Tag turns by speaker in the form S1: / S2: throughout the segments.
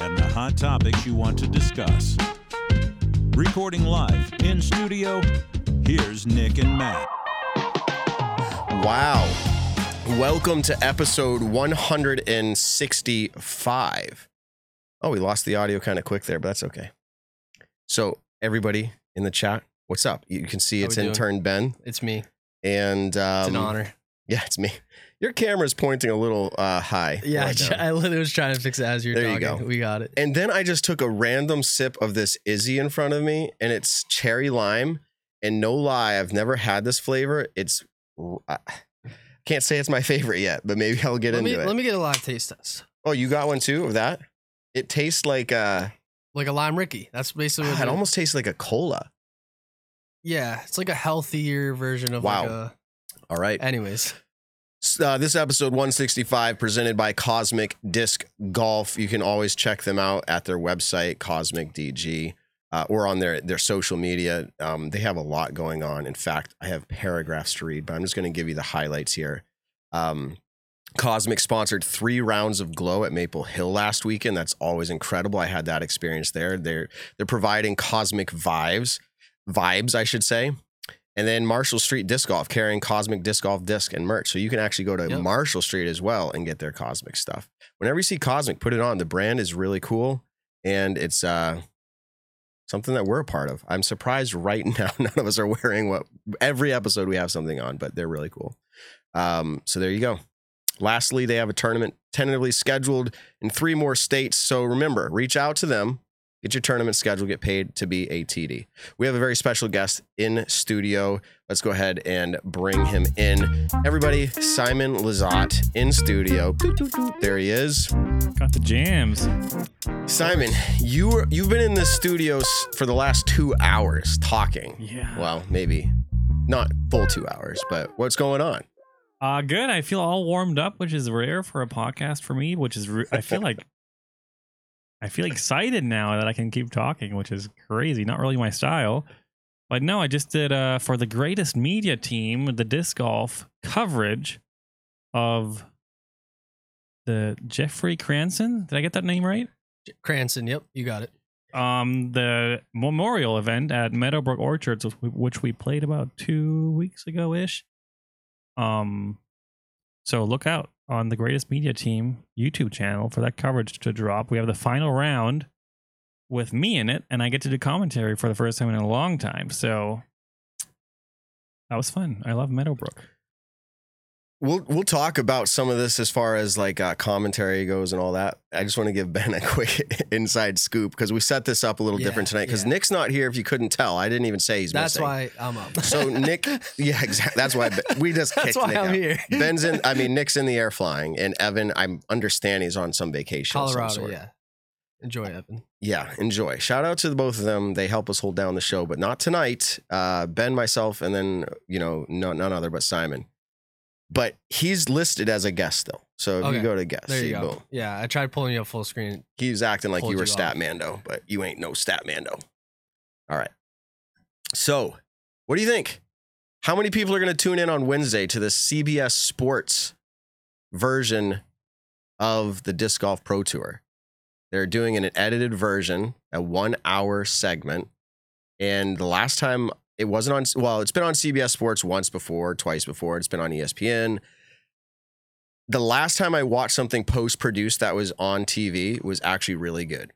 S1: hot topics you want to discuss. Recording live in studio, here's Nick and Matt.
S2: Wow. Welcome to episode 165. Oh, we lost the audio kind of quick there, but that's okay. So, everybody in the chat, what's up? You can see
S3: How
S2: it's
S3: we doing?
S2: intern Ben
S3: It's me. It's
S2: and um,
S3: an honor.
S2: Yeah, it's me. Your camera's pointing a little uh, high.
S3: Yeah, I,
S2: right
S3: tr-
S2: now.
S3: I literally was trying to fix it as you're
S2: There you
S3: talking.
S2: go.
S3: We got it.
S2: And then I just took a random sip of this Izzy in front of me, and it's cherry lime. And no lie, I've never had this flavor. It's I can't say it's my favorite yet, but maybe I'll get
S3: let
S2: into
S3: me
S2: it.
S3: let me get a live taste test.
S2: Oh, you got one too of that? It tastes like uh
S3: Like a lime Ricky. That's basically what
S2: it
S3: it-
S2: almost tastes like a cola.
S3: Yeah, it's like a healthier version of like
S2: Wow.
S3: a.
S2: All right.
S3: Anyways,
S2: S- Uh, this episode 165 presented by Cosmic Disc Golf. You can always check them out at their website Cosmic DG uh, or on their their social media. Um, they have a lot going on. In fact, I have paragraphs to read, but I'm just going to give you the highlights here. Um, Cosmic sponsored three rounds of Glow at Maple Hill last weekend. That's always incredible. I had that experience there. They're they're providing cosmic vibes, vibes I should say. And then Marshall Street Disc Golf carrying Cosmic Disc Golf disc and merch. So you can actually go to
S3: Yep.
S2: Marshall Street as well and get their Cosmic stuff. Whenever you see Cosmic, put it on. The brand is really cool and it's uh something that we're a part of. I'm surprised right now none of us are wearing what every episode we have something on, but they're really cool. Um, so there you go. Lastly, they have a tournament tentatively scheduled in three more states. So remember, reach out to them, get your tournament scheduled, get paid to be a TD. We have a very special guest in studio. Let's go ahead and bring him in. Everybody, Simon Lazat in studio. Toot, toot, toot. There he is.
S4: Got the jams.
S2: Simon, you were, you've been in this studio s- for the last two hours talking.
S4: Yeah.
S2: Well, maybe not full two hours, but what's going on?
S4: Uh, good. I feel all warmed up, which is rare for a podcast for me, which is, re- I feel like, I feel excited now that I can keep talking, which is crazy. Not really my style. But no, I just did, uh, for the greatest media team, the disc golf coverage of the Jeffrey Cranston. Did I get that name right?
S3: J- Cranston. Yep, you got it.
S4: um the memorial event at Meadowbrook Orchards, which we- which we played about two weeks ago ish. Um, so look out on the Greatest Media Team YouTube channel for that coverage to drop. We have the final round with me in it, and I get to do commentary for the first time in a long time. So that was fun. I love Meadowbrook.
S2: We'll we'll talk about some of this as far as like uh, commentary goes and all that. I just want to give Ben a quick inside scoop because we set this up a little
S3: Yeah,
S2: different tonight because
S3: yeah.
S2: Nick's not here. If you couldn't tell, I didn't even say he's
S3: That's
S2: missing.
S3: why I'm up.
S2: So Nick, yeah, exactly. That's why Ben- we just
S3: That's
S2: kicked
S3: why
S2: Nick
S3: I'm
S2: out.
S3: here.
S2: Ben's in. I mean, Nick's in the air flying, and Evan. I'm understanding he's on some vacation. of some
S3: Colorado.
S2: sort.
S3: Yeah. Enjoy, Evan.
S2: yeah enjoy shout out to the both of them they help us hold down the show but not tonight uh ben myself and then you know no, none other but simon but he's listed as a guest though so if you
S3: Okay.
S2: go to guest
S3: There
S2: see,
S3: you go.
S2: boom
S3: Yeah, I tried pulling you up full screen.
S2: he's acting like
S3: Pulled
S2: you were
S3: you off.
S2: stat mando but you ain't no stat mando all right so what do you think how many people are going to tune in on wednesday to the cbs sports version of the disc golf pro tour they're doing an edited version a one hour segment and the last time it wasn't on well it's been on cbs sports once before twice before it's been on E espn the last time i watched something post-produced that was on tv was actually really good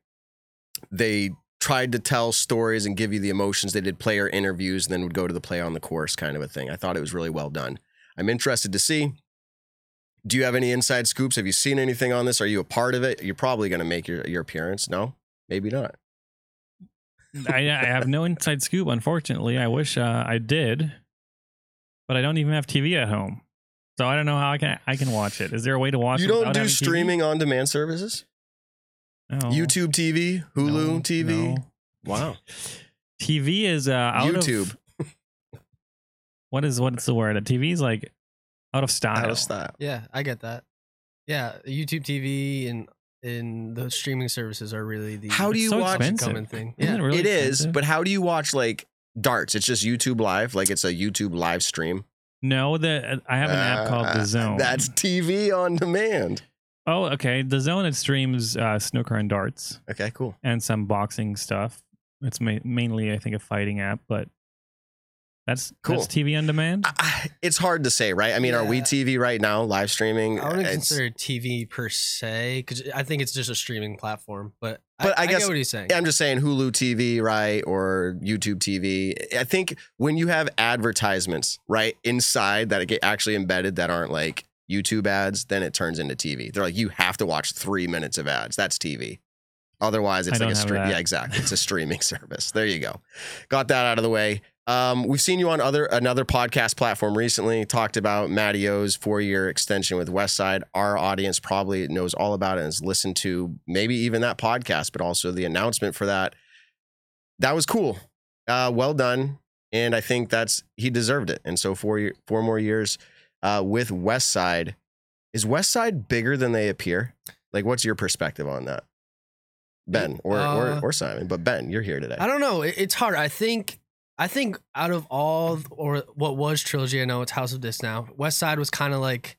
S2: they tried to tell stories and give you the emotions they did player interviews and then would go to the play on the course kind of a thing i thought it was really well done i'm interested to see do you have any inside scoops have you seen anything on this are you a part of it you're probably going to make your, your appearance no maybe not
S4: I, I have no inside scoop, unfortunately. I wish uh, I did, but I don't even have TV at home, so I don't know how I can I can watch it. Is there a way to watch?
S2: you
S4: it
S2: don't
S4: without
S2: do
S4: having TV?
S2: streaming on demand services
S4: No.
S2: YouTube TV,
S4: No,
S2: Hulu TV.
S4: no.
S2: Wow.
S4: TV is uh, out
S2: YouTube.
S4: Of, what is what's the word? A TV is like out of style.
S2: Out of style.
S3: Yeah, I get that. Yeah, YouTube TV and and the streaming services are really the
S2: How do
S4: It's
S2: you
S4: so
S2: watch-
S4: expensive.
S3: common thing.
S4: Isn't
S3: Yeah.
S4: it really
S2: it is,
S4: expensive?
S2: but how do you watch like darts? It's just YouTube live, like it's a YouTube live stream.
S4: no. The I have an app called
S2: Uh,
S4: The Zone.
S2: That's TV on demand.
S4: Oh, okay. The zone it streams uh, snooker and darts
S2: Okay, cool.
S4: and some boxing stuff. It's ma- mainly, I think, a fighting app, but that's
S2: Cool.
S4: that's TV on demand.
S2: I, I, it's hard to say, right? I mean, are we
S3: Yeah.
S2: TV right now, live streaming?
S3: I wouldn't
S2: It's-
S3: consider it TV per se because I think it's just a streaming platform. But
S2: But I
S3: I,
S2: guess-
S3: get what he's saying.
S2: Yeah, I'm just saying Hulu TV, right? Or YouTube TV. I think when you have advertisements, right, inside that get actually embedded that aren't like YouTube ads, then it turns into TV. They're like, you have to watch three minutes of ads. That's TV. Otherwise,
S4: I
S2: it's
S4: don't
S2: like a
S4: have
S2: stream.
S4: that.
S2: Yeah, exactly. It's a streaming service. There you go. Got that out of the way. Um, we've seen you on other another podcast platform recently. Talked about Matteo's four year extension with Westside. Our audience probably knows all about it and has listened to maybe even that podcast, but also the announcement for that. That was cool. Uh, well done, and I think that's he deserved it. And so four year, four more years uh, with Westside. Is Westside bigger than they appear? Like, what's your perspective on that, Ben or
S3: Uh,
S2: or, or Simon? But Ben, you're here today.
S3: I don't know. It, it's hard. I think I think out of all or what was trilogy, I know it's House of This now. West Side was kind of like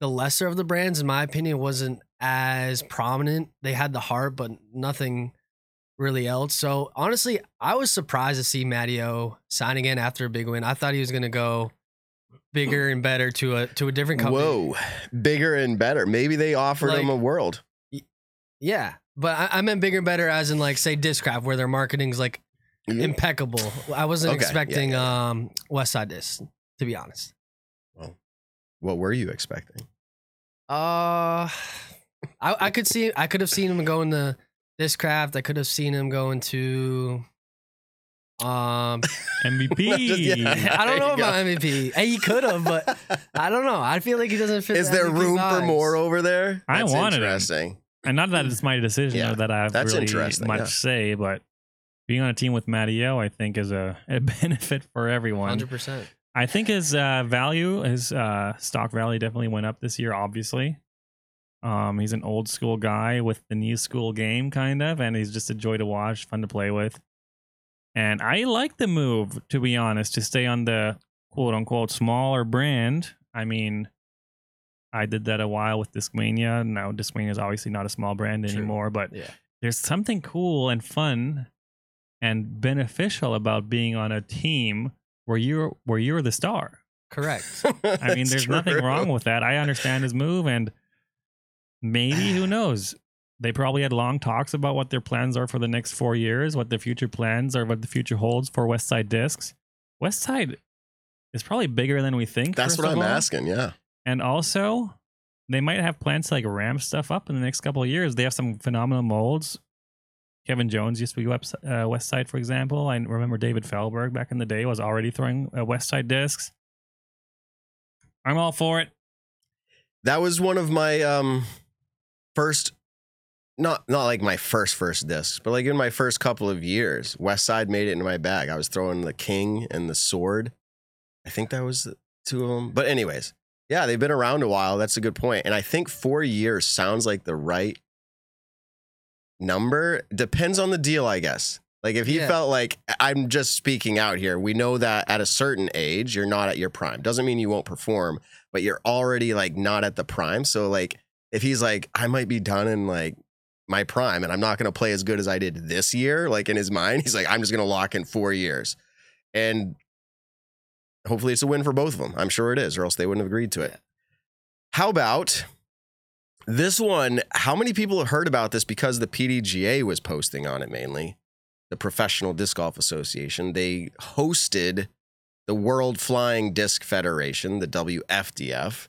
S3: the lesser of the brands, in my opinion, wasn't as prominent. They had the heart, but nothing really else. So honestly, I was surprised to see Matteo sign again after a big win. I thought he was gonna go bigger and better to a to a different company.
S2: Whoa, bigger and better. Maybe they offered
S3: Like-
S2: him a world.
S3: Yeah. But I, I meant bigger and better as in like say Discraft where their marketing's like impeccable. I wasn't
S2: Okay, yeah,
S3: expecting um West Side Diss, to be honest.
S2: What were you expecting?
S3: Uh I, I could see I could have seen him go into this craft. I could have seen him go into um
S4: MVP.
S2: Just- yeah.
S3: I don't
S2: There
S3: know
S2: you go.
S3: about MVP. Hey, He could have, but I don't know. I feel like he doesn't fit.
S2: is
S3: the
S2: there
S3: MVP
S2: room for
S3: vibes.
S2: more over there?
S4: I
S2: That's
S4: wanted him.
S2: interesting.
S4: And not that it's my decision
S2: Yeah,
S4: or that I have
S2: that's
S4: really much
S2: interesting, yeah.
S4: say, but being on a team with Matteo, I think, is a, a benefit for everyone.
S3: Hundred percent.
S4: I think his uh, value, his uh, stock value definitely went up this year, obviously. Um, he's an old school guy with the new school game, kind of, and he's just a joy to watch, fun to play with. And I like the move, to be honest, to stay on the quote unquote smaller brand. I mean, I did that a while with Discmania. Now, Discmania is obviously not a small brand
S3: True.
S4: anymore, but
S3: Yeah.
S4: there's something cool and fun and beneficial about being on a team where you're where you're the star.
S3: Correct.
S4: I mean, there's nothing wrong with that. I understand his move, and maybe who knows? They probably had long talks about what their plans are for the next four years, what their future plans are, what the future holds for West Side Discs. West Side is probably bigger than we think.
S2: That's
S4: first
S2: what
S4: of
S2: I'm
S4: all.
S2: asking. Yeah.
S4: And also, they might have plans to like ramp stuff up in the next couple of years. They have some phenomenal molds. Kevin Jones used to be West, uh, West Side, for example. I remember David Fellberg back in the day was already throwing uh, West Side discs. I'm all for it.
S2: That was one of my um first not not like my first first discs, but like in my first couple of years, West Side made it into my bag. I was throwing the King and the Sword. I think that was the two of them. But anyways, yeah, they've been around a while. That's a good point. And I think 4 years sounds like the right number. Depends on the deal, I guess. Like if he
S3: Yeah.
S2: felt like I'm just speaking out here, we know that at a certain age, you're not at your prime. Doesn't mean you won't perform, but you're already like not at the prime. So like if he's like, I might be done in like my prime and I'm not gonna play as good as I did this year, like in his mind, he's like, I'm just gonna lock in four years. And hopefully it's a win for both of them. I'm sure it is, or else they wouldn't have agreed to it.
S3: Yeah.
S2: How about this one? How many people have heard about this because the PDGA was posting on it mainly? The Professional Disc Golf Association. They hosted the World Flying Disc Federation, the WFDF,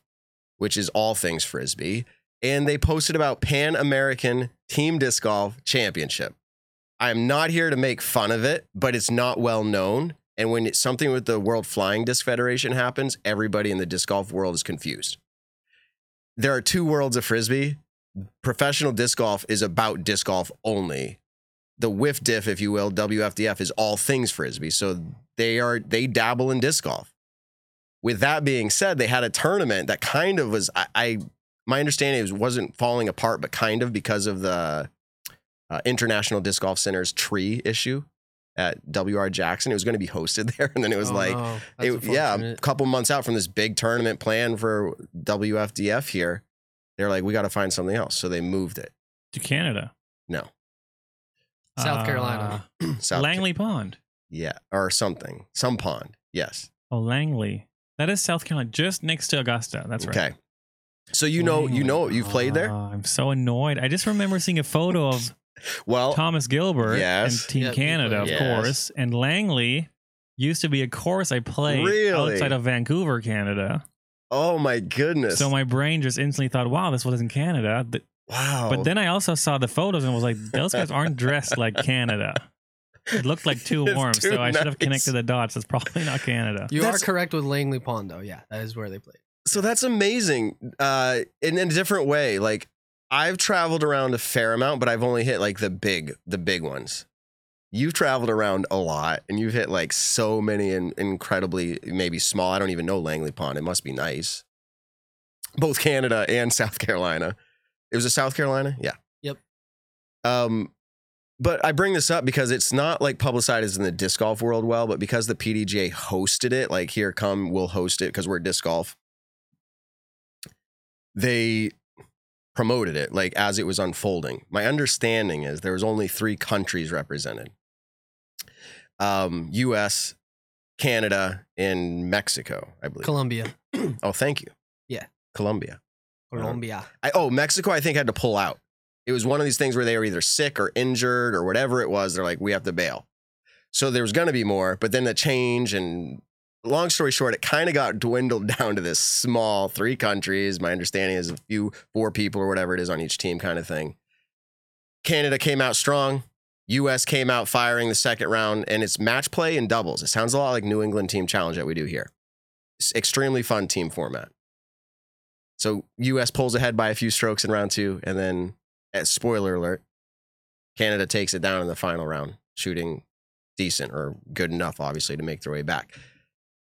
S2: which is all things frisbee. And they posted about Pan American Team Disc Golf Championship. I am not here to make fun of it, but it's not well known. And when it's something with the World Flying Disc Federation happens, everybody in the disc golf world is confused. There are two worlds of frisbee. Professional disc golf is about disc golf only. The WIF diff, if you will, WFDF is all things frisbee. So they are they dabble in disc golf. With that being said, they had a tournament that kind of was I, I my understanding is wasn't falling apart, but kind of because of the uh, International Disc Golf Center's tree issue at WR Jackson. It was going to be hosted there, and then it was
S3: Oh,
S2: like
S3: no.
S2: it-
S3: That's
S2: yeah, a
S3: unfortunate.
S2: couple months out from this big tournament plan for WFDF here. They're like, we got to find something else. So they moved it.
S4: to Canada. Uh,
S2: No.
S3: South Carolina.
S2: South
S4: Mm. Langley Pond.
S2: Yeah. Or something. Some pond. Yes.
S4: Oh, Langley. That is South Carolina, just next to Augusta. That's right.
S2: Okay. So you know, you know, you've played
S4: Ah,
S2: there.
S4: I'm so annoyed. I just remember seeing a photo of
S2: Well,
S4: Thomas Gilbert
S2: Oh, Yes.
S4: and Team
S3: Yeah, we
S4: Canada, of
S2: played.
S4: course, and Langley used to be a course I played
S2: Really?
S4: outside of Vancouver, Canada.
S2: oh my goodness.
S4: So my brain just instantly thought, "Wow, this was in Canada." Th-
S2: wow.
S4: But then I also saw the photos and was like, "Those guys aren't dressed like Canada." It looked like too
S2: It's
S4: warm, so
S2: too
S4: I should
S2: nice.
S4: have connected the dots. It's probably not Canada.
S3: You
S2: That's-
S3: are correct with Langley Pond, though. Yeah, that is where they played.
S2: so that's amazing uh in, in a different way like i've traveled around a fair amount but i've only hit like the big the big ones you've traveled around a lot and you've hit like so many and incredibly maybe small i don't even know langley pond it must be nice both canada and south carolina it was a south carolina yeah
S3: Yep.
S2: um but I bring this up because it's not like publicized in the disc golf world well, but because the PDGA hosted it, like here come, we'll host it because we're disc golf they promoted it like as it was unfolding. My understanding is there was only three countries represented: um, U.S., Canada, and Mexico. I believe.
S3: Colombia,
S2: oh, thank you.
S3: Yeah.
S2: Colombia.
S3: Colombia.
S2: I, oh, Mexico. I think had to pull out. It was one of these things where they were either sick or injured or whatever it was. They're like, we have to bail. So there was going to be more, but then the change and long story short, it kind of got dwindled down to this small three countries. My understanding is a few, four people or whatever it is on each team kind of thing. Canada came out strong. US came out firing the second round, and it's match play and doubles. It sounds a lot like New England team challenge that we do here. It's extremely fun team format. So US pulls ahead by a few strokes in round two, and then eh, spoiler alert, Canada takes it down in the final round, shooting decent or good enough, obviously, to make their way back.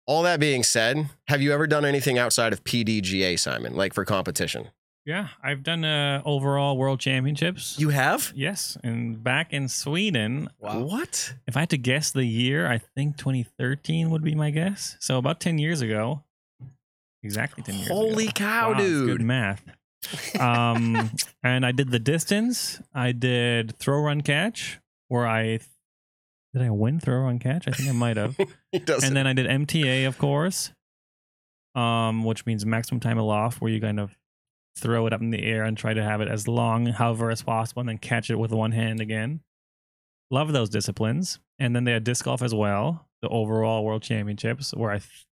S2: All that being said, have you ever done anything outside of PDGA, Simon, like for competition?
S4: Yeah, I've done uh, overall world championships.
S2: You have?
S4: yes, and back in Sweden,
S2: What?
S4: if I had to guess the year, I think 2013 would be my guess. So about 10 years ago, exactly 10 years.
S2: Holy
S4: ago.
S2: cow,
S4: Wow, that's Good
S2: dude.
S4: math. Um, and I did the distance. I did throw, run, catch. Where I did I win throw, run, catch? I think I might have.
S2: He doesn't.
S4: and uh, then I did MTA, of course, um, which means maximum time aloft, where you kind of throw it up in the air and try to have it as long, however, as possible, and then catch it with one hand again. Love those disciplines. And then they had disc golf as well, the overall world championships, where I, th-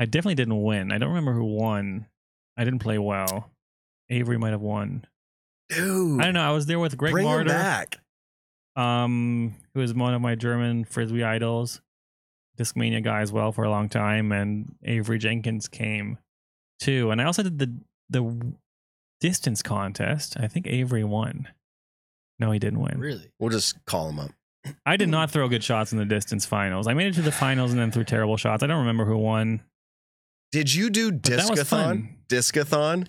S4: I definitely didn't win. I don't remember who won. I didn't play well. Avery might have won.
S2: dude,
S4: I don't know. I was there with Greg
S2: bring him
S4: Martyr
S2: back.
S4: um, who is one of my German frisbee idols, Discmania guy as well for a long time, and Avery Jenkins came too. And I also did the the distance contest. I think Avery won. No, he didn't win.
S3: Really?
S2: We'll just call him up.
S4: I did not throw good shots in the distance finals. I made it to the finals and then threw terrible shots. I don't remember who won.
S2: Did you do
S4: that was
S2: discathon?
S4: fun.
S2: Discathon?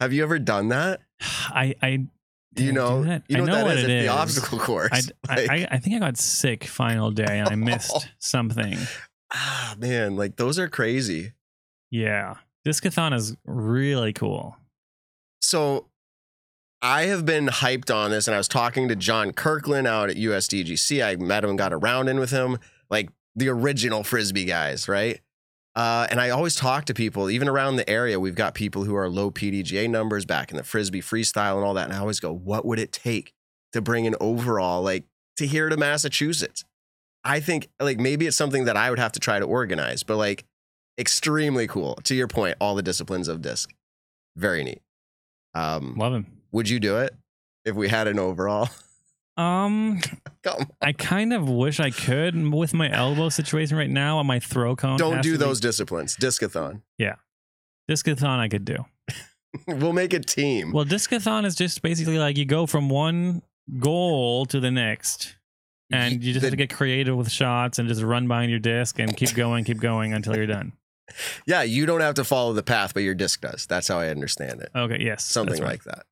S2: Have you ever done that?
S4: I I
S2: You
S4: didn't
S2: know,
S4: do that.
S2: you know,
S4: I know
S2: what
S4: what
S2: that is.
S4: it
S2: It's
S4: is.
S2: the obstacle course.
S4: I, I,
S2: Like, Oh.
S4: I, I think I got sick final day and I missed something.
S2: ah, man, like those are crazy.
S4: Yeah. Discathon is really cool.
S2: So I have been hyped on this, and I was talking to John Kirkland out at USDGC. I met him and got a round in with him, like the original Frisbee guys, right? Uh, and I always talk to people, even around the area, we've got people who are low PDGA numbers back in the Frisbee freestyle and all that. And I always go, what would it take to bring an overall, like to here to Massachusetts? I think, like, maybe it's something that I would have to try to organize, but like, extremely cool. To your point, all the disciplines of disc. Very neat. Um,
S4: Love him.
S2: would you do it if we had an overall?
S4: Um,
S2: Come,
S4: I kind of wish I could And with my elbow situation right now on my throw cone.
S2: don't
S4: has
S2: do
S4: to be-
S2: those disciplines. Discathon.
S4: discathon. I could do.
S2: we'll make a team.
S4: Well, discathon is just basically like you go from one goal to the next, and you just
S2: The-
S4: have to get creative with shots and just run behind your disc and keep going, keep going until you're done.
S2: yeah, you don't have to follow the path, but your disc does. That's how I understand it.
S4: Okay, yes,
S2: Something
S4: that's right.
S2: like that.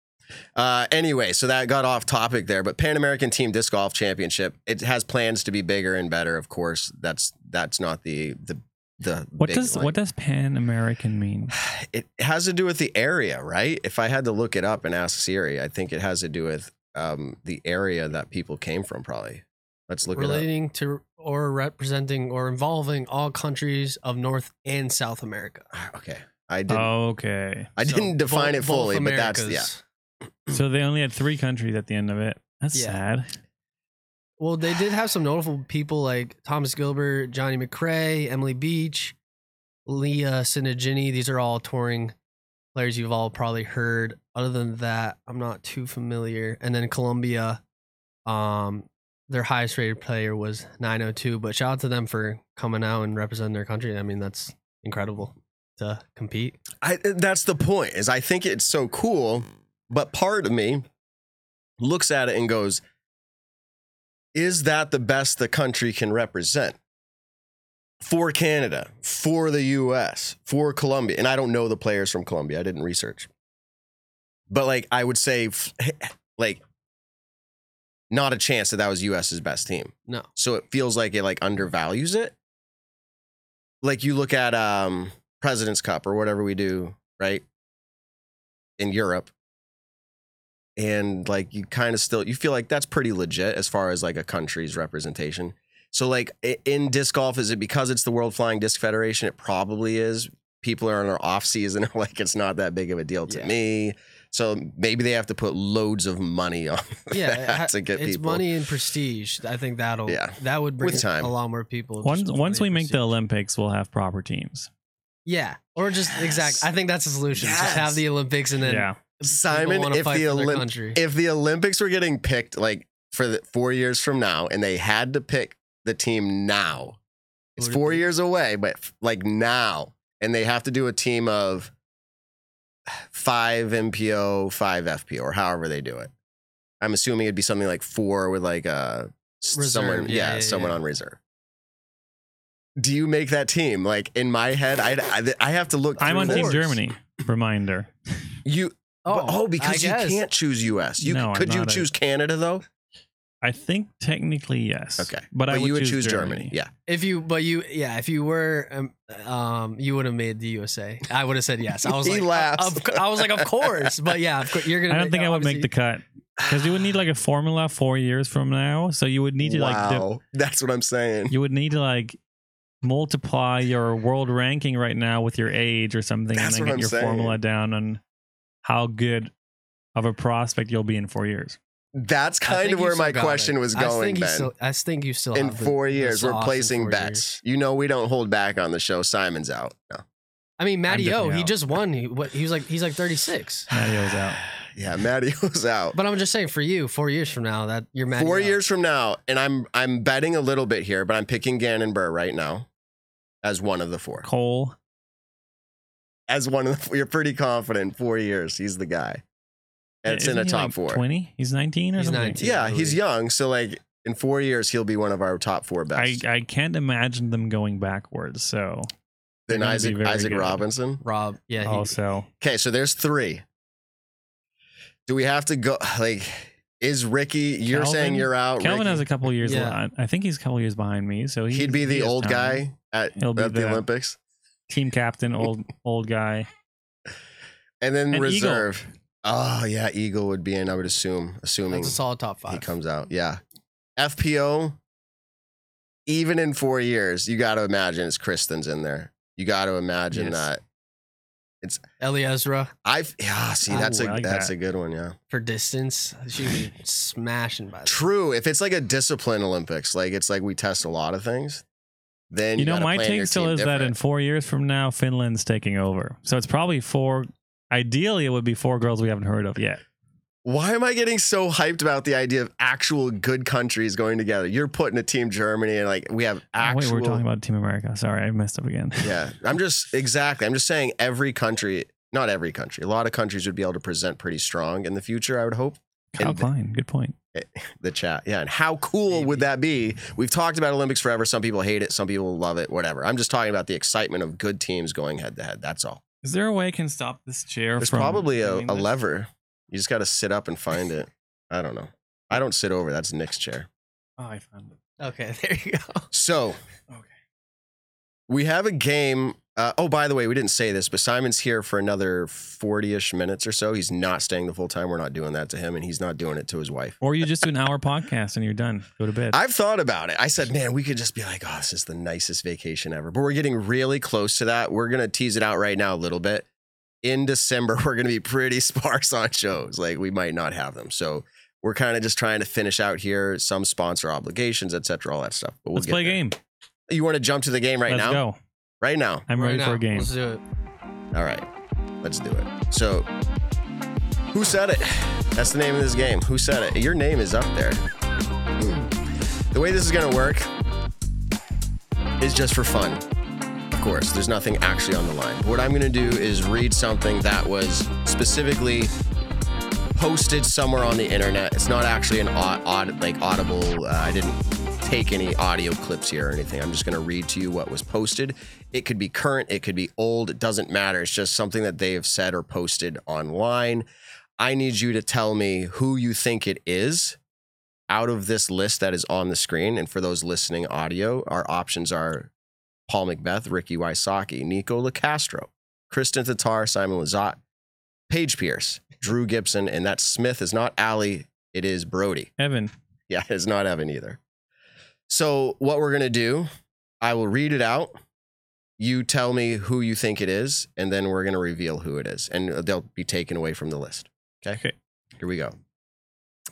S2: Uh, anyway, so that got off topic there, but Pan American Team Disc Golf Championship. It has plans to be bigger and better, of course. That's that's not the the the
S4: What
S2: big
S4: does
S2: one.
S4: what does Pan American mean?
S2: it has to do with the area, right? If I had to look it up and ask Siri, I think it has to do with um, the area that people came from, probably. Let's look it up.
S3: relating to or representing or involving all countries of North and South America.
S2: Ah, Okay. I didn't
S4: Okay,
S2: I
S3: Oh, So
S2: didn't define
S3: bo-
S2: it fully,
S3: both
S2: but that's yeah.
S3: Americas.
S4: so they only had three countries at the end of it. That's
S3: Yeah.
S4: sad.
S3: Well, they did have some notable people like Thomas Gilbert, Johnny McRae, Emily Beach, Leah Sinagini. These are all touring players you've all probably heard. Other than that, I'm not too familiar. And then Columbia, um, their highest rated player was 902. But shout out to them for coming out and representing their country. I mean, that's incredible to compete.
S2: I eh, that's the point is I think it's so cool, but part of me looks at it and goes, is that the best the country can represent? For Canada, for the US, for Colombia. And I don't know the players from Colombia. I didn't research. But like I would say f- like not a chance that that was US's best team.
S3: No.
S2: So it feels like it like undervalues it. Like you look at um President's Cup or whatever we do, right? In Europe. And like you kind of still you feel like that's pretty legit as far as like a country's representation. So like i- in disc golf, is it because it's the World Flying Disc Federation? It probably is. People are in their off season, like it's not that big of a deal to
S3: Yeah.
S2: me. So maybe they have to put loads of money on
S3: Yeah, it
S2: that
S3: ha-
S2: to get
S3: it's
S2: people.
S3: money and prestige. I think that'll
S2: Yeah.
S3: that would bring
S2: With time.
S3: a lot more people.
S4: Once
S3: Just
S4: once
S3: money
S4: we
S3: and
S4: make the
S3: prestige.
S4: Olympics, we'll have proper teams.
S3: yeah, or just
S2: Yes.
S3: exact. I think that's the solution.
S2: Yes.
S3: Just have the Olympics and then
S4: yeah,
S2: Simon, if the Olymp-
S3: Olympics,
S2: if the Olympics were getting picked like for the four years from now and they had to pick the team now, it's
S3: Who'd it
S2: four
S3: be?
S2: years away, but like now, and they have to do a team of five MPO, five FPO, or however they do it. I'm assuming it'd be something like four with like a s-
S3: Reserve,
S2: someone,
S3: yeah,
S2: yeah,
S3: yeah,
S2: someone
S3: yeah.
S2: on reserve. Do you make that team? Like in my head, I I, I have to look.
S4: I'm
S2: through
S4: on
S2: this.
S4: Team Germany. Reminder.
S2: You oh, oh
S3: I
S2: because you
S3: guess.
S2: can't choose U.S. You
S4: No,
S2: could
S4: I'm
S2: you
S4: not a-
S2: choose Canada though?
S4: I think technically yes.
S2: Okay,
S4: but, I
S2: But
S4: would
S2: you would choose, Germany.
S4: Germany.
S2: Yeah,
S3: If you, but you, yeah, if you were, um, um you would have made the USA. I would have said yes. I was
S2: He
S3: like,
S2: laughs.
S3: Of, cou- I was like, of course. But yeah, of course, you're gonna.
S4: I don't think I would make the cut because you would need like a formula four years from now. So you would need to like
S2: wow,
S4: di-
S2: that's what I'm saying.
S4: you would need to like multiply your world ranking right now with your age or something,
S2: That's what
S4: and then get
S2: I'm
S4: your
S2: saying.
S4: formula down on how good of a prospect you'll be in four years.
S2: That's kind of where my question was
S3: I
S2: going,
S3: think you
S2: Ben.
S3: still, I think you still
S2: in
S3: have the-
S2: four
S3: the
S2: years,
S3: sauce
S2: we're
S3: in
S2: placing
S3: four years.
S2: bets. You know, we don't hold back on the show. Simon's out. No.
S3: I mean, Matty O,
S4: definitely
S3: he
S4: out.
S3: just won. He, what, he was like, he's like 36.
S4: Matteo's out.
S2: Yeah, Matteo's out.
S3: But I'm just saying, for you, four years from now, that you're Matty
S2: Four
S3: O.
S2: years from now, and I'm I'm betting a little bit here, but I'm picking Gannon Burr right now as one of the four.
S4: Cole.
S2: As one of the, you're pretty confident. Four years, he's the guy. And it's in the
S4: Isn't he,
S2: top
S4: like,
S2: four.
S4: Twenty. He's nineteen or
S3: He's
S4: something.
S3: 19.
S2: Yeah,
S3: I
S2: he's
S3: believe.
S2: young, so like in four years, he'll be one of our top four
S4: I,
S2: best.
S4: I can't imagine them going backwards. So
S2: then
S4: gonna be
S2: Isaac
S4: very
S2: Isaac
S4: good.
S2: Robinson.
S3: Rob, yeah, he,
S4: also
S2: Okay, so there's three. Do we have to go? Like, is Ricky? You're
S4: Calvin?
S2: saying you're out.
S4: Calvin
S2: Ricky-
S4: has a couple years.
S3: Yeah.
S4: li- I think he's a couple years behind me. So he,
S2: He'd be
S4: he
S2: the
S4: has
S2: old
S4: time.
S2: guy at,
S4: He'll be
S2: at the
S4: the-
S2: Olympics,
S4: team captain, old old guy.
S2: and then
S4: And Eagle.
S2: reserve. Oh yeah, Eagle would be in. I would assume, assuming
S3: that's a solid top
S2: he
S3: five.
S2: comes out. Yeah, FPO. Even in four years, you got to imagine it's Kristen's in there. You got to imagine
S4: Yes.
S2: that.
S3: Ellie Ezra
S2: I've yeah. See,
S4: Ooh,
S2: that's a
S4: I like
S2: that's
S4: that.
S2: a good one. Yeah.
S3: for distance, she was smashing by. the
S2: True. If it's like a discipline Olympics, like it's like we test a lot of things, then
S4: you know,
S2: gotta
S4: my
S2: plan your
S4: take still
S2: team
S4: is that in
S2: different.
S4: four years from now, Finland's taking over. So it's probably four. Ideally, it would be four girls we haven't heard of yet.
S2: Why am I getting so hyped about the idea of actual good countries going together? You're putting a team Germany and like we have
S4: Oh,
S2: actual.
S4: wait, we're talking about Team America. Sorry, I messed up again.
S2: yeah, I'm just exactly. I'm just saying every country, not every country, a lot of countries would be able to present pretty strong in the future. I would hope
S4: Kyle
S2: And-
S4: Klein, good point.
S2: the chat. Yeah, and how cool
S3: Maybe.
S2: would that be? We've talked about Olympics forever. Some people hate it, some people love it. Whatever. I'm just talking about the excitement of good teams going head to head. That's all.
S4: Is there a way I can stop this chair?
S2: There's probably a, a lever. You just got to sit up and find it. I don't know. I don't sit over. That's Nick's chair.
S4: Oh, I found it.
S3: Okay, there you go.
S2: So,
S4: Okay.
S2: We have a game. Uh, oh, by the way, we didn't say this, but Simon's here for another 40 ish minutes or so. He's not staying the full time. We're not doing that to him, and he's not doing it to his wife.
S4: Or you just do an hour podcast and you're done. Go to bed.
S2: I've thought about it. I said, man, we could just be like, oh, this is the nicest vacation ever. But we're getting really close to that. We're going to tease it out right now a little bit. In December, we're going to be pretty sparse on shows. Like, we might not have them. So we're kind of just trying to finish out here some sponsor obligations, et cetera, all that stuff. But we'll
S4: Let's
S2: get
S4: play a
S2: there.
S4: game.
S2: You want to jump to the game right
S4: Let's
S2: now?
S4: go.
S2: Right now.
S4: I'm ready
S3: Right
S4: for
S3: now.
S4: a game.
S3: Let's do it.
S2: All right. Let's do it. So, who said it? That's the name of this game. Who said it? Your name is up there. Hmm. The way this is going to work is just for fun. Of course, there's nothing actually on the line. What I'm going to do is read something that was specifically posted somewhere on the internet. It's not actually an au- aud- like audible. Uh, I didn't take any audio clips here or anything. I'm just going to read to you what was posted. It could be current, it could be old, it doesn't matter. It's just something that they have said or posted online. I need you to tell me who you think it is out of this list that is on the screen. And for those listening audio, our options are Paul Macbeth, Ricky Wysocki, Nico LaCastro, Kristen Tatar, Simon Lazat, Paige Pierce, Drew Gibson, and that Smith is not Allie, it is Brody.
S4: Evan,
S2: Yeah, it's not Evan either. So what we're gonna do, I will read it out. You tell me who you think it is, and then we're gonna reveal who it is, and uh, they'll be taken away from the list. Okay.
S4: Okay.
S2: Here we go.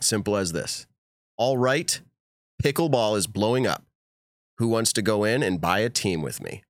S2: Simple as this. All right, pickleball is blowing up. Who wants to go in and buy a team with me?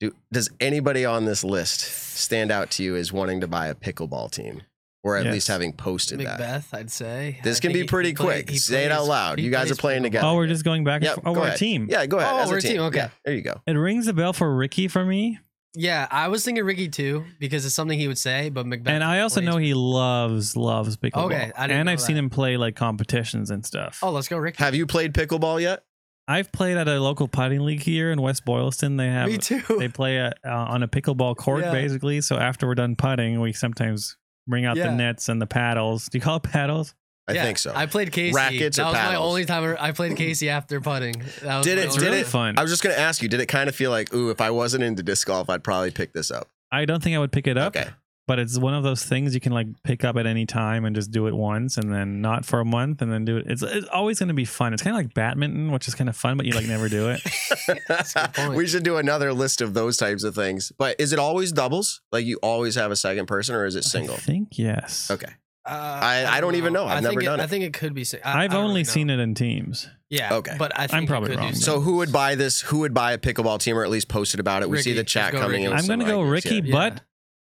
S2: Do, does anybody on this list stand out to you as wanting to buy a pickleball team, or at
S4: Yes.
S2: least having posted that?
S3: Macbeth, I'd say.
S2: This
S3: I
S2: can
S3: think
S2: be
S3: he- he
S2: pretty
S3: play-
S2: quick.
S3: he
S2: Say it out
S3: plays-
S2: loud.
S3: he
S2: You guys
S3: plays
S2: are playing
S3: pickleball.
S2: together.
S4: Oh, we're just going back and
S2: Yep,
S4: forth. Oh,
S2: go
S4: we're a
S2: ahead.
S4: team.
S2: Yeah, go ahead.
S3: Oh,
S2: As a
S3: we're a
S2: team.
S3: team, okay.
S2: Yeah, there you go.
S4: It rings a bell for Ricky for me.
S3: Yeah, I was thinking Ricky too because it's something he would say, but Macbeth.
S4: and I also
S3: plays-
S4: know he loves, loves pickleball.
S3: Okay, I didn't
S4: and
S3: know
S4: I've seen
S3: that.
S4: him play like competitions and stuff.
S3: Oh, let's go, Ricky.
S2: Have you played pickleball yet?
S4: I've played at a local putting league here in West Boylston. They have
S3: Me too.
S4: they play at, uh, on a pickleball court
S3: Yeah.
S4: basically. So after we're done putting, we sometimes bring out
S3: Yeah.
S4: the nets and the paddles. Do you call it paddles?
S2: I
S3: Yeah,
S2: think so.
S3: I played Casey.
S2: Rackets
S3: that
S2: or
S3: was my
S2: paddles?
S3: only time I I played Casey after putting. That was
S2: Did
S3: my
S2: it-
S4: It's
S2: did
S3: only
S4: really
S2: it-
S3: time.
S4: fun.
S2: I was just going to ask you, did it kind of feel like, ooh, if I wasn't into disc golf, I'd probably pick this up?
S4: I don't think I would pick it up,
S2: Okay.
S4: but it's one of those things you can like pick up at any time and just do it once and then not for a month and then do it. It's, it's always going to be fun. It's kind of like badminton, which is kind of fun, but you like never do it.
S3: a good point.
S2: we should do another list of those types of things. But is it always doubles? Like you always have a second person or is it single?
S4: I think yes.
S2: Okay.
S3: Uh,
S2: I- I don't even know. I've
S3: I
S2: never
S3: think
S2: done it.
S3: I think it could be. si- I,
S4: I've only seen it in teams.
S3: Yeah.
S2: Okay.
S3: But I think it
S4: probably
S3: could do
S4: wrong.
S2: So who would buy this? Who would buy a pickleball team or at least posted about it? We see
S3: Ricky.
S2: the chat
S3: Let's go,
S2: coming in.
S3: Ricky.
S2: with
S4: I'm going to
S2: some
S4: go
S2: ideas.
S4: Ricky,
S2: Yeah.
S3: Yeah.
S4: but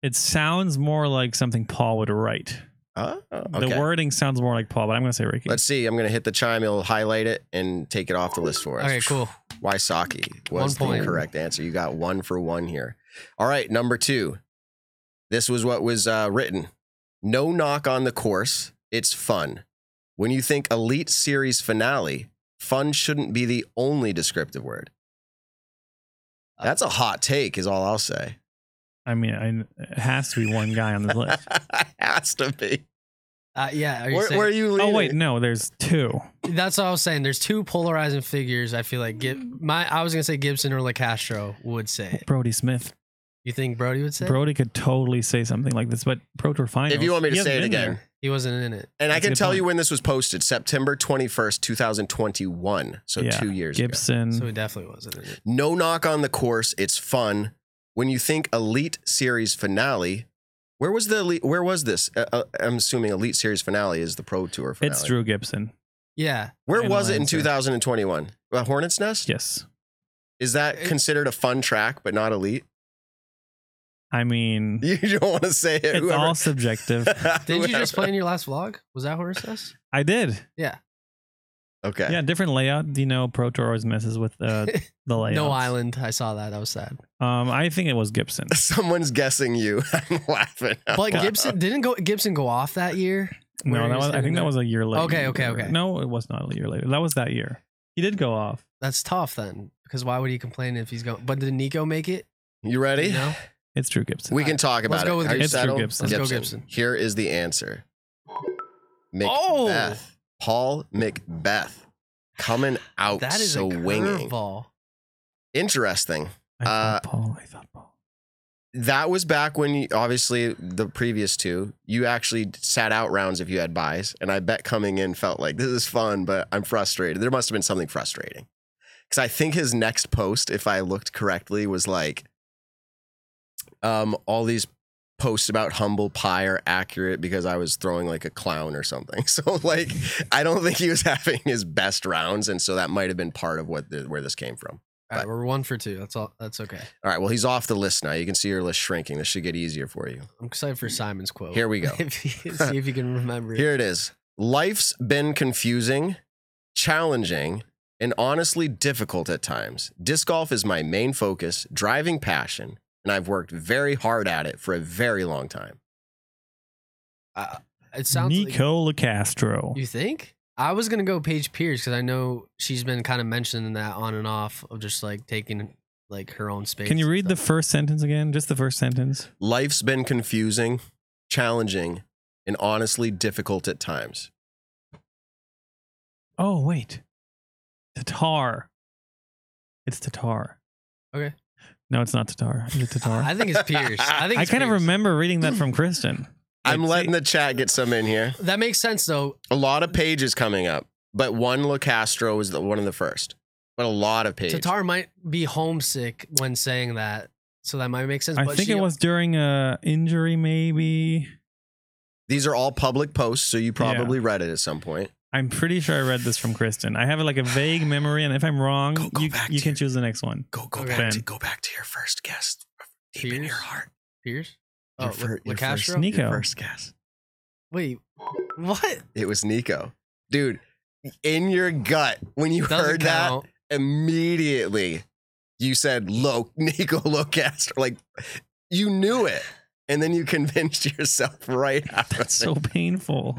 S4: it sounds more like something Paul would write.
S2: Oh, okay.
S4: The wording sounds more like Paul, but I'm going to say Ricky.
S2: Let's see. I'm going to hit the chime. It'll highlight it and take it off the list for us.
S3: Okay, cool.
S2: Waisaki was
S3: One
S2: the
S3: point.
S2: correct answer. You got one for one here. All right, number two. This was what was uh, written. No knock on the course. It's fun. When you think Elite Series finale, fun shouldn't be the only descriptive word. That's a hot take, is all I'll say.
S4: I mean, I, it has to be one guy on this list.
S2: Has to be.
S3: Uh, yeah. Are you
S2: Where,
S3: saying-
S2: where are you leaning?
S4: Oh wait, no, there's two.
S3: That's what I was saying. There's two polarizing figures. I feel like Gib- my I was gonna say Gibson or LaCastro would say it.
S4: Brody Smith.
S3: You think Brody would say it?
S4: Brody could totally say something like this, but Pro Tour Finals.
S2: If you want me
S4: he
S2: to say it
S4: hasn't been
S2: again.
S4: there.
S3: he wasn't in it?
S2: And I
S4: That's a
S2: can
S4: good
S2: tell
S4: point.
S2: you when this was posted, September 21st, 2021. So
S4: Yeah,
S2: two years ago.
S4: Gibson.
S3: So he definitely wasn't in it.
S2: No knock on the course. It's fun. When you think Elite Series finale, where was the elite, where was this? Uh, uh, I'm assuming Elite Series finale is the Pro Tour finale.
S4: it's Drew Gibson.
S3: Yeah.
S2: Where
S4: Final
S2: was it in
S4: answer.
S2: 2021? Uh, Hornets Nest?
S4: Yes.
S2: Is that
S3: It-
S2: considered a fun track but not elite?
S4: I mean,
S2: You don't want to say it.
S4: it's
S2: whoever-
S4: all subjective.
S3: Didn't you just
S2: whoever-
S3: play in your last vlog? Was that Horace? Ness?
S4: I did.
S2: Okay.
S4: Yeah, different layout. You know, Pro Tour always messes with uh, the layout.
S3: No island. I saw that. That was sad.
S4: Um, I think it was Gibson.
S2: Someone's guessing you. I'm laughing. out
S3: But
S2: loud.
S3: Gibson didn't go. Gibson go off that year. Where
S4: No,
S3: he
S4: that was. I
S3: hitting
S4: think that
S3: it?
S4: was a year later.
S3: Okay, okay, okay.
S4: No, it was not a year later. That was that year. He did go off.
S3: That's tough then, because why would he complain if he's going? But did Nico make it?
S2: You ready?
S3: No.
S4: It's Drew Gibson.
S2: We can talk about
S3: Let's go
S2: it.
S3: with
S2: Are you
S4: Gibson. It's Drew
S2: settled?
S4: Gibson. Let's
S3: go Gibson.
S2: Here is the answer. Macbeth.
S3: Oh!
S2: Paul Macbeth coming out
S3: That is a
S2: Oh, swinging.
S3: curveball.
S2: Interesting.
S4: I thought
S2: Uh,
S4: Paul. I thought Paul.
S2: That was back when you, obviously the previous two, you actually sat out rounds if you had buys. And I bet coming in felt like this is fun, but I'm frustrated. There must have been something frustrating. Cause I think his next post, if I looked correctly, was like um all these posts about humble pie are accurate because I was throwing like a clown or something. So like I don't think he was having his best rounds. And so that might have been part of what the, where this came from.
S3: All right, we're one for two. That's all. That's okay.
S2: All right. Well, he's off the list now. You can see your list shrinking. This should get easier for you.
S3: I'm excited for Simon's quote.
S2: Here we go.
S3: If he- see if you can remember. it.
S2: Here it is. Life's been confusing, challenging, and honestly difficult at times. Disc golf is my main focus, driving passion, and I've worked very hard at it for a very long time.
S3: Uh, it sounds. like-
S4: Nico LaCastro.
S3: You think? I was gonna go Paige Pierce because I know she's been kind of mentioning that on and off of just like taking like her own space.
S4: Can you
S3: and
S4: read the
S3: stuff.
S4: first sentence again? Just the first sentence.
S2: Life's been confusing, challenging, and honestly difficult at times.
S4: Oh wait, Tatar. It's Tatar.
S3: Okay.
S4: No, it's not Tatar. Is it Tatar?
S3: I
S4: I,
S3: think it's Pierce. I think it's
S4: kind of
S3: Pierce.
S4: remember reading that from Kristen.
S2: I'm
S4: Like,
S2: letting
S4: see-
S2: the chat get some in here.
S3: That makes sense though.
S2: A lot of pages coming up, but one LoCastro was the, one of the first. But a lot of pages.
S3: Tatar might be homesick when saying that, so that might make sense.
S4: I
S3: but
S4: think
S3: she-
S4: it was during a injury, maybe.
S2: These are all public posts, so you probably read it at some point.
S4: I'm pretty sure I read this from Kristen. I have like a vague memory, and if I'm wrong,
S2: Go- go
S4: you,
S2: back
S4: you
S2: to
S4: can
S2: your-
S4: choose the next one.
S2: Go go
S3: Okay.
S2: back to
S4: Ben.
S2: go back to your first guess. Deep in
S3: Pierce?
S2: your heart.
S3: Pierce. Oh,
S2: Your
S3: La-
S2: fir- your
S3: LaCastro?
S2: first-
S4: Nico.
S2: Your first guess.
S3: Wait, what?
S2: It was Nico. Dude, in your gut, when you
S3: Doesn't
S2: heard
S3: count.
S2: that, immediately you said Lo Nico Locastro. Like you knew it. And then you convinced yourself right after.
S4: That's so painful.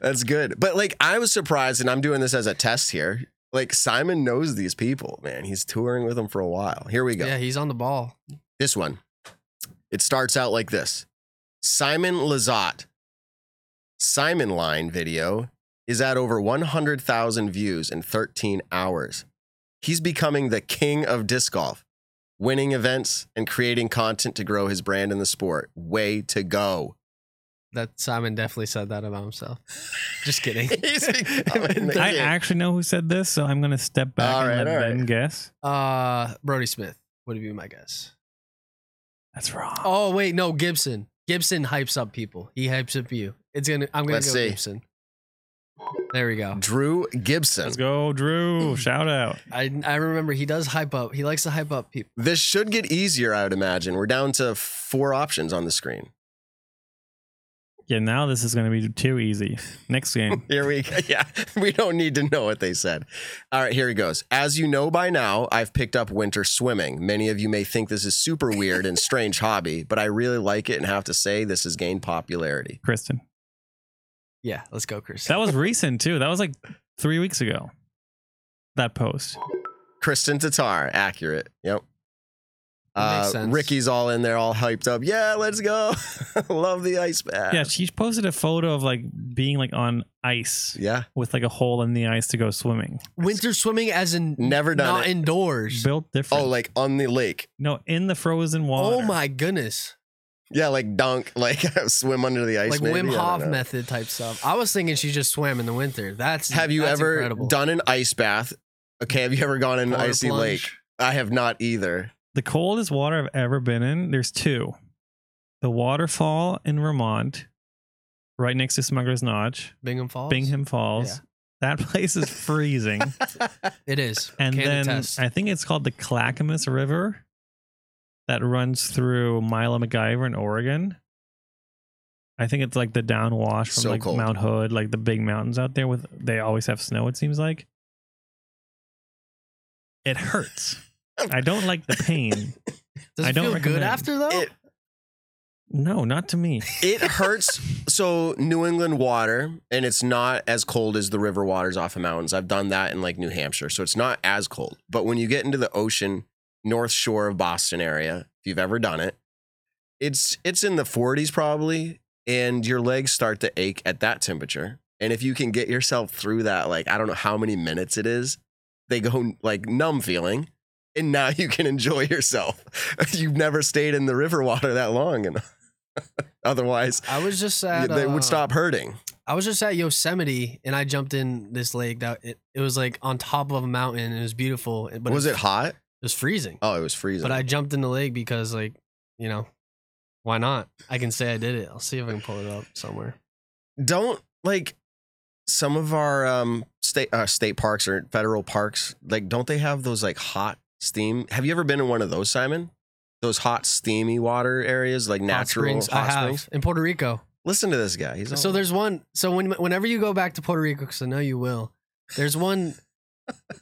S2: That's good. But like I was surprised, and I'm doing this as a test here. Like Simon knows these people, man. He's touring with them for a while. Here we go.
S3: Yeah, he's on the ball.
S2: This one. It starts out like this Simon Lazat. Simon Line video is at over 100,000 views in 13 hours. He's becoming the king of disc golf, winning events and creating content to grow his brand in the sport. Way to go.
S3: That Simon definitely said that about himself. Just kidding.
S2: He's becoming the
S4: I
S2: king.
S4: actually know who said this, so I'm gonna step back
S2: All right,
S4: and let
S2: all right.
S4: Ben guess.
S3: Uh, Brody Smith would be my guess.
S4: That's wrong.
S3: Oh wait, no, Gibson. Gibson hypes up people. He hypes up you. It's gonna. I'm gonna
S2: Let's
S3: go
S2: see.
S3: Gibson. There we go.
S2: Drew Gibson.
S4: Let's go, Drew. Shout out.
S3: I I remember he does hype up. He likes to hype up people.
S2: This should get easier, I would imagine. We're down to four options on the screen.
S4: Yeah, now this is gonna be too easy. Next game.
S2: Here we go. Yeah, we don't need to know what they said. All right, here he goes. As you know by now, I've picked up winter swimming. Many of you may think this is super weird and strange hobby, but I really like it and have to say this has gained popularity.
S4: Kristen.
S3: Yeah, let's go, Chris.
S4: That was recent too. That was like three weeks ago. That post.
S2: Kristen Tatar, accurate. Yep.
S3: That makes
S2: Uh,
S3: sense.
S2: Ricky's all in there, all hyped up. Yeah, let's go. Love the ice
S3: Uh,
S2: bath.
S4: Yeah, she posted a photo of like being like on ice
S2: Yeah.
S4: with like a hole in the ice to go swimming.
S3: winter swimming, as in
S2: Never done
S3: not
S2: it.
S3: indoors.
S4: Built different.
S2: Oh, like on the lake.
S4: no, in the frozen water.
S3: Oh my goodness!
S2: Yeah, like dunk, like swim under the ice.
S3: like
S2: maybe? I
S3: Wim
S2: don't
S3: Hof
S2: know.
S3: method type stuff. I was thinking she just swam in the winter. That's
S2: Have you
S3: that's
S2: ever
S3: incredible.
S2: done an ice bath? Okay, have you ever gone in an
S3: Water
S2: icy
S3: plunge.
S2: lake? I have not either.
S4: The coldest water I've ever been in, there's two. The waterfall in Vermont, right next to Smuggler's Notch,
S3: Bingham Falls?
S4: Bingham Falls.
S3: Yeah.
S4: That place is freezing.
S3: It is.
S4: and
S3: Can
S4: then
S3: attest.
S4: I think it's called the Clackamas River that runs through Milo McGyver in Oregon. I think it's like the downwash from
S2: So
S4: like
S2: cold.
S4: Mount Hood, like the big mountains out there with they always have snow, it seems like. It hurts. I don't like the pain.
S3: Does it
S4: I don't
S3: feel good
S4: recommend.
S3: after though?
S2: It-
S4: No, not to me.
S2: It hurts. so New England water, and it's not as cold as the river waters off the mountains. I've done that in like New Hampshire, so it's not as cold. But when you get into the ocean, North Shore of Boston area, if you've ever done it, it's it's in the 40s probably, and your legs start to ache at that temperature. And if you can get yourself through that, like I don't know how many minutes it is, they go like numb feeling. and now you can enjoy yourself. You've never stayed in the river water that long, and otherwise
S3: I was just
S2: y-
S3: at
S2: they
S3: uh,
S2: would stop hurting.
S3: I was just at Yosemite and I jumped in this lake that it, it was like on top of a mountain and it was beautiful. But
S2: was it
S3: It
S2: hot?
S3: was freezing.
S2: Oh, it was freezing.
S3: But I jumped in the lake because, like, you know, why not? I can say I did it. I'll see if I can pull it up somewhere.
S2: don't like some of our um state uh, state parks or federal parks like don't they have those like hot steam have you ever been in one of those simon those hot steamy water areas like
S3: hot
S2: natural
S3: springs. I have in Puerto Rico.
S2: listen to this guy he's all,
S3: So there's one. So when whenever you go back to Puerto Rico, because I know you will, there's one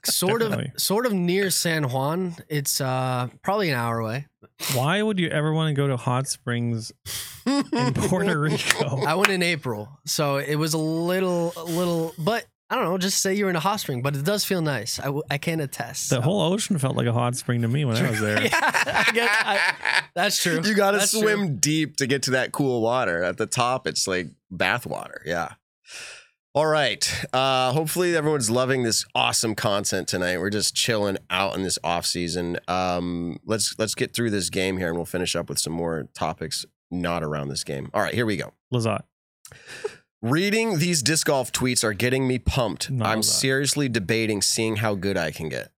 S3: sort of
S4: Definitely.
S3: sort of near San Juan. It's uh probably an hour away.
S4: Why would you ever want to go to hot springs in Puerto Rico?
S3: I went in April, so it was a little a little, but I don't know. Just say you're in a hot spring, but it does feel nice. I, w- I can attest.
S4: The
S3: so.
S4: whole ocean felt like a hot spring to me when I was there.
S3: yeah, I guess I, that's true.
S2: you gotta
S3: That's
S2: swim
S3: true.
S2: deep to get to that cool water at the top it's like bath water yeah all right uh hopefully everyone's loving this awesome content tonight we're just chilling out in this off season um let's let's get through this game here and we'll finish up with some more topics not around this game all right here we go
S4: Lazat.
S2: Reading these disc golf tweets are getting me pumped.
S4: Not
S2: I'm
S4: that.
S2: seriously debating seeing how good I can get.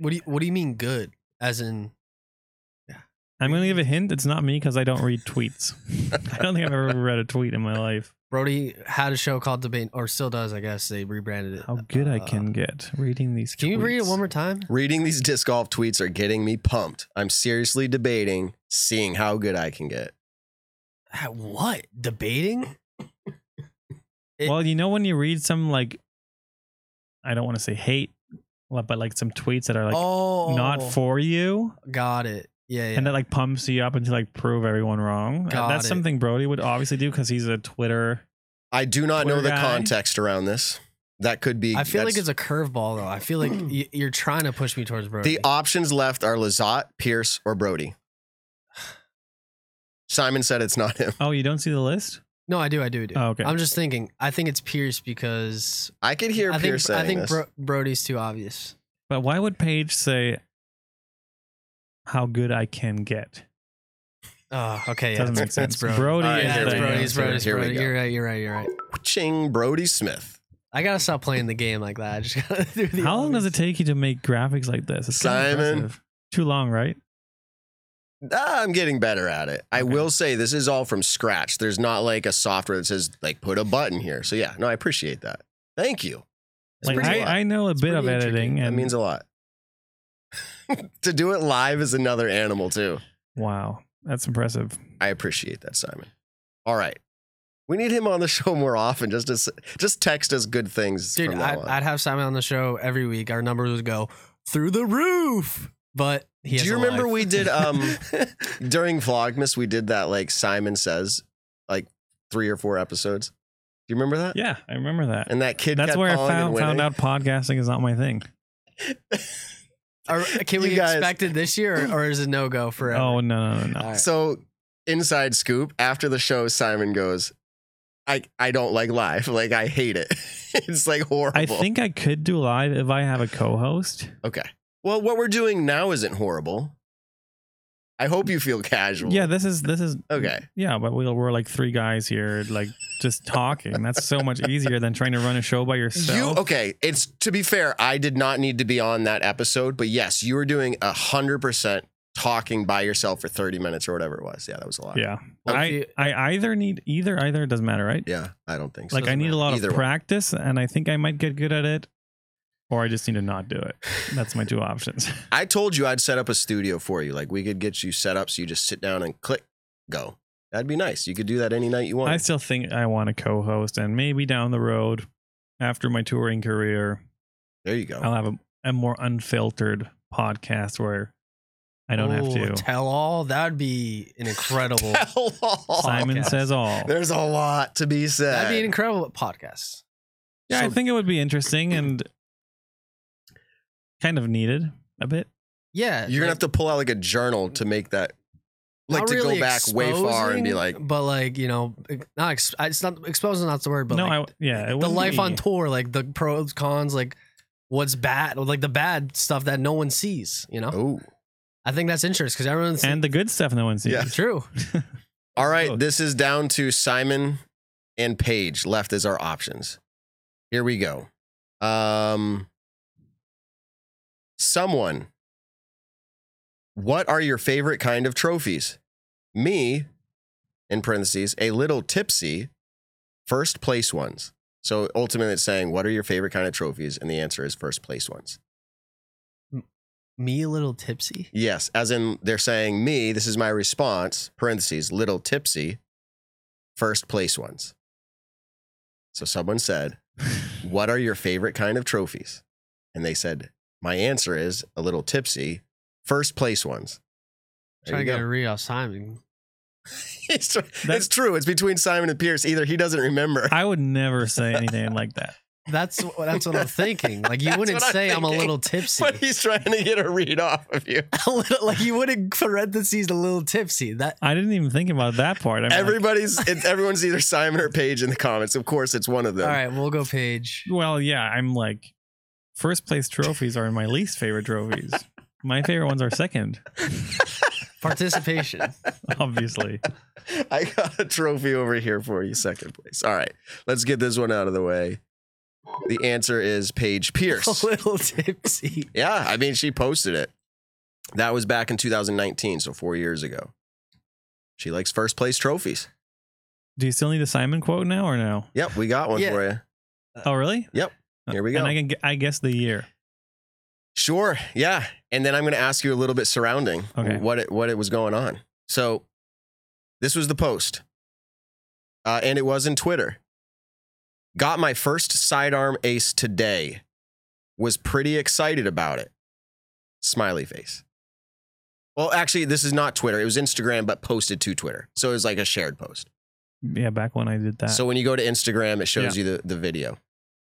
S3: What do you What do you mean good? As in,
S4: I'm gonna give a hint. It's not me because I don't read tweets. I don't think I've ever read a tweet in my life.
S3: Brody had a show called Debate, or still does, I guess. They rebranded it.
S4: How good I
S3: Uh,
S4: can get reading these.
S3: Can you read it
S4: tweets.
S3: one more time?
S2: Reading these disc golf tweets are getting me pumped. I'm seriously debating seeing how good I can get.
S3: At What debating? It-
S4: well, you know when you read some like, I don't want to say hate, but like some tweets that are like
S3: oh,
S4: not for you,
S3: Got it. Yeah, yeah.
S4: and that like pumps you up and to like prove everyone wrong. Uh,
S3: Got
S4: That's
S3: it.
S4: something Brody would obviously do because he's a Twitter.
S2: I do not know
S4: Poor
S2: the
S4: guy.
S2: context around this. That could be.
S3: I feel like
S2: that's-
S3: it's a curveball though. I feel like y- you're trying to push me towards Brody.
S2: the options left are Lazat, Pierce, or Brody. Simon said it's not him.
S4: Oh, you don't see the list?
S3: no, I do. I do. I do.
S4: Oh, okay.
S3: I'm just thinking. I think it's Pierce because
S2: I could hear
S3: I think
S2: Pierce saying
S3: I think
S2: this.
S3: Bro- Brody's too obvious.
S4: But why would Paige say how good I can get?
S3: Oh, okay. Yeah,
S4: Doesn't
S3: it's-
S4: make
S3: it's
S4: sense.
S3: Brody.
S4: Brody
S2: All right,
S4: is
S3: yeah,
S2: here
S3: it's
S2: we
S4: the
S2: go.
S3: Brody. It's
S4: answer.
S3: Brody. It's
S2: Here we
S3: Brody.
S2: go.
S3: You're right. You're right. You're right.
S2: Ching Brody Smith.
S3: I gotta stop playing the game like that. I just gotta do the.
S4: How long does it take you to make graphics like this? It's kinda
S2: Simon.
S4: impressive. Too long, right?
S2: Ah, I'm getting better at it. I
S4: Okay.
S2: will say this is all from scratch. There's not like a software that says like put a button here. So yeah, no, I appreciate that. Thank you. It's
S4: Like
S2: pretty a lot.
S4: I, I know a bit of
S3: pretty intricate.
S4: editing,
S2: that
S4: and
S2: means a lot. to do it live is another animal too.
S4: wow, that's impressive.
S2: I appreciate that, Simon. All right, we need him on the show more often. Just to, s- just text us good things.
S3: Dude,
S2: from now
S3: I'd,
S2: on.
S3: I'd have Simon on the show every week. Our numbers would go through the roof. But he
S2: Do
S3: has
S2: you
S3: a
S2: remember
S3: life.
S2: we did, um, during Vlogmas we did that like Simon says, like three or four episodes. Do you remember that?
S4: Yeah, I remember that.
S2: And that kid.
S4: that's
S2: kept
S4: where I
S2: calling and
S4: found found
S2: winning.
S4: out podcasting is not my thing.
S3: Are- can
S2: You
S3: we
S2: guys-
S3: expect it this year, or, or is it no go forever?
S4: Oh no no no no!
S3: All right.
S2: So inside scoop after the show, Simon goes, "I I don't like live. Like I hate it. it's like horrible."
S4: I think I could do live if I have a co-host.
S2: Okay. Well, what we're doing now isn't horrible. I hope you feel casual.
S4: Yeah, this is this is
S2: Okay.
S4: Yeah, but we'll, we're like three guys here, like just talking. That's so much easier than trying to run a show by yourself.
S2: You okay? It's to be fair. I did not need to be on that episode, but yes, you were doing a hundred percent talking by yourself for thirty minutes or whatever it was. Yeah, that was a lot.
S4: Yeah,
S3: Well, if
S4: I
S3: you-
S4: I either need either either it doesn't matter, right?
S2: yeah. I don't think so.
S4: like I need a lot
S2: Either
S4: of
S2: way.
S4: practice, and I think I might get good at it, or I just need to not do it. That's my two options.
S2: I told you I'd set up a studio for you. Like we could get you set up so you just sit down and click go. That'd be nice. You could do that any night you want.
S4: I still think I want to co-host, and maybe down the road, after my touring career,
S2: there you go.
S4: I'll have a, a more unfiltered podcast where I don't have
S3: Ooh,
S4: to.
S3: tell all. That'd be an incredible.
S2: Tell all.
S4: Simon
S3: podcast.
S4: says all.
S2: There's a lot to be said.
S3: that'd be an incredible podcast.
S4: Yeah, I
S2: So-
S4: think it would be interesting and kind of needed a bit.
S3: Yeah,
S2: You're gonna
S3: like-
S2: have to pull out like a journal to make that, like
S3: not
S2: to
S3: really
S2: go back way far and be
S3: exposing,
S2: like,
S3: but like you know, not ex- it's not exposing. Not the word, but
S4: no,
S3: like,
S4: I yeah, it
S3: the
S4: wouldn't
S3: life
S4: be-
S3: on tour, like the pros, cons, like what's bad, or like the bad stuff that no one sees. You know,
S2: Oh.
S3: I think that's interesting because everyone's
S4: and the good stuff no one sees.
S2: Yeah.
S3: true.
S2: All right,
S4: Oh.
S2: this is down to Simon and Paige left as our options. Here we go. Um, someone, what are your favorite kind of trophies? Me, in parentheses, a little tipsy, first place ones. So ultimately, it's saying, what are your favorite kind of trophies? And the answer is first place ones.
S3: Me a little tipsy.
S2: Yes, as in they're saying, me, this is my response, parentheses, little tipsy, first place ones. So someone said, What are your favorite kind of trophies? And they said, My answer is a little tipsy, first place ones. There
S3: Trying to
S2: you
S3: get a
S2: go.
S3: read off Simon.
S2: It's, tr- it's
S4: That's-
S2: true. It's between Simon and Pierce. Either he doesn't remember.
S4: I would never say anything like that.
S3: That's what- that's what I'm thinking. Like you
S2: That's
S3: wouldn't
S2: what I'm
S3: say I'm a
S2: thinking.
S3: little tipsy.
S2: But he's trying to get a read off of you.
S3: a little, like you wouldn't parentheses a little tipsy. That
S4: I didn't even think about that part. I'm like,
S2: Everybody's it's, everyone's either Simon or Paige in the comments. Of course, it's one of
S3: all
S2: them.
S3: right. We'll go page.
S4: well, yeah, I'm like first place trophies are my least favorite trophies. My favorite ones are second,
S3: Participation.
S4: obviously.
S2: I got a trophy over here for you, second place. All right, let's get this one out of the way. The answer is Paige Pierce.
S3: a little tipsy.
S2: yeah, I mean, she posted it. That was back in 2019, so four years ago. She likes first place trophies.
S4: Do you still need a Simon quote now or no?
S2: Yep, we got one
S3: Yeah.
S2: for you.
S4: Oh, really?
S2: Yep. Here we go.
S4: And I can gu- I guess the year.
S2: Sure. Yeah. And then I'm going to ask you a little bit surrounding
S4: Okay.
S2: what it, what it was going on. So this was the post, uh, and it was in Twitter. Got my first sidearm ace today. Was pretty excited about it. Smiley face. Well, actually, this is not Twitter. It was Instagram, but posted to Twitter. So it was like a shared post.
S4: Yeah, back when I did that.
S2: So when you go to Instagram, it shows you the, the video.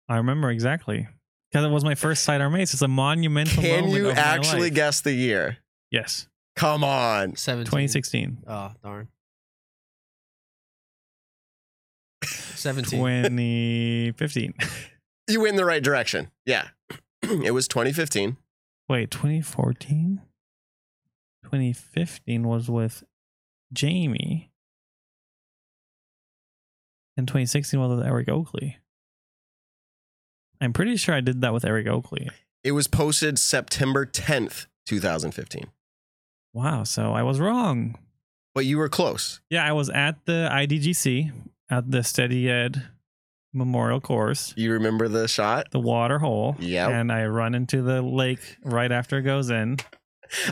S4: I remember exactly. Because it was my first sidearm ace. It's a monumental
S2: Can
S4: moment
S2: you
S4: of my
S2: actually
S4: life.
S2: guess the year?
S4: Yes.
S2: Come on.
S3: Seventeen.
S4: 2016.
S3: Oh darn. Seventeen.
S4: 2015.
S2: you went in the right direction. Yeah. it was 2015.
S4: Wait, 2014? 2015 was with Jamie. And 2016 was with Eric Oakley. I'm pretty sure I did that with Eric Oakley.
S2: It was posted September 10th, 2015.
S4: Wow, so I was wrong.
S2: But you were close.
S4: Yeah, I was at the IDGC at the Steady Ed Memorial Course,
S2: You remember the shot?
S4: the water hole.
S2: Yep.
S4: And I run into the lake right after it goes in.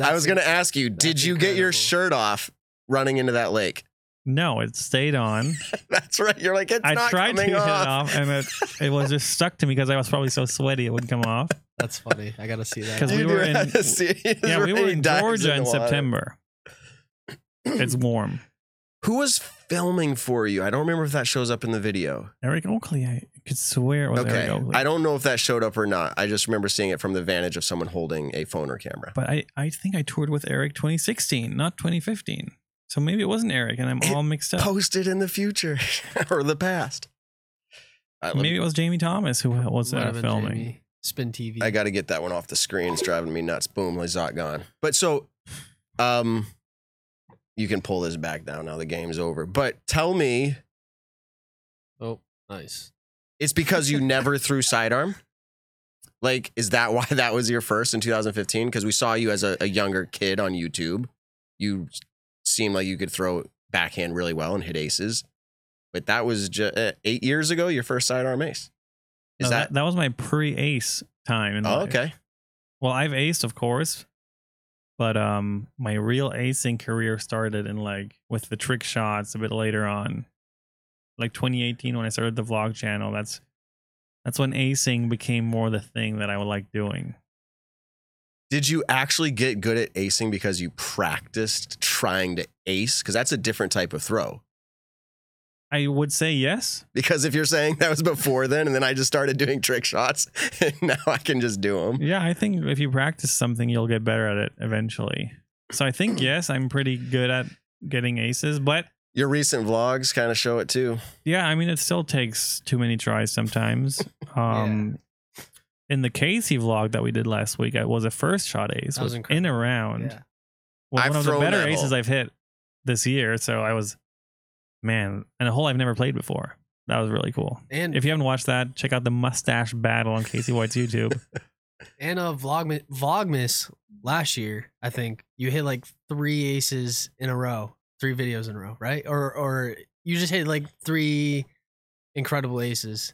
S2: I was going to ask you, did
S3: that's
S2: you get your
S3: incredible.
S2: shirt off running into that lake?
S4: No, it stayed on.
S2: That's right. You're like, it's
S4: I
S2: not
S4: tried to
S2: coming
S4: get it
S2: off.
S4: off, and it, it was just stuck to me because I was probably so sweaty it wouldn't come off.
S3: That's funny. I gotta see that.
S4: 'Cause
S2: You
S4: we
S2: do
S4: were in-
S2: have to see it.
S4: yeah, we were
S2: He
S4: in
S2: dives
S4: Georgia
S2: the
S4: in
S2: water.
S4: September. It's warm.
S2: Who was filming for you? I don't remember if that shows up in the video.
S4: Eric Oakley, I could swear Oh, it was Eric
S2: Okay.
S4: Oakley.
S2: I don't know if that showed up or not. I just remember seeing it from the vantage of someone holding a phone or camera.
S4: but I, I think I toured with Eric 2016, not 2015. So maybe it wasn't Eric, and I'm all mixed up.
S2: posted in the future or the past. All right, let me-
S4: Maybe it was Jamie Thomas who was
S3: Might
S4: uh,
S3: have been
S4: filming.
S3: Jamie. Spin TV.
S2: I got to get that one off the screen. It's driving me nuts. Boom, Lazat gone. But so, um, you can pull this back down now. The game's over. But tell me,
S3: oh, nice.
S2: it's because you never threw sidearm. Like, is that why that was your first in 2015? Because we saw you as a, a younger kid on YouTube. You seemed like you could throw backhand really well and hit aces. But that was ju- uh, eight years ago. Your first sidearm ace. Is
S4: No,
S2: that?
S4: Oh, that was my pre-ace time? In
S2: oh,
S4: life.
S2: okay.
S4: Well, I've aced, of course, but um, my real acing career started in like with the trick shots a bit later on, like 2018 when I started the vlog channel. That's that's when acing became more the thing that I would like doing.
S2: Did you actually get good at acing because you practiced trying to ace? Because that's a different type of throw.
S4: I would say yes.
S2: Because if you're saying that was before then, and then I just started doing trick shots, and now I can just do them.
S4: Yeah, I think if you practice something, you'll get better at it eventually. So I think yes, I'm pretty good at getting aces, but
S2: Your recent vlogs kind of show it too.
S4: Yeah, I mean, it still takes too many tries sometimes. Um, in the Casey vlog that we did last week, I was a first shot ace.
S3: That was
S4: was in
S3: incredible.
S4: around.
S3: Yeah.
S4: Well,
S2: I've
S4: one of the
S2: thrown
S4: better
S2: that
S4: aces
S2: hole.
S4: I've hit this year. So I was, man, and a hole I've never played before. That was really cool.
S3: And
S4: If you haven't watched that, check out the mustache battle on Casey White's YouTube.
S3: and a vlogmas, vlogmas last year, I think you hit like three aces in a row, three videos in a row, right? Or or you just hit like three incredible aces.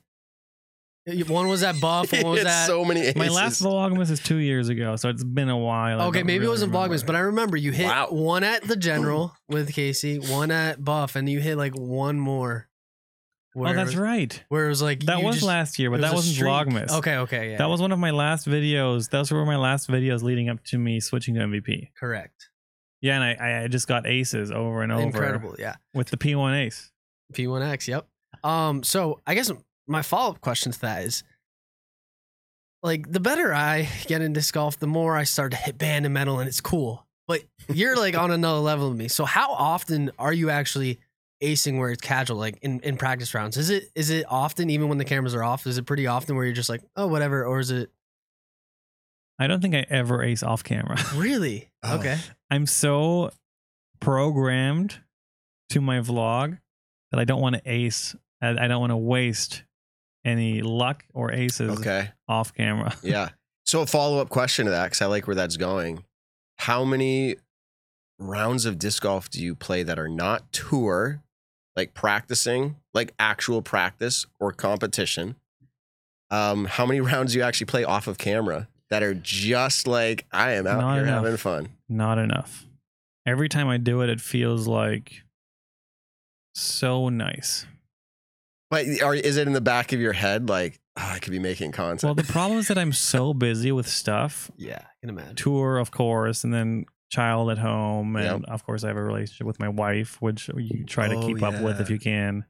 S3: One was at buff. One was
S2: It's
S3: at
S2: so many aces.
S4: My last Vlogmas is two years ago, so it's been a while. I
S3: okay,
S4: don't
S3: maybe
S4: really
S3: it wasn't
S4: remember.
S3: vlogmas, but I remember you hit
S2: Wow.
S3: one at the general with Casey, one at buff, and you hit like one more. Where
S4: oh,
S3: it
S4: that's
S3: was-
S4: right.
S3: Where it was like
S4: That
S3: you
S4: was
S3: just-
S4: last year,
S3: it
S4: but
S3: was
S4: that
S3: a
S4: wasn't
S3: streak.
S4: Vlogmas.
S3: Okay, okay, yeah,
S4: That was one of my last videos. Those were my last videos leading up to me switching to MVP.
S3: correct.
S4: Yeah, and I, I just got aces over and over
S3: Incredible, yeah.
S4: with the P1 ace.
S3: P1X, yep. Um, so I guess my follow up question to that is like the better I get in disc golf, the more I start to hit band and metal and it's cool. But you're like on another level than me. So how often are you actually acing where it's casual, like in, in practice rounds? Is it is it often, even when the cameras are off, is it pretty often where you're just like, oh whatever, or is it
S4: I don't think I ever ace off camera.
S3: really?
S2: Oh.
S3: Okay.
S4: I'm so programmed to my vlog that I don't want to ace. I I don't want to waste any luck or aces
S2: Okay.
S4: off camera.
S2: Yeah. So a follow up question to that, because I like where that's going. How many rounds of disc golf do you play that are not tour, like practicing, like actual practice or competition? Um, how many rounds do you actually play off of camera that are just like I am out
S4: Not
S2: here
S4: enough.
S2: having fun?
S4: Not enough. Every time I do it, it feels like so nice.
S2: But are, is it in the back of your head like oh, I could be making content?
S4: Well, the problem is that I'm so busy with stuff
S3: Yeah, I can imagine.
S4: tour, of course, and then child at home.
S2: Yep.
S4: And of course, I have a relationship with my wife, which you try to
S2: Oh,
S4: keep up with
S2: yeah.
S4: if you can.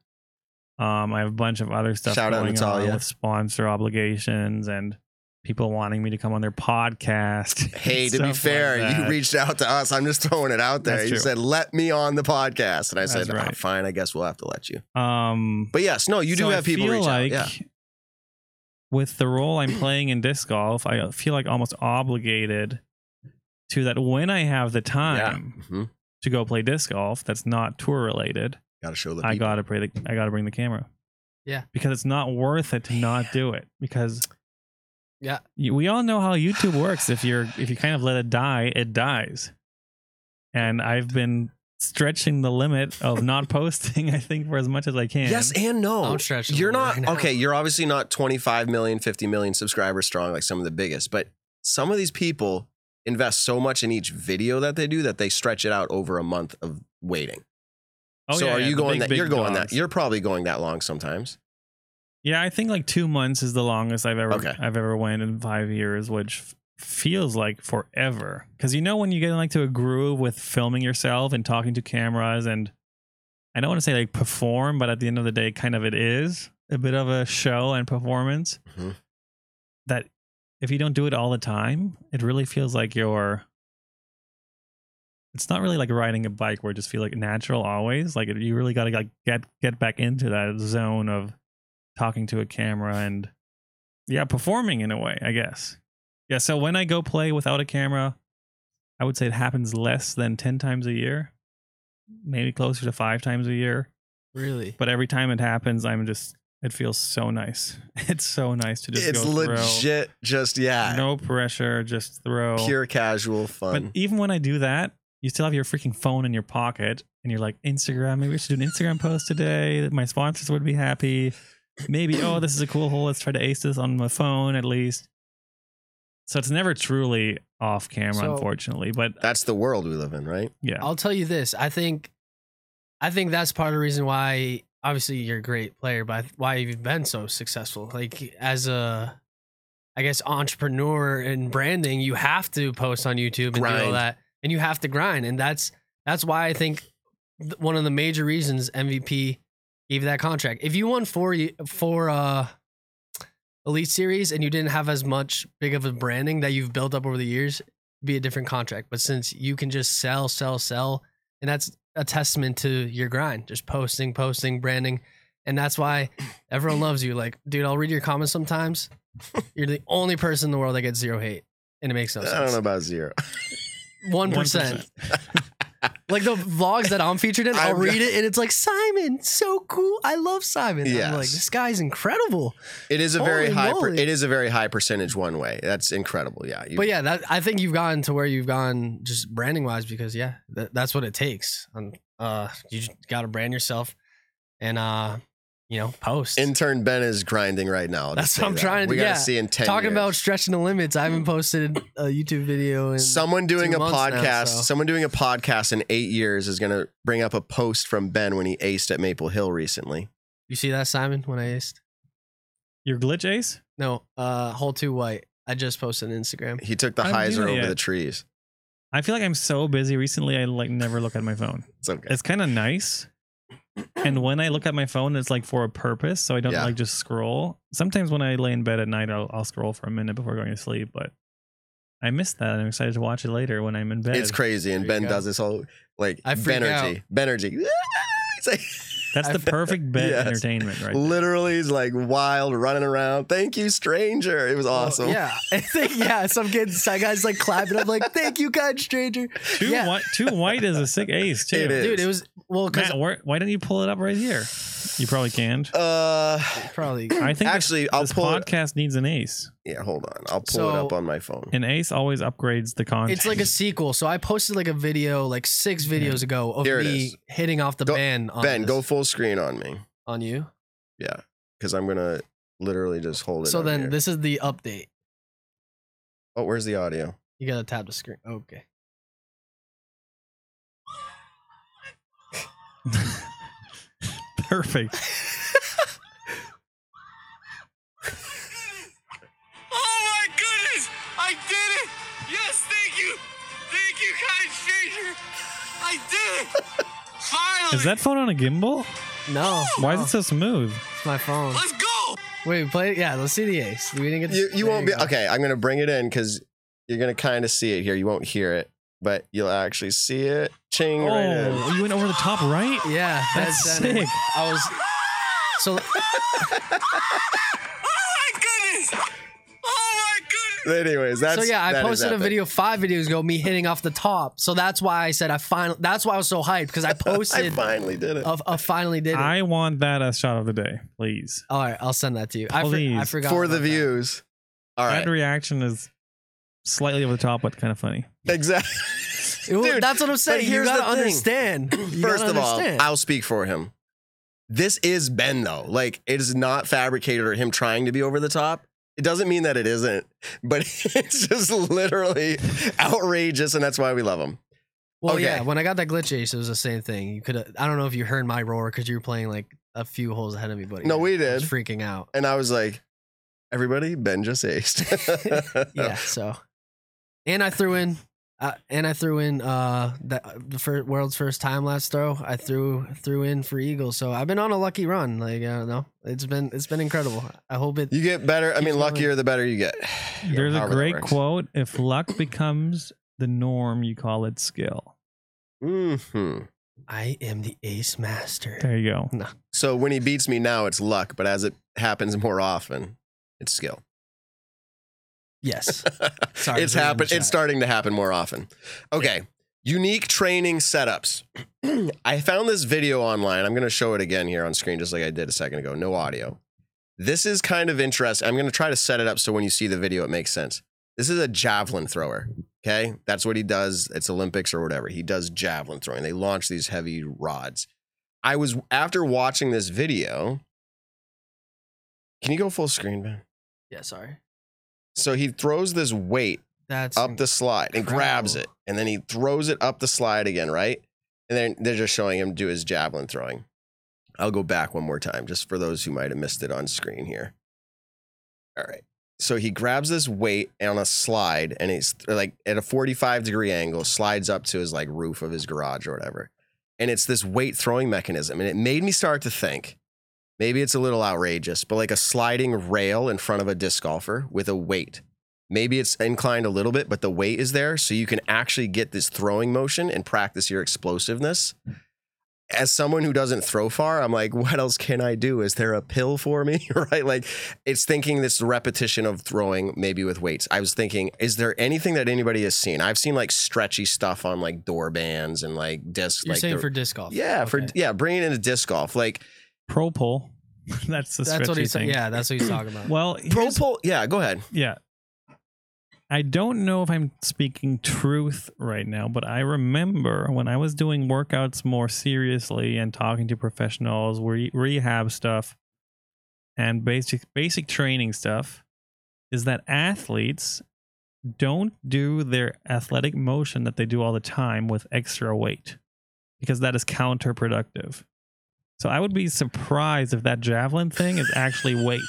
S4: Um, I have a bunch of other stuff
S2: Shout out
S4: going
S2: Natalia.
S4: on with sponsor obligations and people wanting me to come on their podcast.
S2: Hey,
S4: and
S2: to be
S4: stuff like
S2: fair, you
S4: that.
S2: reached out to us. I'm just throwing it out there.
S4: That's
S2: you
S4: true.
S2: said, "Let me on the podcast," and I
S4: That's
S2: said, "Ah,
S4: right.
S2: "Fine, I guess we'll have to let you."
S4: Um,
S2: But yes, no, you do
S4: so I
S2: have people
S4: feel
S2: reach
S4: like
S2: out.
S4: With the role I'm playing in disc golf, I feel like almost obligated to that when I have the
S2: Yeah,
S4: time
S2: yeah. hmm
S4: to go play disc golf that's not tour related,
S2: Got to show the people.
S4: I gotta bring the I gotta bring the camera.
S3: Yeah.
S4: Because it's not worth it to not do it. Because
S3: Yeah.
S4: you, we all know how YouTube works. If you're if you kind of let it die, it dies. And I've been stretching the limit of not posting. I think for as much as I can.
S2: Yes and no.
S3: I'm stretching
S2: Oh, You're
S3: the limit
S2: not
S3: right now.
S2: okay. You're obviously not 25 million, 50 million subscribers strong like some of the biggest, but some of these people invest so much in each video that they do that they stretch it out over a month of waiting.
S4: Oh,
S2: so
S4: yeah,
S2: are
S4: yeah,
S2: you
S4: the
S2: going
S4: big,
S2: that?
S4: big
S2: You're going
S4: dogs.
S2: that. You're probably going that long sometimes.
S4: Yeah, I think like two months is the longest I've ever
S2: Okay.
S4: I've ever went in five years, which f- feels like forever. Because you know when you get like to a groove with filming yourself and talking to cameras, and I don't want to say like perform, but at the end of the day, kind of it is a bit of a show and performance.
S2: Mhm.
S4: That if you don't do it all the time, it really feels like you're. It's not really like riding a bike where it just feel like natural always. Like you really got to like get get back into that zone of talking to a camera and yeah, performing in a way, I guess. Yeah, so when I go play without a camera, I would say it happens less than 10 times a year, maybe closer to 5 times a year,
S3: Really?
S4: but every time it happens, I'm just it feels so nice. It's so nice to just
S2: it's
S4: go throw.
S2: legit. Just yeah,
S4: No pressure, just throw.
S2: pure casual
S4: but e
S2: fun.
S4: even when I do that, you still have your freaking phone in your pocket and you're like, Instagram, maybe we should do an Instagram post today. My sponsors would be happy. Maybe, oh, this is a cool hole. Let's try to ace this on my phone at least. So it's never truly off camera,
S3: So-
S4: unfortunately. But
S2: That's the world we live in, right?
S4: yeah.
S3: I'll tell you this. I think, I think that's part of the reason why. Obviously, you're a great player, but why you've been so successful. Like as a, I guess entrepreneur in branding, you have to post on YouTube and do all
S2: Grind.
S3: that, and you have to grind, and that's that's why I think th- one of the major reasons MVP gave that contract. If you won four ye- four uh, elite series and you didn't have as much big of a branding that you've built up over the years, be a different contract. But since you can just sell, sell, sell, and that's a testament to your grind, just posting, posting, branding. And that's why everyone loves you. Like, dude, I'll read your comments sometimes. You're the only person in the world that gets zero hate, and it makes no
S2: I don't know
S3: sense.
S2: about zero.
S3: One percent. Like the vlogs that I'm featured in, I'll
S2: I'm-
S3: read it and it's like Simon, so cool. I love Simon. I'm like,
S2: Yes.
S3: this guy's incredible.
S2: It is a very
S3: Holy
S2: high. Per,
S3: moly.
S2: it is a very high percentage one way. That's incredible. Yeah. You,
S3: But yeah, that, I think you've gotten to where you've gone just branding wise because yeah, that, that's what it takes. Um, uh, you got to brand yourself and uh, you know, post.
S2: Intern Ben is grinding right now. I'll
S3: That's
S2: just
S3: what
S2: say
S3: I'm
S2: that.
S3: trying to-
S2: We gotta
S3: yeah.
S2: see in ten.
S3: Talking
S2: years.
S3: about stretching the limits, I haven't posted a YouTube video in
S2: someone doing
S3: two
S2: a
S3: months now,
S2: podcast.
S3: so-
S2: Someone doing a podcast in eight years is gonna bring up a post from Ben when he aced at Maple Hill recently.
S3: You see that, Simon? When I aced?
S4: Your glitch ace?
S3: No, uh, hole two white. I just posted on Instagram.
S2: He took the
S4: I haven't seen
S2: hyzer
S4: it
S2: over
S4: yet.
S2: the trees.
S4: I feel like I'm so busy recently. I like never look at my phone.
S2: It's okay.
S4: It's kind of nice. And when I look at my phone, it's like for a purpose, so I don't
S2: Yeah.
S4: like just scroll. Sometimes when I lay in bed at night, I'll, I'll scroll for a minute before going to sleep. But I missed that. I'm excited to watch it later when I'm in bed.
S2: It's crazy, and
S3: There you
S2: Ben
S3: go.
S2: does this whole like
S3: I freak
S2: Benergy, Benergy. He's like
S4: That's the
S3: I've-
S4: perfect bed
S2: Yes.
S4: entertainment, right? there.
S2: literally, he's like wild, running around. Thank you, stranger. It was awesome.
S3: yeah, I think yeah. Some kids, some guys like clapping. I'm like, thank you, kind stranger,
S4: Two
S3: yeah.
S4: white, two white is a sick ace too.
S2: It is.
S3: dude. It was well because
S4: Matt, where, why didn't you pull it up right here? You probably can't.
S2: Uh,
S3: probably
S4: I think this-
S2: actually, I'll
S4: this
S2: pull. it-
S4: podcast needs an ace.
S2: Yeah, hold on. I'll pull it
S3: So-
S2: up on my phone.
S4: An ace always upgrades the content.
S3: it's like a sequel. So I posted like a video like six videos ago of
S2: Here it
S3: me
S2: is.
S3: hitting off the
S2: Go-
S3: ban. On
S2: Ben,
S3: this-
S2: go full screen on me.
S3: on you.
S2: Yeah, because I'm gonna literally just hold it.
S3: So
S2: over
S3: then
S2: here.
S3: this is the update.
S2: Oh, where's the audio?
S3: You gotta tap the screen. Oh, Okay.
S4: perfect.
S5: Oh my goodness! I did it! Yes, thank you! Thank you, kind stranger! I did it! Finally!
S4: Is that phone on a gimbal?
S3: No.
S4: Why is
S3: no,
S4: it so smooth?
S3: it's my phone?
S5: Let's go!
S3: Wait, play. Yeah, let's see the ace. We didn't get.
S2: You you
S3: there
S2: won't be
S3: go.
S2: okay. I'm gonna bring it in because you're gonna kind of see it here. You won't hear it, but you'll actually see it. Ching right in.
S4: Oh, you went over the top right.
S3: Yeah,
S4: That's
S3: it.
S4: sick.
S3: I was so
S5: Oh my goodness! Oh my goodness!
S2: Anyways, that's
S3: so yeah. I
S2: that is
S3: posted a
S2: epic.
S3: video five videos ago, me hitting off the top. So that's why I said I finally. That's why I was so hyped because I
S2: I
S3: posted. Oh,
S2: finally did it
S3: of, of finally did it.
S4: I want that as shot of the day, please.
S3: All right, I'll send that to you. I, for, I
S4: Please.
S3: forgot
S2: for the
S3: about that.
S2: views. All
S4: That
S2: right,
S4: reaction is slightly over the top, but kind of funny.
S2: exactly.
S3: It-
S2: Dude,
S3: that's what I'm saying. You
S2: here's the
S3: gotta
S2: thing.
S3: understand. You
S2: First
S3: gotta
S2: of all,
S3: understand.
S2: I'll speak for him. This is Ben though. Like it is not fabricated or him trying to be over the top. It doesn't mean that it isn't, but it's just literally outrageous, and that's why we love him.
S3: well,
S2: okay.
S3: yeah. When I got that glitch ace, it was the same thing. You could. I don't know if you heard my roar because you were playing like a few holes ahead of me, buddy.
S2: No, we
S3: I was
S2: did.
S3: freaking out.
S2: And I was like, everybody, Ben just aced.
S3: Yeah. So, and I threw in. Uh, and I threw in uh, the, the first, world's first time last throw. I threw threw in for eagles, so I've been on a lucky run. Like I don't know, it's been it's been incredible. I hope it.
S2: You get better. I
S3: Keeps
S2: mean,
S3: going.
S2: luckier the better you get. Yeah,
S4: There's a
S2: however that
S4: great
S2: works.
S4: quote: "If luck becomes the norm, you call it skill."
S2: Mhm.
S3: I am the ace master.
S4: There you go.
S2: So when he beats me now, it's luck, but as it happens more often, it's skill.
S3: Yes. Sorry,
S2: it's
S3: put it in
S2: happen.
S3: the
S2: It's
S3: chat.
S2: starting to happen more often. Okay, unique training setups. I found this video online. I'm going to show it again here on screen, just like I did a second ago. No audio. This is kind of interesting. I'm going to try to set it up so when you see the video, it makes sense. This is a javelin thrower. Okay, that's what he does. It's Olympics or whatever. He does javelin throwing. They launch these heavy rods. I was after watching this video. Can you go full screen, man?
S3: Yeah. Sorry.
S2: So he throws this weight
S3: That's
S2: up the slide and grabs it
S3: incredible.
S2: and then he throws it up the slide again right and then they're just showing him do his javelin throwing i'll go back one more time just for those who might have missed it on screen here all right so he grabs this weight on a slide and he's like at a 45 degree angle slides up to his like roof of his garage or whatever and it's this weight throwing mechanism and it made me start to think maybe it's a little outrageous but like a sliding rail in front of a disc golfer with a weight maybe it's inclined a little bit, but the weight is there. So you can actually get this throwing motion and practice your explosiveness. as someone who doesn't throw far, I'm like, what else can I do? Is there a pill for me? right? Like, it's thinking this repetition of throwing, maybe with weights. I was thinking, is there anything that anybody has seen? I've seen like stretchy stuff on like door bands and like disc.
S3: You're
S2: like
S3: saying
S2: the-
S3: for disc golf.
S2: yeah, for
S3: Okay.
S2: yeah, bringing in a disc golf, like
S4: Pro pole. that's the
S3: that's what
S4: stretchy
S3: he's
S4: thing.
S3: yeah, that's what he's talking about.
S4: Well,
S2: pro
S4: here's-
S2: pole. Yeah, go ahead.
S4: Yeah. I don't know if I'm speaking truth right now, but I remember when I was doing workouts more seriously and talking to professionals, re- rehab stuff, and basic basic training stuff, is that athletes don't do their athletic motion that they do all the time with extra weight because that is counterproductive. So I would be surprised if that javelin thing is actually weight.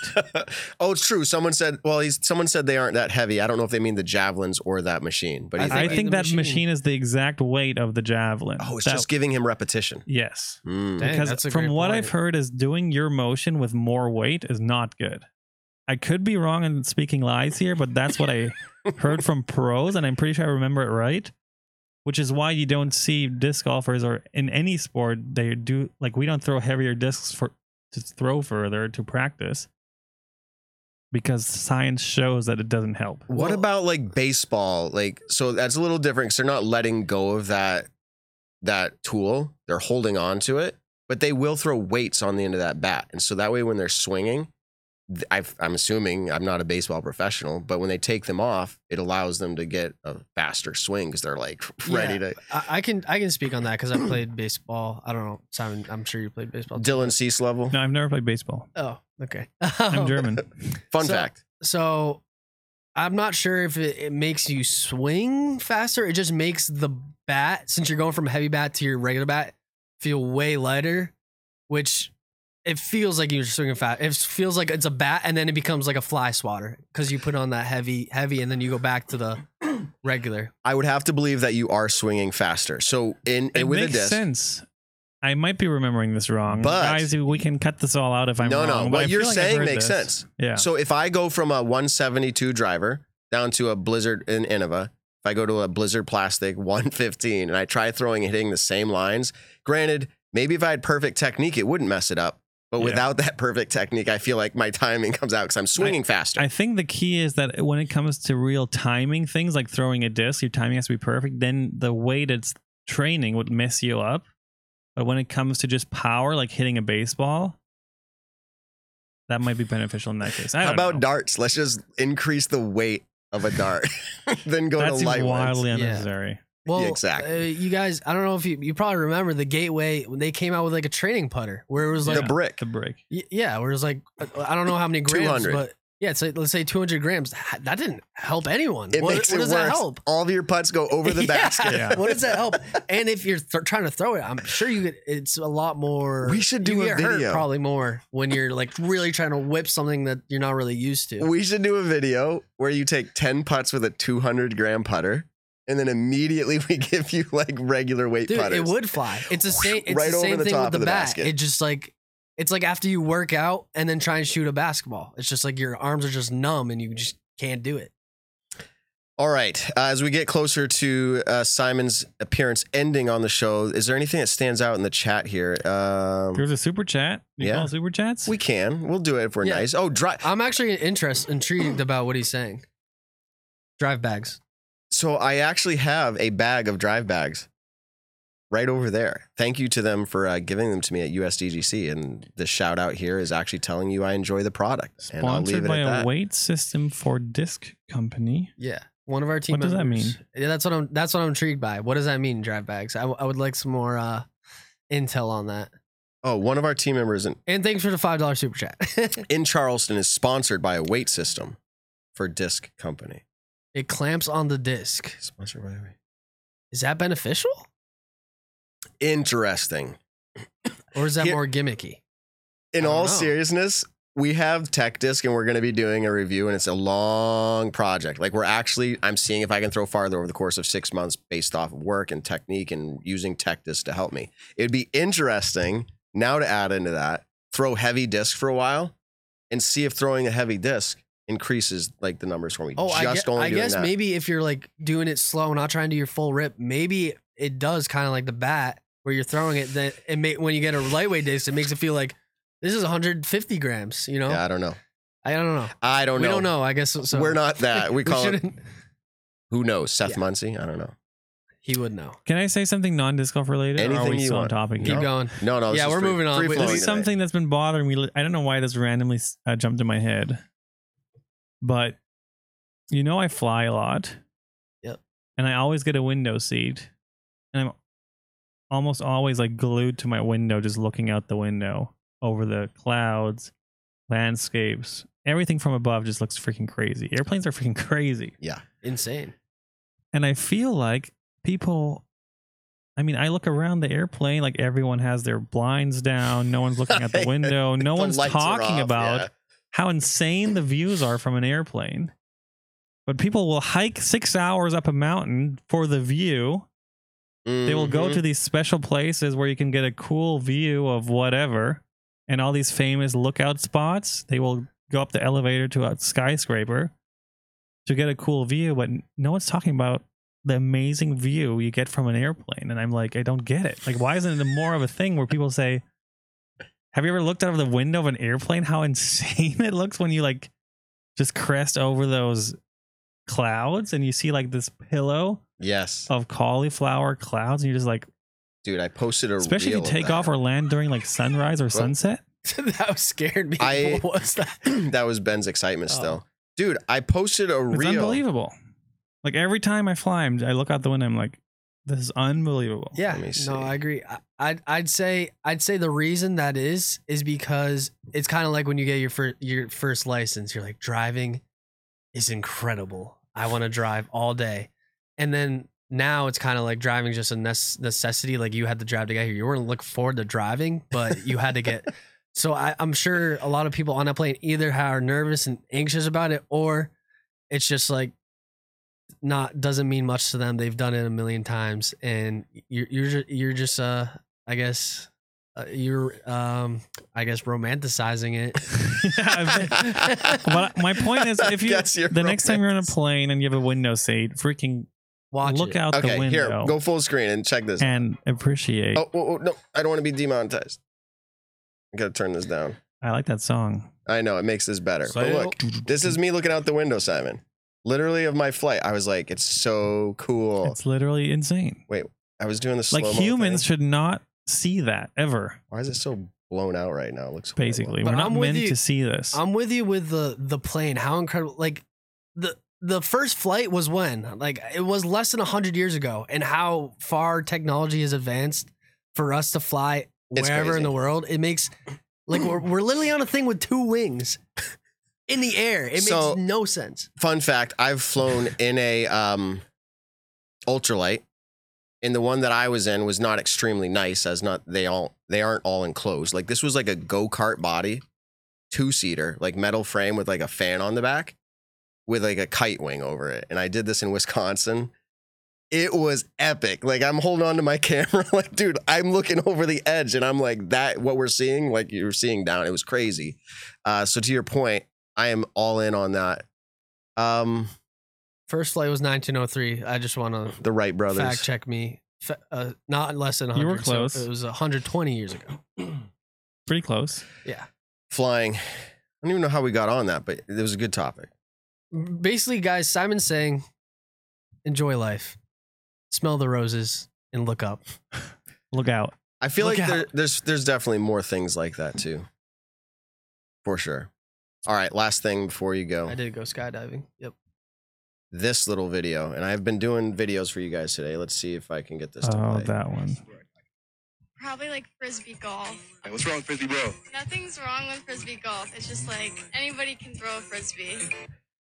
S2: oh, it's true. Someone said, well, he's someone said they aren't that heavy. I don't know if they mean the javelins or that machine, but
S3: I
S2: he's
S4: I
S3: think
S2: right.
S4: think
S3: the
S4: that machine.
S3: machine-
S4: is the exact weight of the javelin.
S2: oh, it's
S4: That-
S2: just giving him repetition.
S4: yes.
S2: Mm.
S3: Dang,
S4: Because
S3: that's a
S4: from
S3: great
S4: what
S3: point.
S4: I've heard, is doing your motion with more weight is not good. I could be wrong in speaking lies here, but that's what I heard from pros, and I'm pretty sure I remember it right. Which is why you don't see disc golfers or in any sport they do like we don't throw heavier discs for to throw further to practice because science shows that it doesn't help.
S2: What
S3: Well-
S2: about like baseball? Like, so that's a little different because they're not letting go of that that tool. They're holding on to it, but they will throw weights on the end of that bat, and so that way when they're swinging, th- I've, I'm assuming I'm not a baseball professional, but when they take them off, it allows them to get a faster swing because they're like ready
S3: Yeah.
S2: to.
S3: I, I can I can speak on that because I played baseball. I don't know, Simon. I'm sure you played baseball. too.
S2: Dylan Cease level.
S4: No, I've never played baseball.
S3: Oh, okay. Oh.
S4: I'm German.
S2: Fun
S3: So-
S2: fact.
S3: So I'm not sure if it, it makes you swing faster. It just makes the bat, since you're going from heavy bat to your regular bat, feel way lighter, which it feels like you're swinging fast. It feels like it's a bat, and then it becomes like a fly swatter because you put on that heavy, heavy, and then you go back to the regular.
S2: I would have to believe that you are swinging faster. So in
S4: it
S2: and with a
S4: makes
S2: disc.
S4: sense. I might be remembering this wrong,
S2: But-
S4: guys. We can cut this all out if I'm
S2: no,
S4: wrong.
S2: no.
S4: but I
S2: What you're
S4: feel like I've
S2: saying
S4: heard
S2: makes
S4: this.
S2: sense.
S4: Yeah.
S2: So if I go from a 172 driver down to a Blizzard in Innova, if I go to a Blizzard Plastic 115 and I try throwing and hitting the same lines, granted, maybe if I had perfect technique, it wouldn't mess it up. But
S4: Yeah.
S2: without that perfect technique, I feel like my timing comes out because I'm swinging faster.
S4: I think the key is that when it comes to real timing things, like throwing a disc, your timing has to be perfect. Then the weight it's training would mess you up. But when it comes to just power, like hitting a baseball, that might be beneficial in that case. I
S2: How
S4: don't
S2: about
S4: know.
S2: darts? Let's just increase the weight of a dart, then go
S4: that
S2: to
S4: seems
S2: light ones.
S4: wildly
S3: ones? Yeah.
S4: unnecessary.
S3: Well,
S2: exactly.
S3: uh, you guys, I don't know if you, you probably remember the Gateway when they came out with like a training putter where it was like
S2: The brick.
S4: The break.
S3: Y- Yeah, where it's like uh, I don't know how many grams,
S2: 200.
S3: but yeah, it's like let's say 200 grams. That that didn't help anyone.
S2: It
S3: what,
S2: makes
S3: what
S2: it
S3: does
S2: worse.
S3: that help?
S2: All of your putts go over the basket.
S4: Yeah.
S3: What does that help? And if you're th- trying to throw it, I'm sure you. Could, it's a lot more.
S2: We should do
S3: you
S2: a
S3: get hurt
S2: video.
S3: probably more when you're like really trying to whip something that you're not really used to.
S2: We should do a video where you take 10 putts with a 200 gram putter and then immediately we give you like regular weight
S3: Dude,
S2: putters.
S3: it would fly. It's the same. It's
S2: Right
S3: the
S2: over
S3: same
S2: the
S3: thing
S2: top
S3: with the,
S2: of the
S3: bat.
S2: basket.
S3: It just like it's like after you work out and then try and shoot a basketball. It's just like your arms are just numb and you just can't do it.
S2: All right. Uh, as we get closer to uh, Simon's appearance ending on the show, is there anything that stands out in the chat here? Um,
S4: There's a super chat. You
S2: Yeah.
S4: call super chats?
S2: we can. We'll do it if we're
S3: Yeah.
S2: nice. Oh, drive.
S3: I'm actually interest intrigued about what he's saying. Drive bags.
S2: So I actually have a bag of drive bags right over there. Thank you to them for uh, giving them to me at USDGC. And the shout out here is actually telling you I enjoy the product. and I'll leave
S4: Sponsored
S2: it
S4: by
S2: at
S4: a
S2: that.
S4: weight system for disc company.
S3: Yeah, one of our team.
S4: What does that
S3: members. Yeah, that's what I'm. That's what I'm intrigued by. What does that mean? Drive bags. I, w- I would like some more uh, intel on that.
S2: Oh, one of our team members in,
S3: And thanks for the five dollar super chat.
S2: in Charleston is sponsored by a weight system for disc company.
S3: it clamps on the disc.
S2: Sponsored by a weight.
S3: Is that beneficial
S2: Interesting.
S3: or is that
S2: Here-
S3: more gimmicky?
S2: In
S3: I don't
S2: all
S3: know.
S2: seriousness, we have tech disc and we're going to be doing a review and it's a long project. Like we're actually I'm seeing if I can throw farther over the course of 6 months based off of work and technique and using tech disc to help me. It would be interesting now to add into that, throw heavy disc for a while and see if throwing a heavy disc increases like the numbers for me.
S3: Oh, I,
S2: Just
S3: gue-
S2: only
S3: I
S2: doing
S3: guess
S2: that.
S3: maybe if you're like doing it slow, not trying to do your full rip, maybe it does kind of like the bat where you're throwing it, that it may, when you get a lightweight disc, it makes it feel like this is 150 grams. You know,
S2: Yeah, I don't know.
S3: I don't know.
S2: I don't
S3: we
S2: know.
S3: don't know. I guess so.
S2: We're not that. We call it.
S3: shouldn't-
S2: Who knows? Seth
S3: Yeah.
S2: Muncie? I don't know.
S3: He would know.
S4: Can I say something non-disc golf related? or are
S2: Anything
S4: we
S2: you
S4: still
S2: want.
S4: on topic?
S2: No.
S3: Keep
S4: here?
S3: going.
S2: No, no. this
S3: Yeah,
S2: is
S3: we're
S2: free-
S3: moving on.
S2: free
S3: This
S2: flowing
S4: This
S3: Flowing
S4: is
S2: today.
S4: something that's been bothering me. I don't know why this randomly uh, jumped in my head, but you know I fly a lot.
S3: Yep.
S4: And I always get a window seat, and I'm almost always like glued to my window, just looking out the window over the clouds, landscapes, everything from above just looks freaking crazy. Airplanes are freaking crazy
S3: Insane.
S4: and I feel like people. I mean, I look around the airplane like everyone has their blinds down. No one's looking out the window. No
S2: The
S4: one's
S2: lights are
S4: talking
S2: off,
S4: about
S2: yeah.
S4: how insane the views are from an airplane. But people will hike six hours up a mountain for the view. They will go
S2: Mhm.
S4: to these special places where you can get a cool view of whatever and all these famous lookout spots. They will go up the elevator to a skyscraper to get a cool view, but no one's talking about the amazing view you get from an airplane. And I'm like, I don't get it. Like, why isn't it more of a thing where people say, Have you ever looked out of the window of an airplane? How insane it looks when you like just crest over those clouds and you see like this pillow
S2: Mm-hmm. Yes,
S4: of cauliflower clouds and you're just like
S2: dude. I posted a.
S4: especially if
S2: reel
S4: you
S2: of
S4: take
S2: that.
S4: off or land during like sunrise or sunset
S3: that was scared me.
S2: I-
S3: what was that?
S2: that was Ben's excitement
S3: Oh.
S2: still. Dude, I posted a
S4: it's
S2: reel.
S4: unbelievable like every time i fly I'm, i look out the window i'm like this is unbelievable
S3: Yeah,
S2: Let me see.
S3: no, I agree. I, I'd I'd say I'd say the reason that is is because it's kind of like when you get your first your first license, you're like driving is incredible. I want to drive all day, and then now it's kind of like driving is just a nes- necessity. Like you had to drive to get here. You weren't looking forward to driving, but you had to get. So I, I'm sure a lot of people on that plane either are nervous and anxious about it, or it's just like not doesn't mean much to them. They've done it a million times, and you're you're ju- you're just uh I guess uh, you're um I guess romanticizing it.
S4: Yeah, but- but my point is if you
S2: Guess you're
S4: the next time you're on a
S2: romantic.
S4: plane and you have a window seat freaking
S3: Watch
S4: look
S3: it.
S4: out the
S2: Okay, here,
S4: window
S2: go full screen and check this.
S4: and appreciate
S2: oh, oh, oh, no, I don't want to be demonetized. I gotta turn this down.
S4: i like that song
S2: I know it makes this better. But
S3: Sail.
S2: look, this is me looking out the window, Simon. Literally of my flight, I was like, "It's so cool."
S4: it's literally insane
S2: I was doing the slow
S4: like humans should not see that ever
S2: Why is it so blown out right now? It looks horrible.
S4: basically
S3: But
S4: we're not
S3: I'm with
S4: meant
S3: you.
S4: to see this
S3: I'm with you with the the plane. How incredible! Like the the first flight was when like it was less than hundred years ago, and how far technology has advanced for us to fly
S2: It's
S3: wherever
S2: crazy.
S3: in the world. It makes like we're we're literally on a thing with two wings in the air. It
S2: So-
S3: makes no sense.
S2: Fun fact: I've flown in a um, ultralight, and the one that I was in was not extremely nice, as not they all they aren't all enclosed. Like this was like a go kart body, two seater, like metal frame with like a fan on the back, with like a kite wing over it. And I did this in Wisconsin. It was epic. Like I'm holding on to my camera, like dude, I'm looking over the edge, and I'm like that. What we're seeing, like you're seeing down, it was crazy. Uh, so to your point, I am all in on that. Um,
S3: First flight was 1903. I just want to
S2: the Wright brothers.
S3: fact check me. Fa- Uh, not less than 100.
S4: You were
S3: so
S4: close.
S3: it was 120 years ago.
S4: pretty close
S3: Yeah.
S2: Flying. I don't even know how we got on that, but it was a good topic.
S3: basically, guys, Simon's saying, enjoy life, smell the roses, and look up.
S4: look out
S2: I feel
S3: Look
S2: like there,
S3: out.
S2: there's there's definitely more things like that too, for sure. All right, last thing before you go,
S3: I did go skydiving. Yep.
S2: this little video, and I've been doing videos for you guys today. Let's see if I can get this to
S4: oh
S2: play.
S4: that one
S6: Probably like frisbee golf.
S5: What's wrong with Frisbee Bro?
S6: Nothing's wrong with frisbee golf. It's just like anybody can throw a frisbee.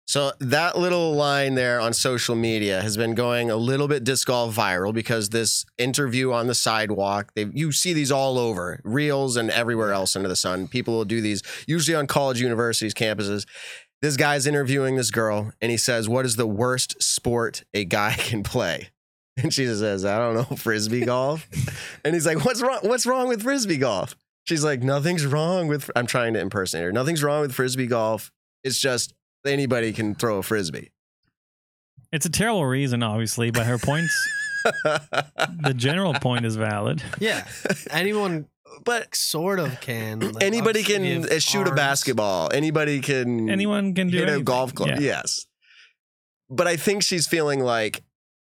S2: So that little line there on social media has been going a little bit disc golf viral because this interview on the sidewalk, they you see these all over reels and everywhere else under the sun. People will do these usually on college universities campuses. This guy's interviewing this girl and he says, "What is the worst sport a guy can play?" And she just says, "I don't know, frisbee golf." and he's like, "What's wrong? What's wrong with frisbee golf?" She's like, "Nothing's wrong with." I'm trying to impersonate her. Nothing's wrong with frisbee golf. It's just anybody can throw a frisbee.
S4: It's a terrible reason, obviously, but her points the general point is valid.
S3: Yeah, anyone
S2: but
S3: sort of can. like,
S2: anybody
S3: obviously,
S2: can uh,
S3: if
S2: shoot a
S3: arms-
S2: basketball. Anybody can
S4: Anyone can do
S2: hit a
S4: anything.
S2: golf club.
S4: Yeah.
S2: Yes. But I think she's feeling like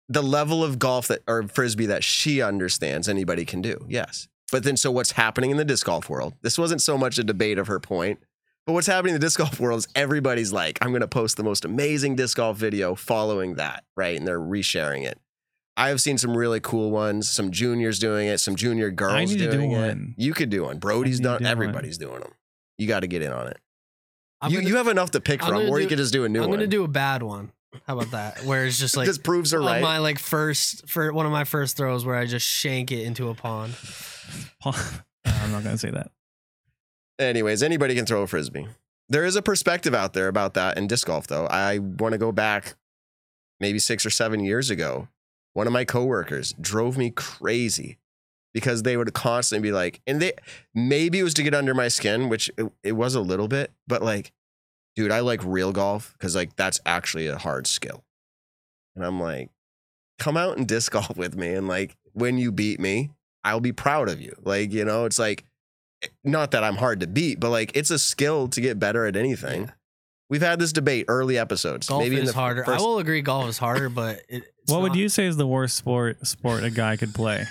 S2: the level of golf that or frisbee that she understands anybody can do. Yes. But then so what's happening in the disc golf world? This wasn't so much a debate of her point. But what's happening in the disc golf world is everybody's like, I'm going to post the most amazing disc golf video following that, right? And they're resharing it. I've seen some really cool ones, some juniors doing it, some junior girls
S4: need to do
S2: doing it.
S4: one.
S2: You could do one. Brody's
S4: need to
S2: done,
S4: do one.
S2: everybody's doing them. You got to get in on it.
S3: I'm
S2: You,
S3: gonna-
S2: you have enough to pick
S3: I'm
S2: from,
S3: gonna
S2: or you
S3: do-
S2: could just do a new
S3: I'm
S2: one.
S3: gonna do a bad one. How about that? Where it's just like
S2: just proves her
S3: one
S2: right.
S3: of my like first for one of my first throws where I just shank it into a pond.
S4: I'm not gonna say that.
S2: Anyways, anybody can throw a frisbee. There is a perspective out there about that in disc golf, though. I want to go back maybe six or seven years ago. One of my coworkers drove me crazy because they would constantly be like, and they maybe it was to get under my skin, which it, it was a little bit, but like, dude, I like real golf because like that's actually a hard skill. And I'm like, come out and disc golf with me. And like, when you beat me, I'll be proud of you. Like, you know, it's like, eh, not that I'm hard to beat, but like it's a skill to get better at anything. We've had this debate early episodes.
S3: Golf
S2: maybe in
S3: is
S2: the
S3: harder.
S2: First,
S3: I will agree, golf is harder, but it, it's
S4: what would
S3: not-
S4: you say is the worst sport sport a guy could play?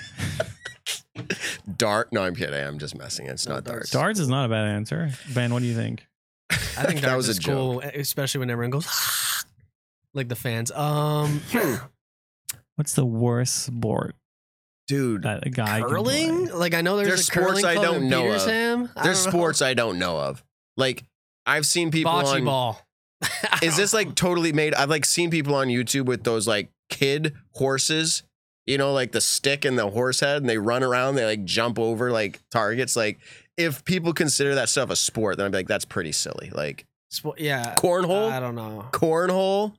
S2: dart. No, I'm kidding. I'm just messing. It's
S3: No,
S2: not darts.
S3: darts.
S4: Darts is not a bad answer. Ben, what do you think?
S3: I think
S2: That
S3: that
S2: was
S3: was
S2: a
S3: is cool, e-, especially when everyone goes like the fans. Um,
S4: What's the worst sport
S2: Dude,
S4: that a guy can
S3: curling.
S4: play?
S3: Like I know there's,
S2: There's
S3: a
S2: sports
S3: curling
S2: I
S3: club
S2: don't
S3: in
S2: know of.
S3: Petersham. I
S2: there's
S3: don't know.
S2: sports I don't know of. Like I've seen people
S3: Bocce
S2: on
S3: ball.
S2: Is this like totally made? I've like seen people on YouTube with those like kid horses, you know, like the stick and the horse head, and they run around, they like jump over like targets. Like if people consider that stuff a sport, then I'd be like, that's pretty silly. Like
S3: Spo- yeah? I
S2: cornhole,
S3: don't know.
S2: cornhole,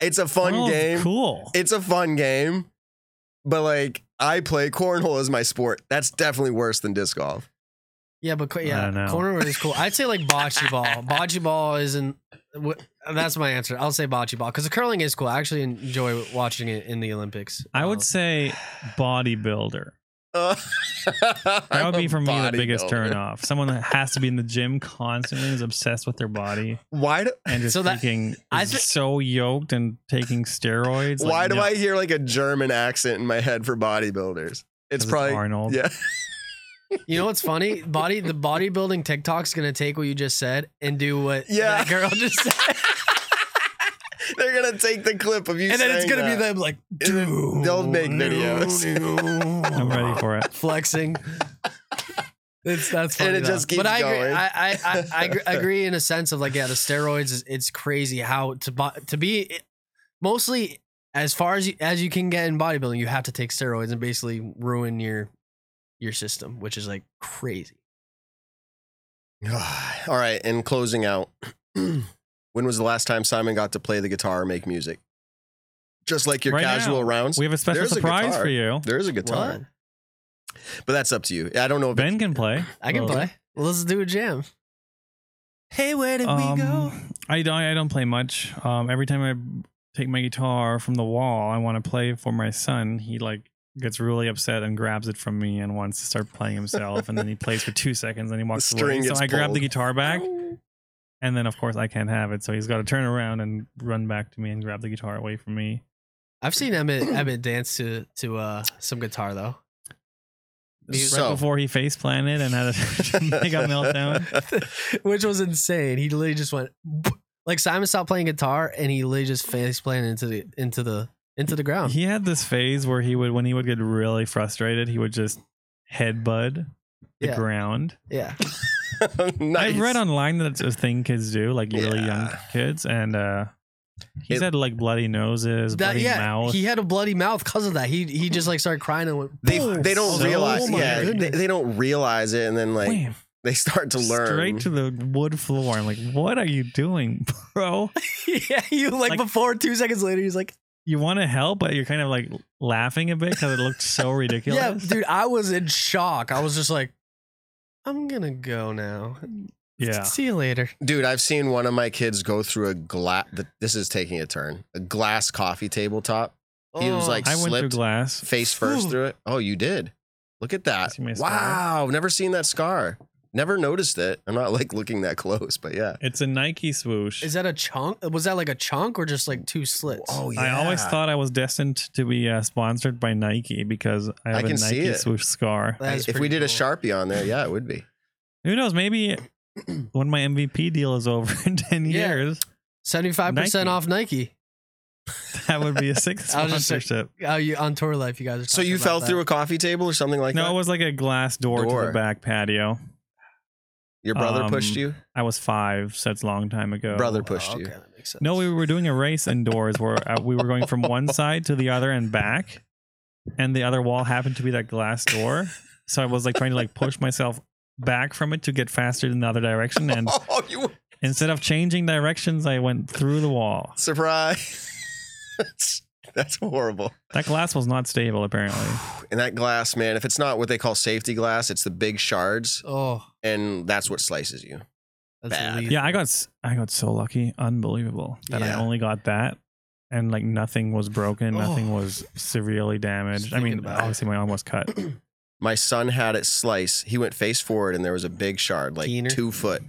S2: it's a fun
S4: Oh,
S2: game.
S4: Cool.
S2: It's a fun game, but like I play cornhole as my sport. That's definitely worse than disc golf.
S3: Yeah, but co-
S4: I
S3: yeah,
S4: don't know.
S3: corner is cool. I'd say like bocce ball. Bocce ball isn't. wh- That's my answer. I'll say bocce ball because the curling is cool. I actually enjoy watching it in the Olympics.
S4: I
S3: Um,
S2: Oh.
S4: would say bodybuilder.
S2: Uh,
S4: That would be for me the biggest turn off. Someone that has to be in the gym constantly is obsessed with their body
S2: Why do
S4: and just
S3: So that-
S4: thinking
S3: I
S4: is
S3: thi-
S4: so yoked and taking steroids.
S2: Why do I hear like a German accent in my head for bodybuilders? It's probably
S4: Arnold.
S2: yeah.
S3: You know what's funny? Body the bodybuilding TikTok's gonna take what you just said and do what
S2: Yeah.
S3: that girl just said,
S2: They're gonna take the clip of you,
S3: and then it's
S2: saying
S3: gonna be
S2: that.
S3: them like
S2: They'll make videos.
S4: I'm ready for it.
S3: flexing. It's that's funny.
S2: And it
S3: though.
S2: just keeps
S3: but I agree,
S2: going.
S3: I I, I, I agree- agree in a sense of like yeah, the steroids is it's crazy how to bo- to be mostly as far as you, as you can get in bodybuilding, you have to take steroids and basically ruin your your system, which is like crazy.
S2: All right. In closing out, when was the last time Simon got to play the guitar or make music? Just like your
S4: Right
S2: casual
S4: now.
S2: rounds.
S4: We have a special
S2: There's a
S4: surprise
S2: guitar.
S4: for you.
S2: There's a guitar,
S3: What?
S2: but that's up to you. I don't know if
S4: Ben can play.
S3: I can
S4: Well,
S3: play. Let's do a jam. Hey, where did we go?
S4: Um, I don't. I don't play much. Um, every time I take my guitar from the wall, I want to play for my son. He like gets really upset and grabs it from me and wants to start playing himself. and then he plays for two seconds and he walks
S2: string
S4: away. So
S2: gets
S4: I grab the
S2: pulled.
S4: guitar back, and then of course I can't have it. So he's got to turn around and run back to me and grab the guitar away from me.
S3: I've seen Emmett Emmett dance to to uh, some guitar though.
S4: Right
S2: So-
S4: before he face planted and had a mega meltdown.
S3: which was insane. He literally just went like Simon stopped playing guitar and he literally just face playing into the into the into the ground.
S4: He had this phase where he would, when he would get really frustrated, he would just headbutt the
S3: Yeah.
S4: ground.
S3: yeah,
S2: nice.
S4: I've read online that it's a thing kids do, like really young
S2: Yeah.
S4: kids, and uh he's
S2: It-
S4: had like bloody noses,
S3: that
S4: bloody
S3: yeah.
S4: mouth.
S3: He had a bloody mouth because of that. He he just like started crying and went.
S2: they
S3: "Boom." oh
S2: they don't
S4: So
S2: realize
S4: Oh, my
S2: yeah they,
S3: goodness.
S2: they don't realize it and then like
S4: Wham,
S2: they start to learn
S4: straight to the wood floor. I'm like, what are you doing, bro?
S3: yeah, you like,
S4: Like-
S3: before two seconds later, he's like,
S4: You want to help, but you're kind of like laughing a bit because it looked so
S3: "Yeah,
S4: ridiculous.
S3: dude, I was in shock. I was just like, I'm gonna go now.
S4: yeah.
S3: See you later."
S2: dude i've seen one of my kids go through a glass this is taking a turn a glass coffee tabletop He was
S3: Oh.
S2: like
S4: I went through
S2: slipped
S4: glass.
S2: face first through it. Oh, you did. Look at that.
S4: See my scar?
S2: Wow. Never seen that scar. Never noticed it. I'm not like looking that close, but yeah.
S4: It's a Nike swoosh.
S3: Oh. Is that a chunk? Was that like a chunk or just like two slits?
S2: Oh,
S4: I always thought I was destined to be uh, sponsored by Nike because I have a
S2: can see
S4: Nike
S2: it.
S4: swoosh scar.
S3: That is
S2: if we
S3: pretty
S2: did a
S3: cool.
S2: Sharpie on there, yeah, it would be.
S4: Who knows? Maybe when my MVP deal is over in 10
S3: Yeah.
S4: years,
S3: 75%
S4: Nike.
S3: off Nike.
S4: that would be a sixth
S3: I was just saying-
S4: sponsorship.
S3: Oh, you on tour life, you guys are
S2: So
S3: talking
S2: you
S3: about
S2: fell
S3: that.
S2: through a coffee table or something like
S4: No, it
S2: that?
S4: was like a glass door, to
S2: Door.
S4: the back patio.
S2: Your brother
S4: um,
S2: pushed you?
S4: I was five, so that's a long time ago.
S2: Brother
S3: Oh,
S2: pushed you.
S3: okay, that makes sense.
S4: No, we were doing a race indoors where uh, we were going from one side to the other and back, and the other wall happened to be that glass door. So I was like trying to like push myself back from it to get faster in the other direction, and
S2: Oh, you
S4: instead of changing directions, I went through the wall.
S2: surprise. that's, that's horrible.
S4: That glass was not stable, apparently.
S2: And that glass, man, if it's not what they call safety glass, it's the big shards,
S3: Oh,
S2: and that's what slices you.
S3: that's
S2: Bad.
S3: elite.
S4: Yeah, I got s- I got so lucky, unbelievable that
S2: Yeah.
S4: I only got that, and like nothing was broken, nothing was severely damaged. I
S3: Thinking
S4: mean,
S3: about it.
S4: obviously my arm was cut.
S2: My son had it slice. He went face forward, and there was a big shard, like
S3: Keener.
S2: two foot,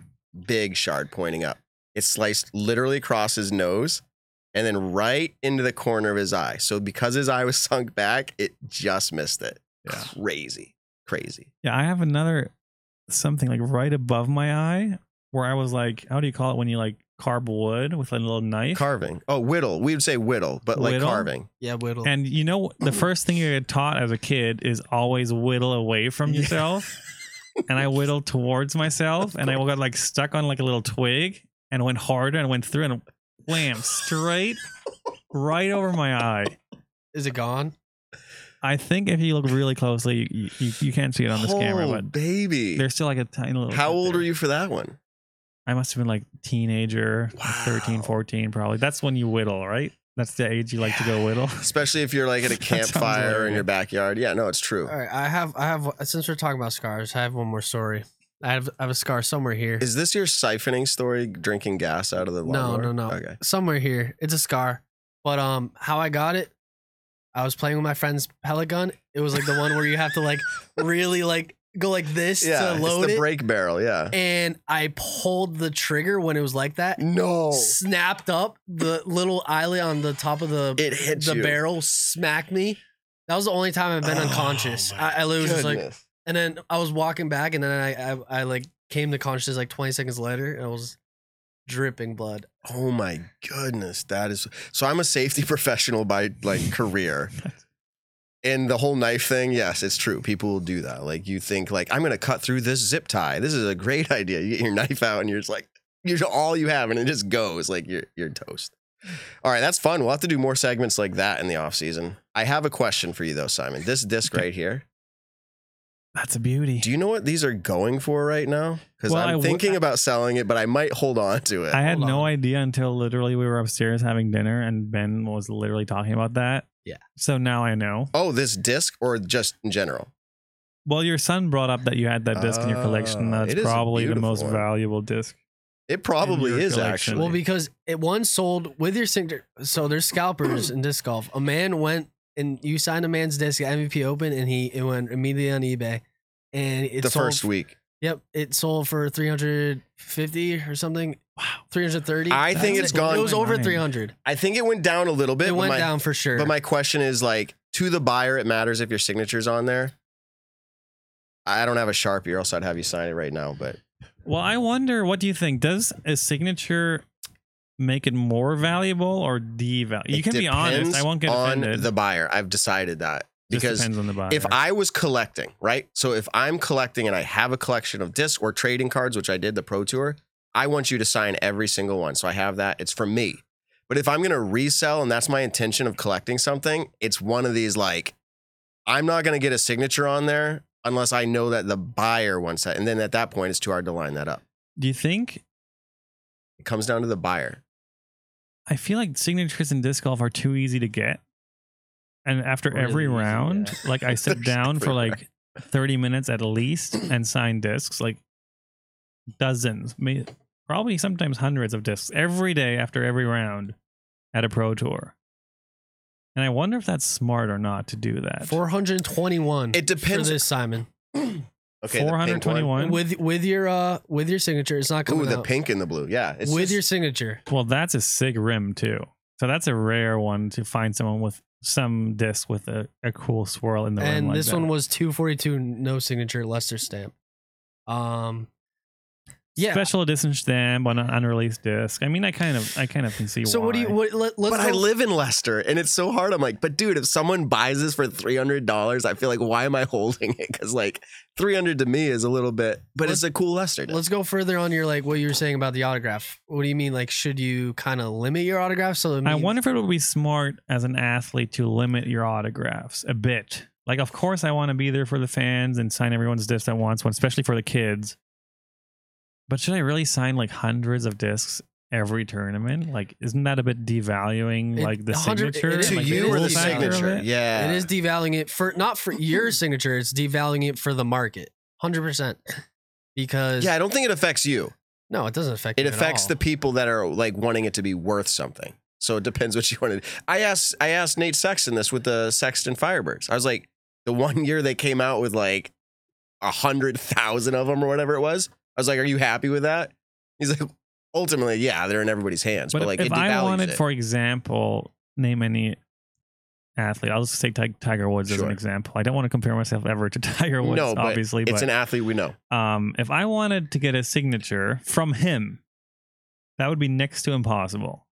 S2: big shard pointing up. It sliced literally across his nose and then right into the corner of his eye. So, because his eye was sunk back, it just missed it.
S4: Yeah.
S2: Crazy, crazy.
S4: Yeah, I have another something like right above my eye where I was like, how do you call it when you like carve wood with a little knife?
S2: Carving. Oh, whittle. We would say whittle, but like
S4: Whittle?
S2: carving.
S3: Yeah, whittle.
S4: and you know the first thing you're taught as a kid is always whittle away from
S2: Yeah.
S4: yourself. and I whittled towards myself and I got like stuck on like a little twig and went harder and went through and wham straight right over my eye.
S3: Is it gone?
S4: I think if you look really closely, you, you, you can't see it on this camera,
S2: Oh,
S4: but
S2: baby.
S4: there's still like a tiny little.
S2: How
S4: cut
S2: old
S4: there.
S2: were you for that one?
S4: I must have been like teenager, like
S2: Wow.
S4: 13, 14 probably. That's when you whittle, right? That's the age you like to go whittle.
S2: Especially if you're like at a
S4: That sounds
S2: campfire or in
S4: hilarious.
S2: your backyard. Yeah, no, it's true.
S3: All right, I have, I have. Since we're talking about scars, I have one more story. I have, I have a scar somewhere here.
S2: Is this your siphoning story, drinking gas out of the
S3: No,
S2: lawnmower?
S3: no, no.
S2: Okay.
S3: somewhere here. It's a scar, but um, how I got it, I was playing with my friend's pellet gun. It was like the one where you have to like really like go like this
S2: Yeah,
S3: to load
S2: it's the
S3: it,
S2: brake barrel. Yeah.
S3: and I pulled the trigger when it was like that.
S2: No.
S3: Snapped up the little eyelid on the top of the
S2: It hit
S3: the
S2: you.
S3: barrel smacked me. That was the only time I've been
S2: Oh,
S3: unconscious.
S2: my
S3: I, I was just like,
S2: Goodness.
S3: and then I was walking back, and then I, I, I like came to consciousness like 20 seconds later, and I was dripping blood.
S2: oh my goodness, that is. So I'm a safety professional by like career. And the whole knife thing, yes, it's true. People will do that. Like you think, like I'm gonna cut through this zip tie. This is a great idea. You get your knife out, and you're just like, you're all you have, and it just goes. Like you're you're toast. All right, that's fun. We'll have to do more segments like that in the off season. I have a question for you though, Simon. This disc right here.
S4: That's a beauty.
S2: Do you know what these are going for right now? Because
S4: Well, I
S2: I'm
S4: w-
S2: thinking about selling it, but I might hold on to it.
S4: I had
S3: Hold
S4: no
S3: on.
S4: idea until literally we were upstairs having dinner and Ben was literally talking about that.
S3: Yeah.
S4: So now I know.
S2: oh, this disc or just in general?
S4: Well, your son brought up that you had that disc in your collection.
S2: Oh,
S4: That's
S2: it is a
S4: probably the
S2: beautiful
S4: most
S2: one.
S4: valuable disc.
S2: It probably
S4: your
S2: is
S4: collection.
S2: actually.
S3: Well, because it one sold with your signature. So there's scalpers in disc golf. A man went and you signed a man's disc at MVP Open, and he it went immediately on eBay, and it
S2: the
S3: sold,
S2: first week.
S3: Yep, it sold for 350 or something. Wow, 330.
S2: I think
S3: That's
S2: it's
S3: it.
S2: gone-
S3: It was over
S4: Nine.
S3: 300.
S2: I think it went down a little bit.
S3: it
S2: but
S3: went
S2: my,
S3: down for sure.
S2: But my question is like to the buyer, it matters if your signature's on there. I don't have a sharpie, or else I'd have you sign it right now. But
S4: Well, I wonder, what do you think? Does a signature make it more valuable or devaluable? You
S2: it
S4: can be honest.
S2: depends
S4: I won't get
S2: on
S4: offended.
S2: the buyer. I've decided that
S4: Just
S2: because
S4: depends on the buyer.
S2: if I was collecting, right? So if I'm collecting and I have a collection of discs or trading cards, which I did the Pro Tour, I want you to sign every single one. So I have that. It's for me. But if I'm going to resell and that's my intention of collecting something, it's one of these like, I'm not going to get a signature on there unless I know that the buyer wants that. And then at that point, it's too hard to line that up.
S4: do you think
S2: It comes down to the buyer.
S4: I feel like signatures in disc golf are too easy to get. And after
S3: Really
S4: every
S3: easy,
S4: round, like I sit down for
S2: Every
S4: like 30 minutes at least and sign discs, like dozens, may- probably sometimes hundreds of discs every day after every round at a pro tour. And I wonder if that's smart or not to do that.
S3: 421.
S2: It depends-
S3: for this Simon.
S2: Okay, the pink one.
S4: 421.
S3: With with your uh with your signature, it's not coming
S2: Ooh, the
S3: out.
S2: pink and the blue. Yeah, it's
S3: with
S2: just-
S3: your signature.
S4: well, that's a Sig Rim too. So that's a rare one to find someone with some disc with a, a cool swirl in the rim.
S3: and
S4: like
S3: this
S4: that.
S3: one was 242 no signature Lester stamp. Um yeah.
S4: special edition stamp on an unreleased disc. I mean, I kind of, I kind of can see.
S3: so what do you
S4: why.
S3: what let, let's
S2: but I
S3: go-
S2: live in Leicester, and it's so hard. I'm like, but dude, if someone buys this for three hundred dollars, I feel like why am I holding it? Because like three hundred to me is a little bit, but it's a cool Leicester. disc.
S3: Let's go further on your like what you were saying about the autograph. What do you mean? Like, should you kind of limit your autograph? So it
S4: I
S3: means-
S4: wonder if it would be smart as an athlete to limit your autographs a bit. Like, of course, I want to be there for the fans and sign everyone's discs at once, one especially for the kids. But should I really sign like hundreds of discs every tournament? Like, isn't that a bit devaluing
S3: It-
S4: like the
S3: 100 it
S4: signature?
S3: is-
S2: to
S4: like,
S3: it
S2: you or the
S3: is
S4: factor of
S3: devaluing.
S2: signature,
S4: it?
S2: yeah.
S3: it is devaluing it for not for your signature. It's devaluing it for the market, hundred percent. Because
S2: Yeah, I don't think it affects you.
S3: no, it doesn't affect.
S2: It
S3: you at
S2: affects
S3: all.
S2: the people that are like wanting it to be worth something. So it depends what you want to. do. I asked I asked Nate Sexton this with the Sexton Firebirds. I was like, the one year they came out with like a hundred thousand of them or whatever it was. I was like, are you happy with that? He's like, ultimately, yeah, they're in everybody's hands, but,
S4: But
S2: like
S4: if
S2: it
S4: I
S2: devalues
S4: wanted,
S2: it.
S4: for example, name any athlete, I'll just take Ti- Tiger Woods as
S2: Sure.
S4: an example. I don't want to compare myself ever to Tiger Woods,
S2: no, but
S4: obviously.
S2: it's
S4: but
S2: an athlete we know.
S4: um, if I wanted to get a signature from him, that would be next to impossible.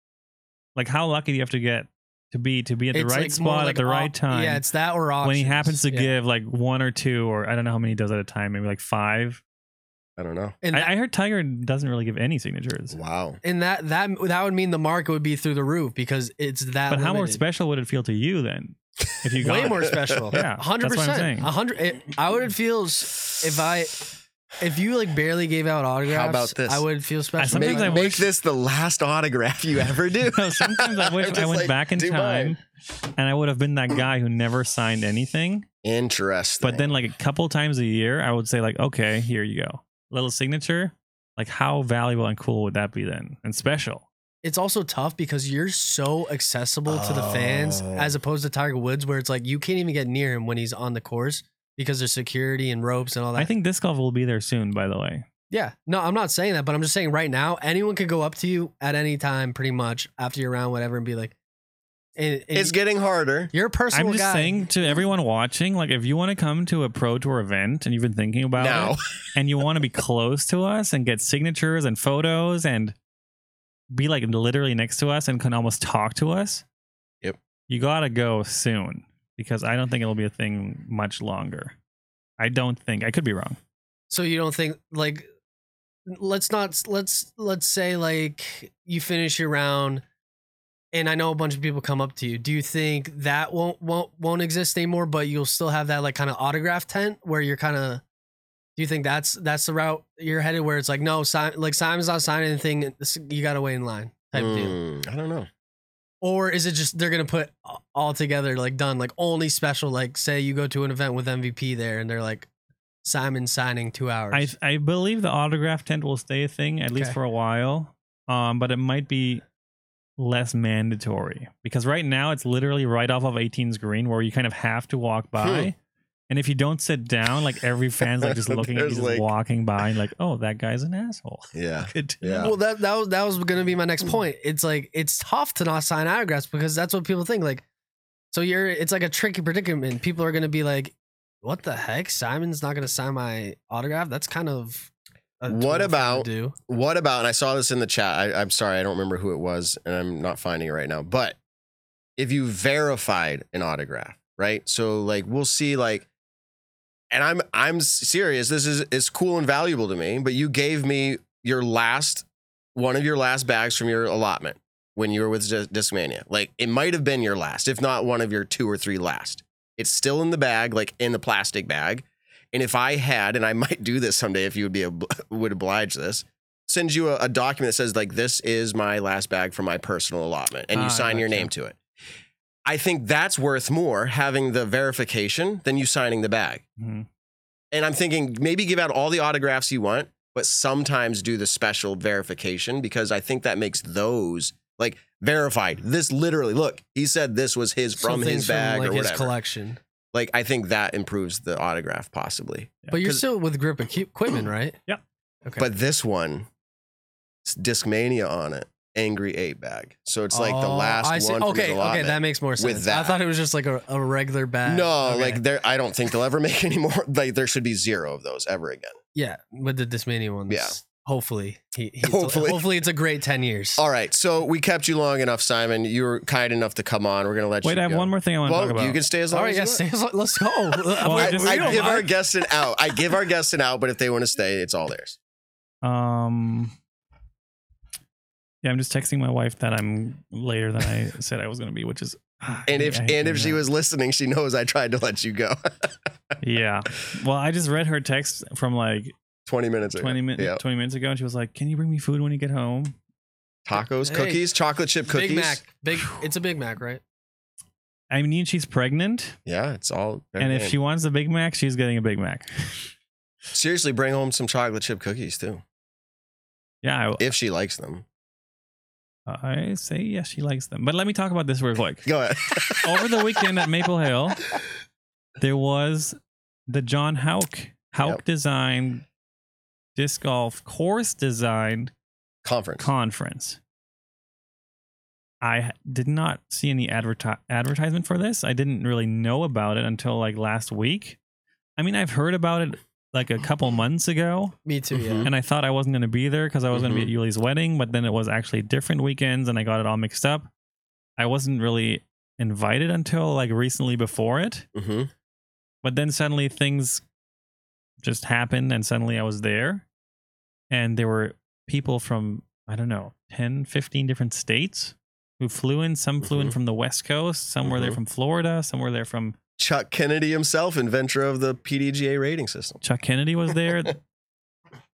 S4: Like, how lucky do you have to get to be to be at the
S3: It's,
S4: right
S3: like, more
S4: spot
S3: like
S4: at the right
S3: op-
S4: time?
S3: Yeah, it's that or auctions.
S4: when he happens to
S3: Yeah.
S4: give like one or two, or I don't know how many he does at a time, maybe like five.
S2: I don't know.
S3: and that,
S4: I, I heard Tiger doesn't really give any signatures.
S2: Wow.
S3: and that that that would mean the market would be through the roof because it's that.
S4: But how more
S3: limited.
S4: special would it feel to you then? If you got
S3: Way
S4: it?
S3: more special.
S4: Yeah, that's what I'm
S3: hundred percent.
S4: saying.
S3: hundred. I would feel s- if I if you like barely gave out autographs.
S2: about this?
S3: I would feel special.
S4: sometimes
S2: Make,
S4: I
S2: make
S4: wish-
S2: this the last autograph you ever do.
S4: No, sometimes I wish
S2: I'm
S4: I
S2: just
S4: went
S2: like,
S4: back in
S2: do
S4: time
S2: mine.
S4: and I would have been that guy who never signed anything.
S2: Interesting.
S4: But then, like a couple times a year, I would say, like, okay, here you go. Little signature. Like, how valuable and cool would that be then? And special.
S3: it's also tough because you're so accessible to the fans
S2: Oh.
S3: as opposed to Tiger Woods, where it's like you can't even get near him when he's on the course because there's security and ropes and all that.
S4: I think disc golf will be there soon, by the way.
S3: yeah, no, I'm not saying that, but I'm just saying right now, anyone could go up to you at any time, pretty much after your round, whatever, and be like, and, and
S2: it's getting harder.
S3: you're a personal
S4: I'm just
S3: guy.
S4: saying to everyone watching, like, if you want to come to a pro tour event and you've been thinking about
S2: Now.
S4: it and you want to be close to us and get signatures and photos and be like literally next to us and can almost talk to us.
S2: Yep.
S4: You got to go soon because I don't think it'll be a thing much longer. I don't think. I could be wrong.
S3: So you don't think like let's not let's let's say like you finish your round and I know a bunch of people come up to you. Do you think that won't won't won't exist anymore but you'll still have that like kind of autograph tent where you're kind of do you think that's that's the route you're headed where it's like no si- like Simon's not signing anything this- you got to wait in line type deal.
S2: Hmm, I don't know.
S3: Or is it just they're going to put all together like done like only special like say you go to an event with MVP there and they're like Simon signing 2 hours.
S4: I I believe the autograph tent will stay a thing at least
S3: Okay.
S4: for a while. Um, but it might be less mandatory because right now it's literally right off of 18's green where you kind of have to walk by. And if you don't sit down, like every fan's like just looking at you,
S2: There's,
S4: just
S2: like-
S4: walking by and like, oh, that guy's an asshole.
S2: Yeah.
S4: Good.
S2: Yeah.
S3: Well, that that was that was gonna be my next point. It's like it's tough to not sign autographs because that's what people think. Like, so you're it's like a tricky predicament. People are gonna be like, "What the heck? Simon's not gonna sign my autograph." That's kind of
S2: What
S3: a tool thing to
S2: about-
S3: do
S2: What about, and I saw this in the chat. I, I'm sorry, I don't remember who it was, and I'm not finding it right now. But if you verified an autograph, right? So like we'll see like and I'm I'm serious. This is it's cool and valuable to me, but you gave me your last one of your last bags from your allotment when you were with Dis- Discmania. Like it might have been your last, if not one of your two or three last. It's still in the bag, like in the plastic bag. And if I had, and I might do this someday if you would be ob- would oblige this, send you a, a document that says like this is my last bag from my personal allotment, and
S4: Ah, I
S2: you sign your
S4: gotcha.
S2: name to it. I think that's worth more having the verification than you signing the bag.
S4: Mhm.
S2: And I'm thinking maybe give out all the autographs you want, but sometimes do the special verification because I think that makes those Like verified. This literally, look, he said this was his
S3: So
S2: from
S3: things
S2: his bag
S3: like
S2: or
S3: his
S2: whatever.
S3: collection.
S2: like I think that improves the autograph possibly.
S3: But you're
S2: 'Cause-
S3: still with grip equi- equipment, right?
S4: Yeah.
S3: Okay.
S2: But this one, it's Discmania on it, Angry Ape bag. So it's like the
S3: Oh,
S2: last
S3: I see.
S2: one. From
S3: Okay,
S2: his
S3: okay,
S2: allotment.
S3: that makes more sense. I
S2: that.
S3: thought it was just like a, a regular bag.
S2: No,
S3: Okay.
S2: like there, I don't think they'll ever make any more. Like there should be zero of those ever again.
S3: yeah, with the Dismania ones.
S2: Yeah.
S3: Hopefully, he, he
S2: Hopefully.
S3: hopefully, hopefully it's a great ten years.
S2: All right, so we kept you long enough, Simon. You were kind enough to come on. We're gonna let
S4: Wait,
S2: you.
S4: I have
S2: go.
S4: one more thing I want to
S2: Well,
S4: talk about.
S2: you can stay as long
S3: All right,
S2: as you
S3: yes,
S2: want.
S3: Sam, let's go.
S4: Well,
S3: Wait,
S4: I just-
S3: we
S2: I,
S3: don't
S2: I give our
S3: mind.
S2: guests an out. I give our guests an out, but if they want to stay, it's all theirs.
S4: Um. Yeah, I'm just texting my wife that I'm later than I said I was gonna be, which is. ah, I
S2: And
S4: hate-
S2: if
S4: I hate
S2: and if
S4: doing
S2: she
S4: that.
S2: was listening, she knows I tried to let you go.
S4: Yeah. Well, I just read her text from like
S2: Twenty minutes. ago.
S4: 20 minutes
S2: Yeah.
S4: 20 minutes ago, and she was like, "Can you bring me food when you get home?"
S2: Tacos,
S3: Hey.
S2: cookies, chocolate chip cookies.
S3: Big Mac, big. It's a Big Mac, right?
S4: I mean, she's pregnant,
S2: Yeah, it's all.
S4: and if she wants a Big Mac, she's getting a Big Mac.
S2: seriously bring home some chocolate chip cookies too,
S4: Yeah,
S2: if she likes them.
S4: I, I say yes, she likes them. But let me talk about this real quick.
S2: Go ahead.
S4: Over the weekend at Maple Hill, there was the John Hauk Hauk
S2: Yep.
S4: design disc golf course design
S2: Conference.
S4: conference. I h- did not see any adverti- advertisement for this. I didn't really know about it until like last week. I mean, I've heard about it like a couple months ago,
S3: Me too. Yeah.
S2: Mhm.
S4: and I thought I wasn't going to be there because I was going
S2: Mhm.
S4: to be at Yuli's wedding, but then it was actually different weekends and I got it all mixed up. I wasn't really invited until like recently before it,
S2: hmm
S4: but then suddenly things just happened and suddenly I was there and there were people from I don't know 10 15 different states who flew in some flew in
S2: Mhm.
S4: from the west coast some were there
S2: Mhm.
S4: from Florida some were there from
S2: Chuck Kennedy himself, inventor of the PDGA rating system.
S4: Chuck Kennedy was there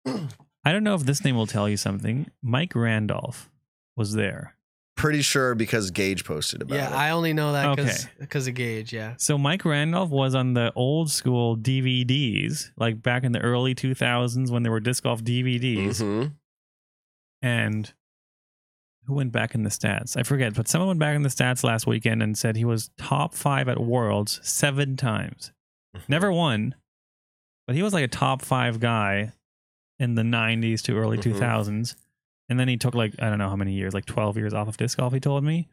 S4: I don't know if this name will tell you something Mike Randolph was there
S2: Pretty sure because Gage posted about
S3: Yeah,
S2: it.
S3: I only know that because
S4: Okay.
S3: of Gage. Yeah.
S4: so Mike Randolph was on the old school DVDs like back in the early 2000s when there were disc golf DVDs
S2: Mhm.
S4: and who went back in the stats? I forget, but someone went back in the stats last weekend and said he was top five at Worlds seven times. Never won, but he was like a top five guy in the 90s to early
S2: Mhm.
S4: 2000s. And then he took like, I don't know how many years, like 12 years off of disc golf, he told me.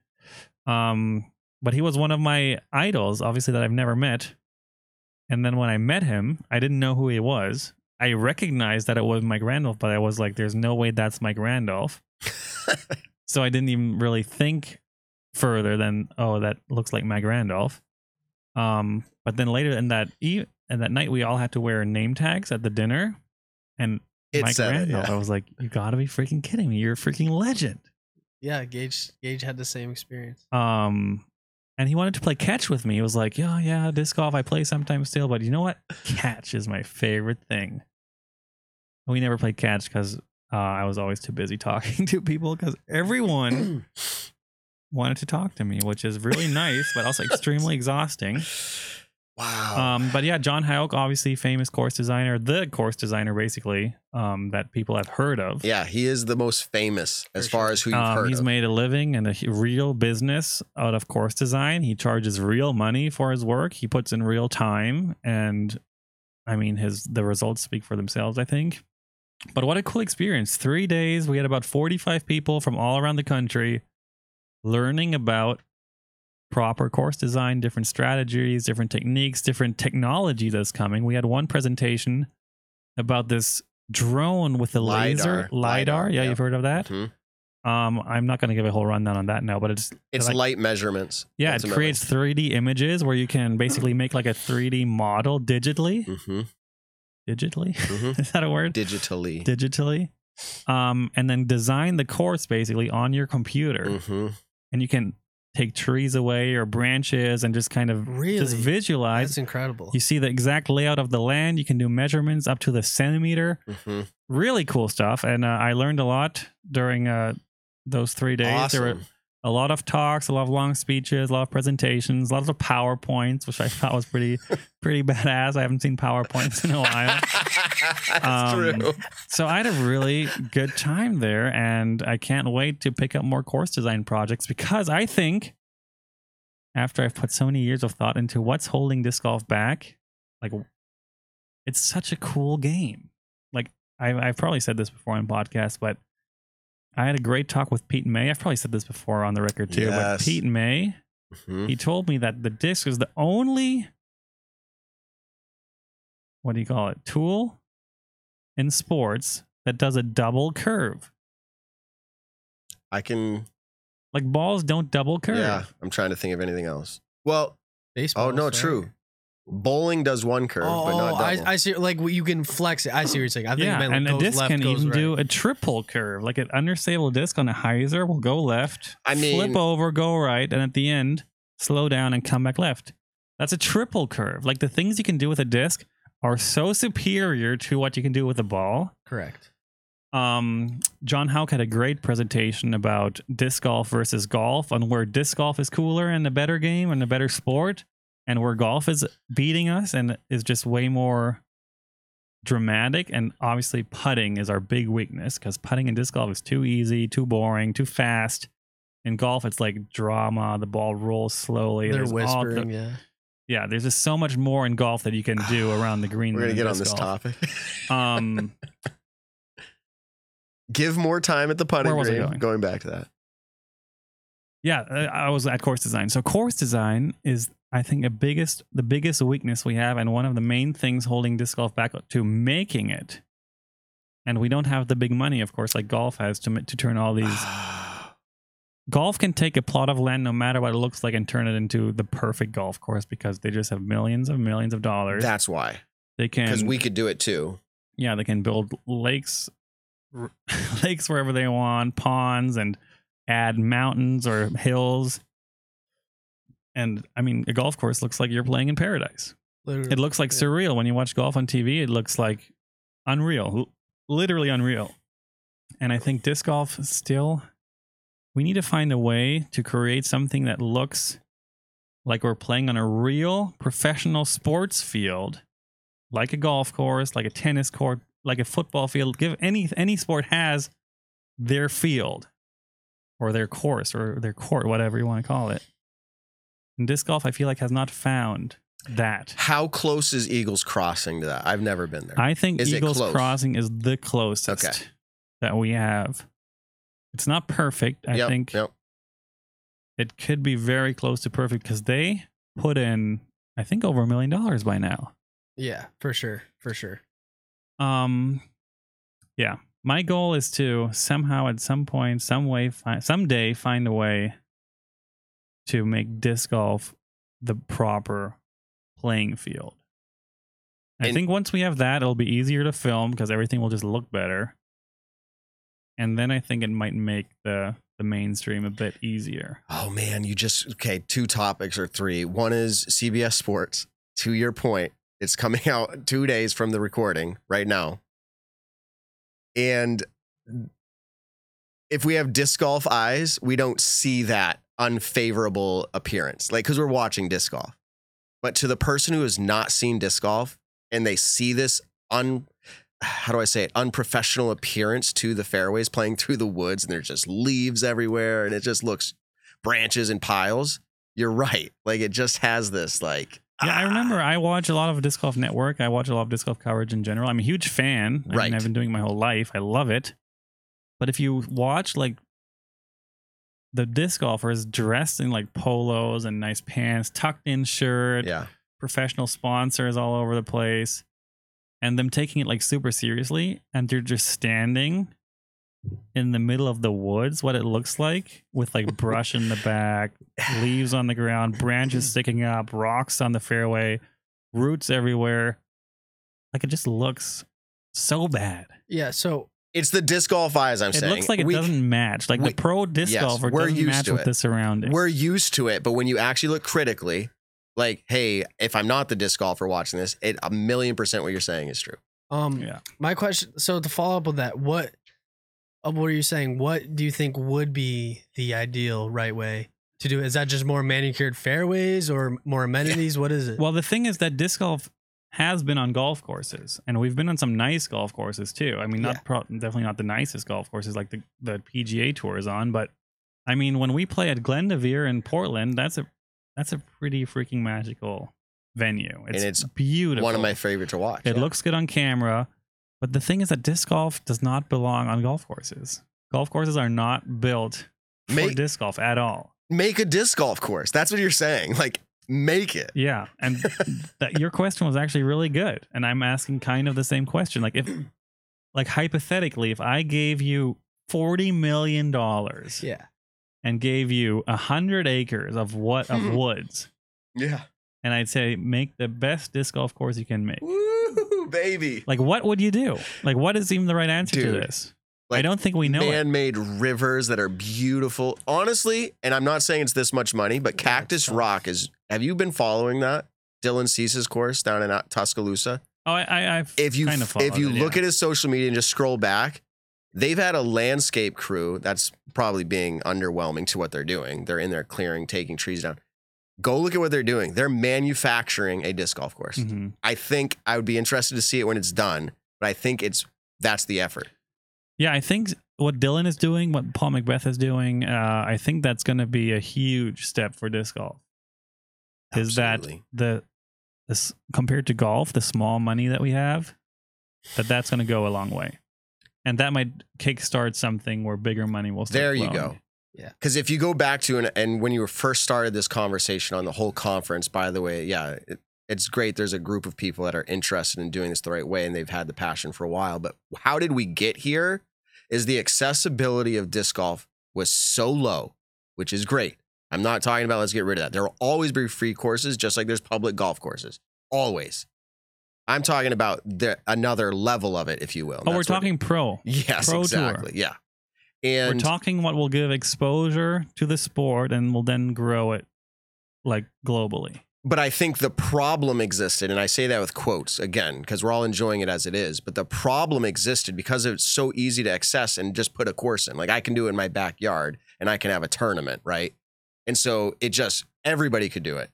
S4: Um, but he was one of my idols, obviously, that I've never met. And then when I met him, I didn't know who he was. I recognized that it was Mike Randolph, but I was like, there's no way that's Mike Randolph. so I didn't even really think further than, oh, that looks like Mike Randolph. Um, but then later in that e- and that night, we all had to wear name tags at the dinner. And
S2: It
S4: Mike
S2: said it,
S4: Randolph,
S2: yeah.
S4: I was like, you gotta be freaking kidding me. You're a freaking legend.
S3: Yeah. Gage. Gage had the same experience.
S4: Um, and he wanted to play catch with me. He was like, "Yeah, yeah, disc golf. I play sometimes still, but you know what? Catch is my favorite thing." We never played catch because uh, I was always too busy talking to people because everyone wanted to talk to me, which is really nice, but also extremely exhausting.
S2: Wow.
S4: Um, but yeah, John Hauk, obviously famous course designer, the course designer basically um, that people have heard of.
S2: yeah, he is the most famous as
S3: For
S2: far
S3: sure.
S2: as who you've
S4: Um,
S2: heard
S4: he's
S2: of.
S4: made a living and a h- real business out of course design. He charges real money for his work. He puts in real time, and I mean his the results speak for themselves. I think. But what a cool experience! Three days. We had about forty-five people from all around the country learning about proper course design, different strategies, different techniques, different technology that's coming. We had one presentation about this drone with a laser
S2: LiDAR.
S4: lidar.
S2: LiDAR,
S4: yeah,
S2: yeah.
S4: you've heard of that.
S2: Mhm.
S4: Um, I'm not going to give a whole rundown on that now, but it's
S2: It's
S4: like-
S2: light measurements.
S4: yeah, it creates 3D images where you can basically make like a 3D model digitally.
S2: hmm
S4: Digitally,
S2: hmm
S4: is that a word?
S2: digitally.
S4: digitally, um, and then design the course basically on your computer,
S2: hmm
S4: and you can take trees away or branches and just kind of
S3: Really.
S4: just visualize.
S3: That's incredible.
S4: You see the exact layout of the land. You can do measurements up to the centimeter.
S2: hmm
S4: Really cool stuff, and uh, I learned a lot during uh, those three days. There were
S2: Awesome.
S4: a lot of talks, a lot of long speeches, a lot of presentations, a lot of PowerPoints, which Oh, I thought was pretty pretty badass. I haven't seen PowerPoints in a while.
S2: That's
S4: Um,
S2: true.
S4: So I had a really good time there, and I can't wait to pick up more course design projects because I think after I've put so many years of thought into what's holding disc golf back, like it's such a cool game. Like I, I've probably said this before on podcast, but I had a great talk with Pete May. I've probably said this before on the record too, but
S2: Yes.
S4: Pete May,
S2: Mhm.
S3: Mm-hmm.
S4: he told me that the disc is the only what do you call it tool in sports that does a double curve
S2: I can.
S4: like balls don't double curve
S2: Yeah, I'm trying to think of anything else. Well,
S3: Baseball.
S2: oh no, true. Bowling does one curve,
S3: Oh,
S2: but not
S3: oh, I,
S2: double.
S3: I see. Like you can flex it. I see what you're saying. I think
S4: yeah,
S3: it meant
S4: and a
S3: goes
S4: disc
S3: left,
S4: can
S3: goes
S4: even
S3: right.
S4: do a triple curve. Like an understable disc on a hyzer will go left,
S2: I
S4: flip
S2: mean-
S4: over, go right, and at the end, slow down and come back left. That's a triple curve. Like the things you can do with a disc are so superior to what you can do with a ball.
S3: correct.
S4: um, John Houck had a great presentation about disc golf versus golf on where disc golf is cooler and a better game and a better sport, and where golf is beating us and is just way more dramatic. And obviously, putting is our big weakness because putting in disc golf is too easy, too boring, too fast. In golf, it's like drama. The ball rolls slowly.
S3: They're
S4: There's all the-
S3: whispering. yeah.
S4: yeah, there's just so much more in golf that you can do around the green.
S2: We're gonna
S4: than in
S2: get on
S4: disc
S2: this topic.
S4: golf. Um,
S2: Give more time at the putting
S4: Where was I
S2: green.
S4: going?
S2: Going back to that.
S4: Yeah, I I was at course design. So course design is, I think, a biggest the biggest weakness we have, and one of the main things holding disc golf back to making it. And we don't have the big money, of course, like golf has to ma- to turn all these.
S2: Ah.
S4: golf can take a plot of land, no matter what it looks like, and turn it into the perfect golf course because they just have millions and millions of dollars.
S2: That's why,
S4: they can
S2: because we could do it too.
S4: yeah, they can build lakes, r- lakes wherever they want, ponds, and add mountains or hills. And I mean, a golf course looks like you're playing in paradise.
S3: Literally.
S4: It looks like
S3: Yeah.
S4: surreal when you watch golf on TV. It looks like unreal, l- literally unreal. And I think disc golf still, we need to find a way to create something that looks like we're playing on a real professional sports field, like a golf course, like a tennis court, like a football field. Give any any sport has their field or their course or their court, whatever you want to call it. And disc golf, I feel like, has not found that.
S2: How close is Eagles Crossing to that? I've never been there.
S4: I think
S2: Is it
S4: Eagles
S2: close?
S4: Crossing is the closest
S2: Okay.
S4: that we have. It's not perfect. I
S2: Yep,
S4: think
S2: yep.
S4: it could be very close to perfect because they put in, I think, over a million dollars by now.
S3: Yeah, for sure, for sure.
S4: Um, yeah. My goal is to somehow, at some point, some way, find, someday, find a way to make disc golf the proper playing field. I
S2: And-
S4: think once we have that, it'll be easier to film because everything will just look better. And then I think it might make the the mainstream a bit easier.
S2: Oh man, you just okay. Two topics or three. One is CBS Sports. To your point, it's coming out two days from the recording right now. And if we have disc golf eyes, we don't see that unfavorable appearance, like because we're watching disc golf. But to the person who has not seen disc golf and they see this un, how do I say it, unprofessional appearance to the fairways playing through the woods and there's just leaves everywhere and it just looks branches and piles. You're right. Like it just has this like.
S4: Yeah, I
S2: ah.
S4: remember I watch a lot of Disc Golf Network. I watch a lot of Disc Golf coverage in general. I'm a huge fan. I
S2: Right.
S4: I've been doing it my whole life. I love it. But if you watch like the disc golfers dressed in like polos and nice pants, tucked in shirt,
S2: "Ah." Yeah.
S4: professional sponsors all over the place, and them taking it like super seriously, and they're just standing in the middle of the woods, what it looks like with like brush in the back, leaves on the ground, branches sticking up, rocks on the fairway, roots everywhere. Like it just looks so bad.
S3: Yeah. So
S2: It's the disc golf eyes. I'm
S4: it
S2: saying
S4: looks like it
S2: We-
S4: doesn't match. Like
S2: we-
S4: the pro disc
S2: yes,
S4: golfer
S2: we're
S4: doesn't
S2: used
S4: match
S2: to
S4: with
S2: it.
S4: the surroundings.
S2: We're used to it, but when you actually look critically, like, hey, if I'm not the disc golfer watching this, it a million percent what you're saying is true.
S3: um,
S4: yeah.
S3: my question. So to follow up with that, what, uh, what are you saying? What do you think would be the ideal right way to do it? Is that just more manicured fairways or more amenities? What is it?
S4: Well, the thing is that disc golf has been on golf courses, and we've been on some nice golf courses too. I mean, not
S2: Yeah.
S4: pro- definitely not the nicest golf courses like the the PGA Tour is on, but I mean, when we play at Glendevere in Portland, that's a that's a pretty freaking magical venue. It's,
S2: it's
S4: beautiful.
S2: One of my favorite to watch.
S4: It
S2: Yeah.
S4: looks good on camera, but the thing is that disc golf does not belong on golf courses. Golf courses are not built for
S2: Make-
S4: disc golf at all.
S2: make a disc golf course. That's what you're saying. Like make it.
S4: Yeah, and that your question was actually really good, and I'm asking kind of the same question. Like if, like hypothetically, if I gave you forty million dollars
S3: Yeah.
S4: and gave you a hundred acres of what
S2: Hmm.
S4: of woods,
S2: Yeah.
S4: and I'd say make the best disc golf course you can make.
S2: Woo, baby.
S4: Like what would you do? Like what is even the right answer to
S2: Dude,
S4: this? I
S2: like,
S4: don't think we know it.
S2: Man-made rivers that are beautiful. Honestly, and I'm not saying it's this much money, but Cactus Rock is. Have you been following that Dylan Cease's course down in uh, Tuscaloosa?
S4: Oh, I, I I've
S2: If you
S4: kind of
S2: if you look
S4: at
S2: at his social media and just scroll back, they've had a landscape crew that's probably being underwhelming to what they're doing. They're in there clearing, taking trees down. Go look at what they're doing. They're manufacturing a disc golf course.
S4: Mhm.
S2: I think I would be interested to see it when it's done, but I think it's that's the effort.
S4: Yeah, I think what Dylan is doing, what Paul Macbeth is doing, uh, I think that's going to be a huge step for disc golf. Is that
S2: Absolutely.
S4: the this compared to golf, the small money that we have, that that's going to go a long way, and that might kickstart something where bigger money will. Start
S2: There you
S4: flowing.
S2: go.
S3: Yeah.
S2: Because if you go back to and and when you were first started this conversation on the whole conference, by the way, yeah, it, it's great. There's a group of people that are interested in doing this the right way, and they've had the passion for a while. But how did we get here? Is the accessibility of disc golf was so low, which is great. I'm not talking about let's get rid of that. There will always be free courses, just like there's public golf courses. Always. I'm talking about the, another level of it, if you will. and
S4: Oh, we're
S2: that's what-
S4: talking pro.
S2: Yes,
S4: pro tour.
S2: exactly. Yeah. And
S4: we're talking what will give exposure to the sport and will then grow it like globally.
S2: but I think the problem existed, and I say that with quotes again because we're all enjoying it as it is. But the problem existed because it's so easy to access and just put a course in. Like I can do it in my backyard, and I can have a tournament, right? And so it just everybody could do it.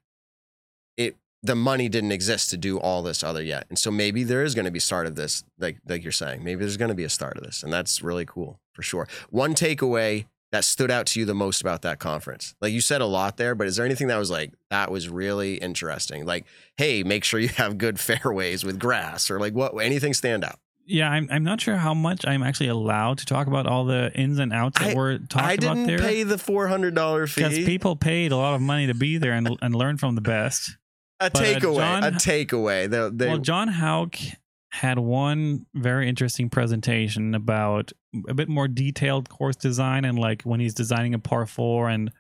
S2: It the money didn't exist to do all this other yet, and so maybe there is going to be start of this, like like you're saying, maybe there's going to be a start of this, and that's really cool for sure. One takeaway that stood out to you the most about that conference? Like you said a lot there, but is there anything that was like that was really interesting? Like, hey, make sure you have good fairways with grass, or like what? Anything stand out?
S4: Yeah, I'm, I'm not sure how much I'm actually allowed to talk about all the ins and outs that
S2: I-
S4: were talked
S2: I didn't
S4: about there.
S2: pay the four hundred dollar
S4: because
S2: fee.
S4: people paid a lot of money to be there and, and learn from the best.
S2: a
S4: but, uh,
S2: takeaway,
S4: John-
S2: a takeaway. The, they,
S4: well, John Hauk had one very interesting presentation about a bit more detailed course design and like when he's designing a par four and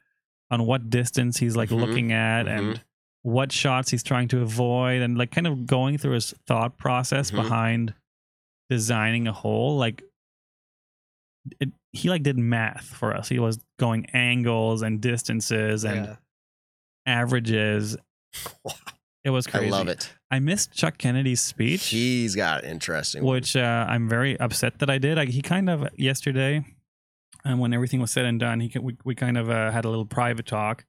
S4: on what distance he's like
S2: Mhm.
S4: looking at and what shots he's trying to avoid and like kind of going through his thought process
S2: Mhm.
S4: behind designing a hole like it, he like did math for us he was going angles and distances and
S3: Yeah.
S4: averages it was
S2: I
S4: crazy
S2: love it.
S4: i missed chuck kennedy's speech
S2: He's got interesting.
S4: which uh, I'm very upset that I did. I, he kind of yesterday, and when everything was said and done, he ca- we, we kind of uh, had a little private talk,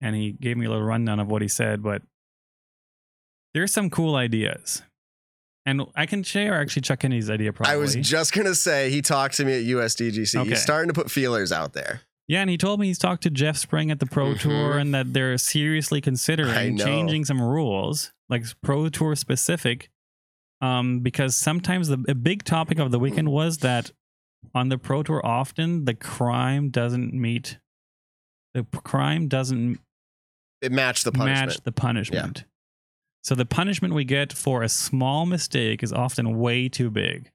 S4: and he gave me a little rundown of what he said. But there's some cool ideas, and I can share actually Chuck Kennedy's idea. Probably
S2: I was just gonna say he talked to me at USDGC.
S4: Okay.
S2: He's starting to put feelers out there.
S4: Yeah, and he told me he's talked to Jeff Spring at the Pro
S2: Mhm.
S4: Tour and that they're seriously considering
S2: know.
S4: changing some rules, like Pro Tour specific, um, because sometimes the a big topic of the weekend was that on the Pro Tour, often the crime doesn't meet the p- crime doesn't
S2: It matched the punishment.
S4: match the punishment. So the punishment we get for a small mistake is often way too big.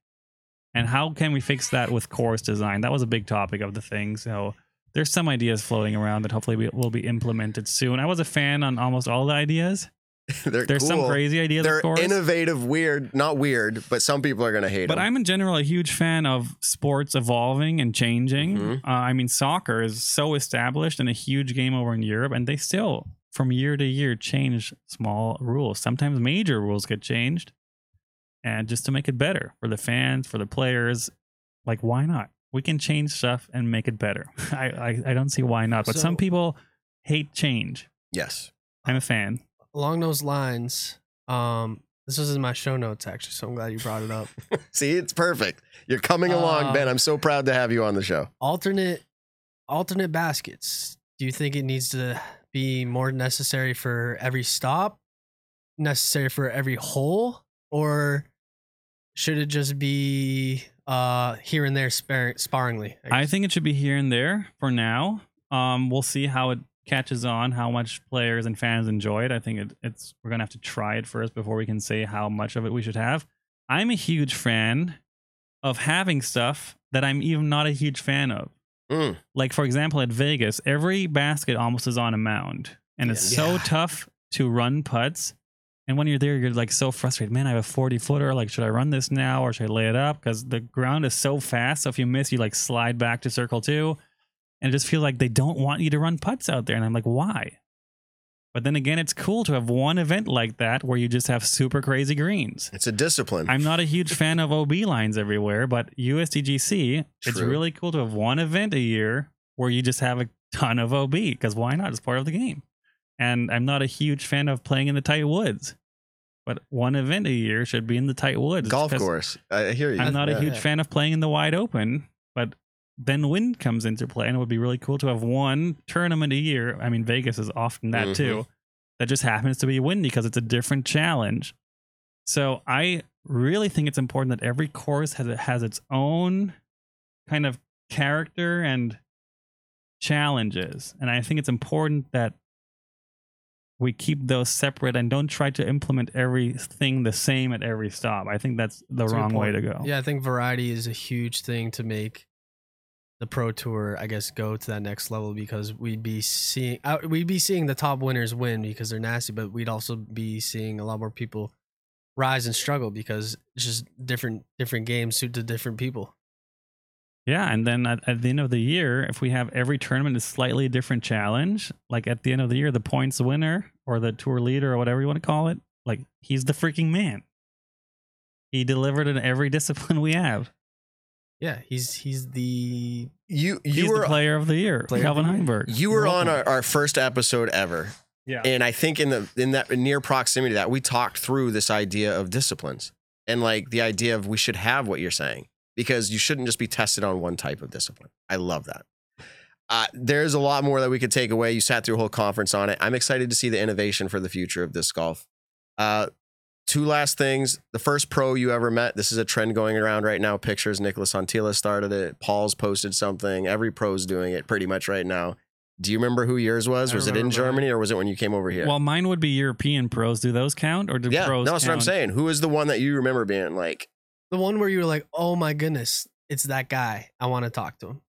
S4: And how can we fix that with course design? That was a big topic of the thing. So there's some ideas floating around that hopefully we- will be implemented soon. I was a fan on almost all the ideas.
S2: They're
S4: There's some
S2: cool.
S4: crazy ideas,
S2: They're
S4: of course.
S2: innovative, weird, not weird, but some people are gonna hate
S4: But
S2: them.
S4: I'm in general a huge fan of sports evolving and changing.
S2: Mhm.
S4: Uh, I mean, soccer is so established and a huge game over in Europe, and they still, from year to year, change small rules. Sometimes major rules get changed, and just to make it better for the fans, for the players. Like, why not? We can change stuff and make it better. I I, I don't see why not. But some
S3: So-
S4: people hate change.
S2: yes.
S4: I'm a fan.
S3: Along those lines, um, This was in my show notes actually, so I'm glad you brought it up.
S2: See, it's perfect. You're coming along,
S4: Oh.
S3: Uh,
S2: Ben. I'm so proud to have you on the show.
S3: alternate alternate baskets. Do you think it needs to be more necessary for every stop, necessary for every hole, or should it just be uh here and there spar- sparingly?
S4: I
S3: guess?
S4: think it should be here and there for now. Um, we'll see how it catches on, how much players and fans enjoy it. I think it, it's we're gonna have to try it first before we can say how much of it we should have. I'm a huge fan of having stuff that I'm even not a huge fan of.
S2: Mm.
S4: Like for example, at Vegas, every basket almost is on a mound, and it's
S3: Yeah.
S4: so
S3: Yeah.
S4: tough to run putts. And when you're there, you're like so frustrated. Man, I have a 40 footer. Like, should I run this now or should I lay it up? Because the ground is so fast. So if you miss, you like slide back to circle two. And I just feel like they don't want you to run putts out there. And I'm like, why? But then again, it's cool to have one event like that where you just have super crazy greens.
S2: It's a discipline.
S4: I'm not a huge fan of OB lines everywhere, but USDGC, it's
S2: True.
S4: really cool to have one event a year where you just have a ton of OB because why not? It's part of the game. And I'm not a huge fan of playing in the tight woods, but one event a year should be in the tight woods.
S2: Golf
S4: 'cause
S2: course. I I hear you.
S4: I'm not
S2: Yeah.
S4: a huge fan of playing in the wide open, but then wind comes into play, and it would be really cool to have one tournament a year. I mean, Vegas is often that
S2: Mhm.
S4: too. That just happens to be windy because it's a different challenge. So I really think it's important that every course has has its own kind of character and challenges, and I think it's important that we keep those separate and don't try to implement everything the same at every stop. I think that's the
S3: That's a good
S4: wrong way to
S3: point.
S4: go.
S3: Yeah, I think variety is a huge thing to make the pro tour, I guess, go to that next level because we'd be seeing uh, we'd be seeing the top winners win because they're nasty, but we'd also be seeing a lot more people rise and struggle because it's just different different games suit to different people.
S4: Yeah, and then at, at the end of the year, if we have every tournament is slightly different challenge, like at the end of the year, the points winner or the tour leader or whatever you want to call it, like he's the freaking man. He delivered in every discipline we have.
S3: Yeah, he's he's the
S2: You
S4: He's
S2: you were
S4: the player of the year,
S3: Player of
S4: Calvin
S3: the year.
S4: Heinberg.
S2: you were on our, our first episode ever.
S4: Yeah.
S2: And I think in the in that near proximity to that we talked through this idea of disciplines and like the idea of we should have what you're saying because you shouldn't just be tested on one type of discipline. I love that. Uh, there's a lot more that we could take away. You sat through a whole conference on it. I'm excited to see the innovation for the future of disc golf. Uh, two last things. The first pro you ever met. This is a trend going around right now. Pictures. Nicholas Antila started it. Paul's posted something. Every pro's doing it pretty much right now. Do you remember who yours was?
S3: I
S2: Was it in
S3: remember.
S2: Germany or was it when you came over here?
S4: Well, mine would be European pros. Do those count or do
S2: yeah, no,
S4: pros?
S2: that's what I'm
S4: count?
S2: saying. Who is the one that you remember being like?
S3: the one where you were like, oh my goodness, it's that guy. I want to talk to him.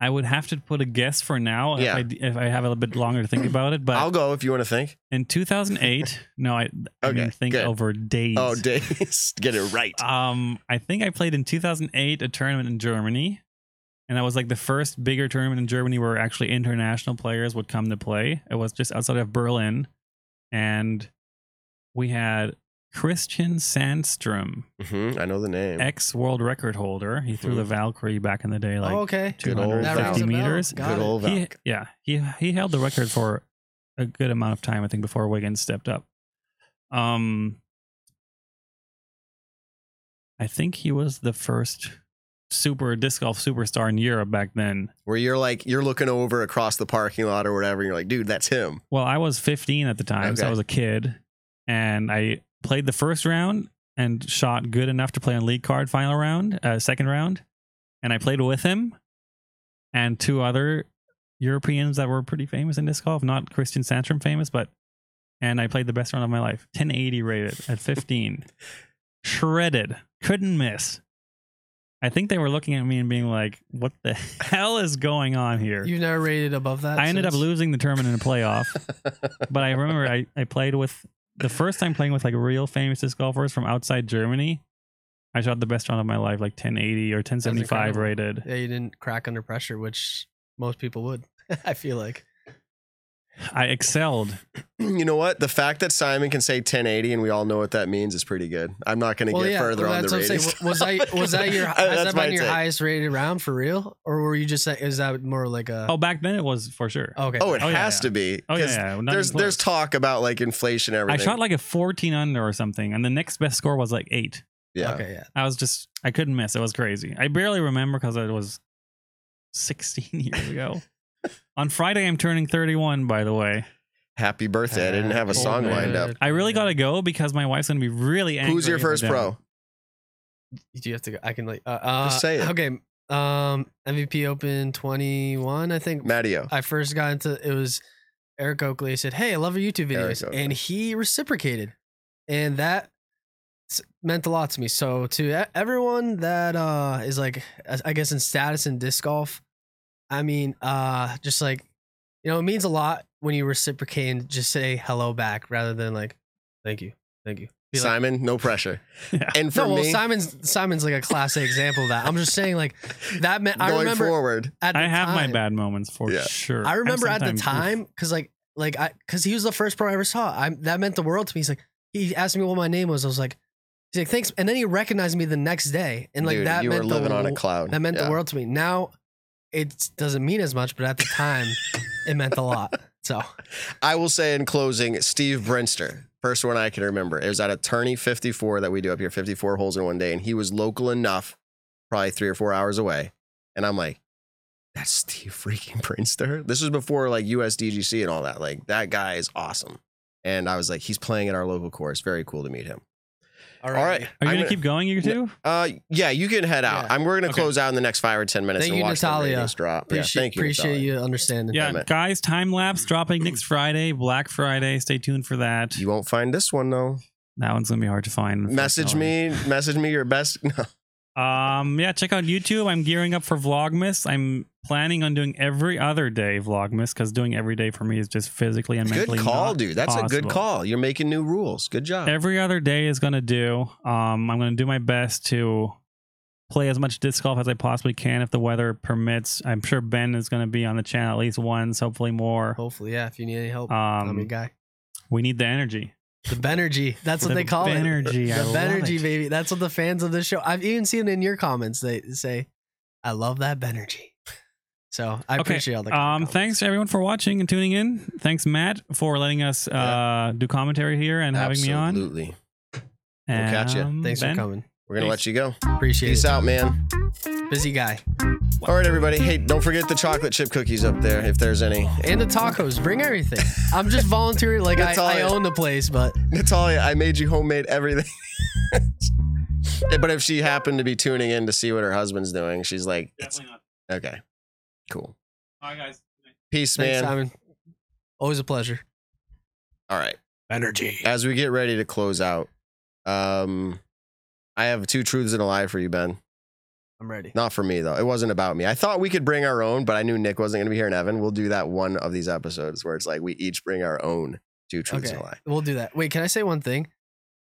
S4: I would have to put a guess for now
S2: Yeah.
S4: if, I, if I have a little bit longer to think about it. But
S2: I'll go if you want to think.
S4: in 2008, no, I, I
S2: Okay,
S4: mean, think
S2: good.
S4: over days.
S2: Oh, days. Get it right.
S4: Um, I think I played in 2008 a tournament in Germany, and that was like the first bigger tournament in Germany where actually international players would come to play. It was just outside of Berlin, and we had Christian Sandstrom,
S2: hmm I know the name.
S4: ex world record holder. He threw the Valkyrie back in the day, like
S3: oh, okay.
S2: Mm-hmm. Good old
S4: 250
S2: Val.
S4: meters.
S3: Got
S2: Good
S3: it.
S2: old
S4: He,
S2: Valk.
S4: yeah, he he held the record for a good amount of time, I think, before Wiggins stepped up. Um, I think he was the first super disc golf superstar in Europe back then.
S2: Where you're like, you're looking over across the parking lot or whatever, and you're like, dude, that's him.
S4: Well, I was 15 at the time, so
S2: Okay.
S4: I was a kid, and I played the first round and shot good enough to play in league card final round, uh, second round, and I played with him and two other Europeans that were pretty famous in disc golf, not Christian Sandstrom famous, but and I played the best round of my life, 1080 rated at 15, shredded, couldn't miss. I think they were looking at me and being like, "What the hell is going on here?"
S3: You've never rated above that?
S4: I ended up
S3: since?
S4: losing the tournament in a playoff, but I remember I, I played with the first time playing with like real famous disc golfers from outside Germany. I shot the best round of my life, like 1080 or 1075
S3: incredible.
S4: rated.
S3: Yeah, you didn't crack under pressure, which most people would. I feel like
S4: I excelled.
S2: You know what? The fact that Simon can say 1080 and we all know what that means is pretty good. I'm not going to get further
S3: well,
S2: on the
S3: that's what I'm
S2: rating.
S3: saying. Was that was that your
S2: Uh,
S3: has
S2: that's
S3: that
S2: my
S3: been your
S2: take.
S3: highest rated round for real, or were you just saying is that more like a
S4: Oh, back then it was for sure.
S3: okay?
S2: Oh, it
S4: Oh, yeah,
S2: has
S4: yeah.
S2: to be.
S4: Oh,
S2: 'cause
S4: yeah, yeah, not
S2: There's
S4: even
S2: there's
S4: close.
S2: talk about like inflation and
S4: I
S2: everything.
S4: shot like a 14 under or something, and the next best score was like eight.
S2: yeah.
S3: okay, yeah.
S4: I was just, I couldn't miss. It was crazy. I barely remember because it was 16 years ago. On Friday, I'm turning 31, by the way.
S2: Happy birthday. I didn't have a
S4: Happy
S2: song lined up.
S3: birthday.
S4: I really got to go because my wife's going to be really angry.
S2: Who's your
S4: if I
S2: first
S4: don't.
S2: pro?
S3: Do you have to go? I can like uh, uh
S2: Just say it.
S3: Okay, um, MVP Open 21, I think.
S2: Matteo.
S3: I first got into it was Eric Oakley. He said, "Hey, I love your YouTube
S2: Eric
S3: videos,"
S2: Oakley.
S3: and he reciprocated, and that s- meant a lot to me. So to e- everyone that uh is like, I- I guess in status in disc golf, I mean, uh, just like you know, it means a lot when you reciprocate and just say hello back rather than like, "Thank you, thank you." Be like,
S2: Simon, no pressure.
S4: Yeah.
S2: And for
S3: no, well,
S2: me,
S3: Simon's Simon's like a classic example of that. I'm just saying, like that meant. I
S2: going
S3: remember
S2: forward,
S3: at the
S4: I have my
S3: time-
S4: bad moments for
S2: Yeah.
S4: sure.
S3: I
S4: And
S3: remember at the
S4: sometimes-
S3: time because like like I because he was the first pro I ever saw. I that meant the world to me. He's like he asked me what my name was. I was like he's like thanks, and then he recognized me the next day, and like
S2: dude,
S3: that
S2: you were
S3: meant the
S2: living on a
S3: wo-
S2: cloud.
S3: that meant
S2: Yeah.
S3: the world to me. Now it doesn't mean as much, but at the time it meant a lot. So
S2: I will say in closing, Steve Brinster, first one I can remember. It was at attorney 54 that we do up here, 54 holes in one day. And he was local enough, probably three or four hours away. And I'm like, that's Steve freaking Brinster. This was before like USDGC and all that. Like, that guy is awesome. And I was like, he's playing at our local course. Very cool to meet him.
S3: all
S2: All right.
S4: Are you
S2: I'm
S4: going to
S2: gonna-
S4: keep going, you two?
S2: Uh, yeah, you can head out.
S3: Yeah.
S2: I'm, we're going to
S4: Okay.
S2: close out in the next five or 10 minutes
S3: Thank
S2: and
S3: you,
S2: watch
S3: Natalia.
S2: the ratings drop.
S3: Appreciate,
S2: yeah, thank you.
S3: appreciate
S2: Natalia.
S3: you understanding.
S4: Yeah,
S2: damn it.
S4: guys, time lapse dropping next Friday, Black Friday. Stay tuned for that.
S2: You won't find this one though.
S4: That one's gonna be hard to find.
S2: Message
S4: unfortunately.
S2: me, message me your best. No.
S4: Um, yeah, check out YouTube. I'm gearing up for Vlogmas. I'm planning on doing every other day Vlogmas because doing every day for me is just physically and
S2: Good
S4: mentally.
S2: call,
S4: not
S2: dude. That's a good
S4: possible.
S2: call. You're making new rules. Good job.
S4: Every other day is gonna do. Um, I'm gonna do my best to play as much disc golf as I possibly can if the weather permits. I'm sure Ben is gonna be on the channel at least once, hopefully more.
S3: Hopefully, yeah. If you need any
S2: Oh,
S3: help, I'm your
S4: Um,
S3: guy.
S4: we need the energy.
S3: The Benergy. That's what they call it.
S4: energy.
S3: The Benergy,
S4: baby.
S3: baby. That's what the fans of this show. I've even seen it in your comments. They say, "I love that Benergy." So I appreciate all the.
S4: um
S3: comments.
S4: thanks everyone for watching and tuning in thanks matt for letting us uh do commentary here and having me on
S2: Absolutely. We'll catch ya.
S4: Um,
S3: Thanks
S4: Ben?
S3: for coming.
S2: We're gonna let
S4: Thanks.
S2: you go.
S3: Appreciate
S2: Peace
S3: it.
S2: out, man.
S3: Busy guy.
S2: All right, everybody. Hey, don't forget the chocolate chip cookies up there if there's any.
S3: And the tacos. Bring everything. I'm just volunteering. Like I,
S2: That's all
S3: I
S2: it-
S3: own the place, but
S2: Natalia, I made you homemade everything. but if she happened to be tuning in to see what her husband's doing, she's like, it's-
S4: Definitely not.
S2: okay, cool.
S4: All right, guys.
S2: Peace,
S3: thanks,
S2: man.
S3: Simon. Always a pleasure.
S2: All right.
S3: Energy.
S2: As we get ready to close out, um, I have two truths and a lie for you, Ben.
S3: I'm ready.
S2: Not for me though. It wasn't about me. I thought we could bring our own, but I knew Nick wasn't going to be here. And Evan, we'll do that one of these episodes where it's like we each bring our own two truths
S3: Okay,
S2: and a lie.
S3: we'll do that. Wait, can I say one thing?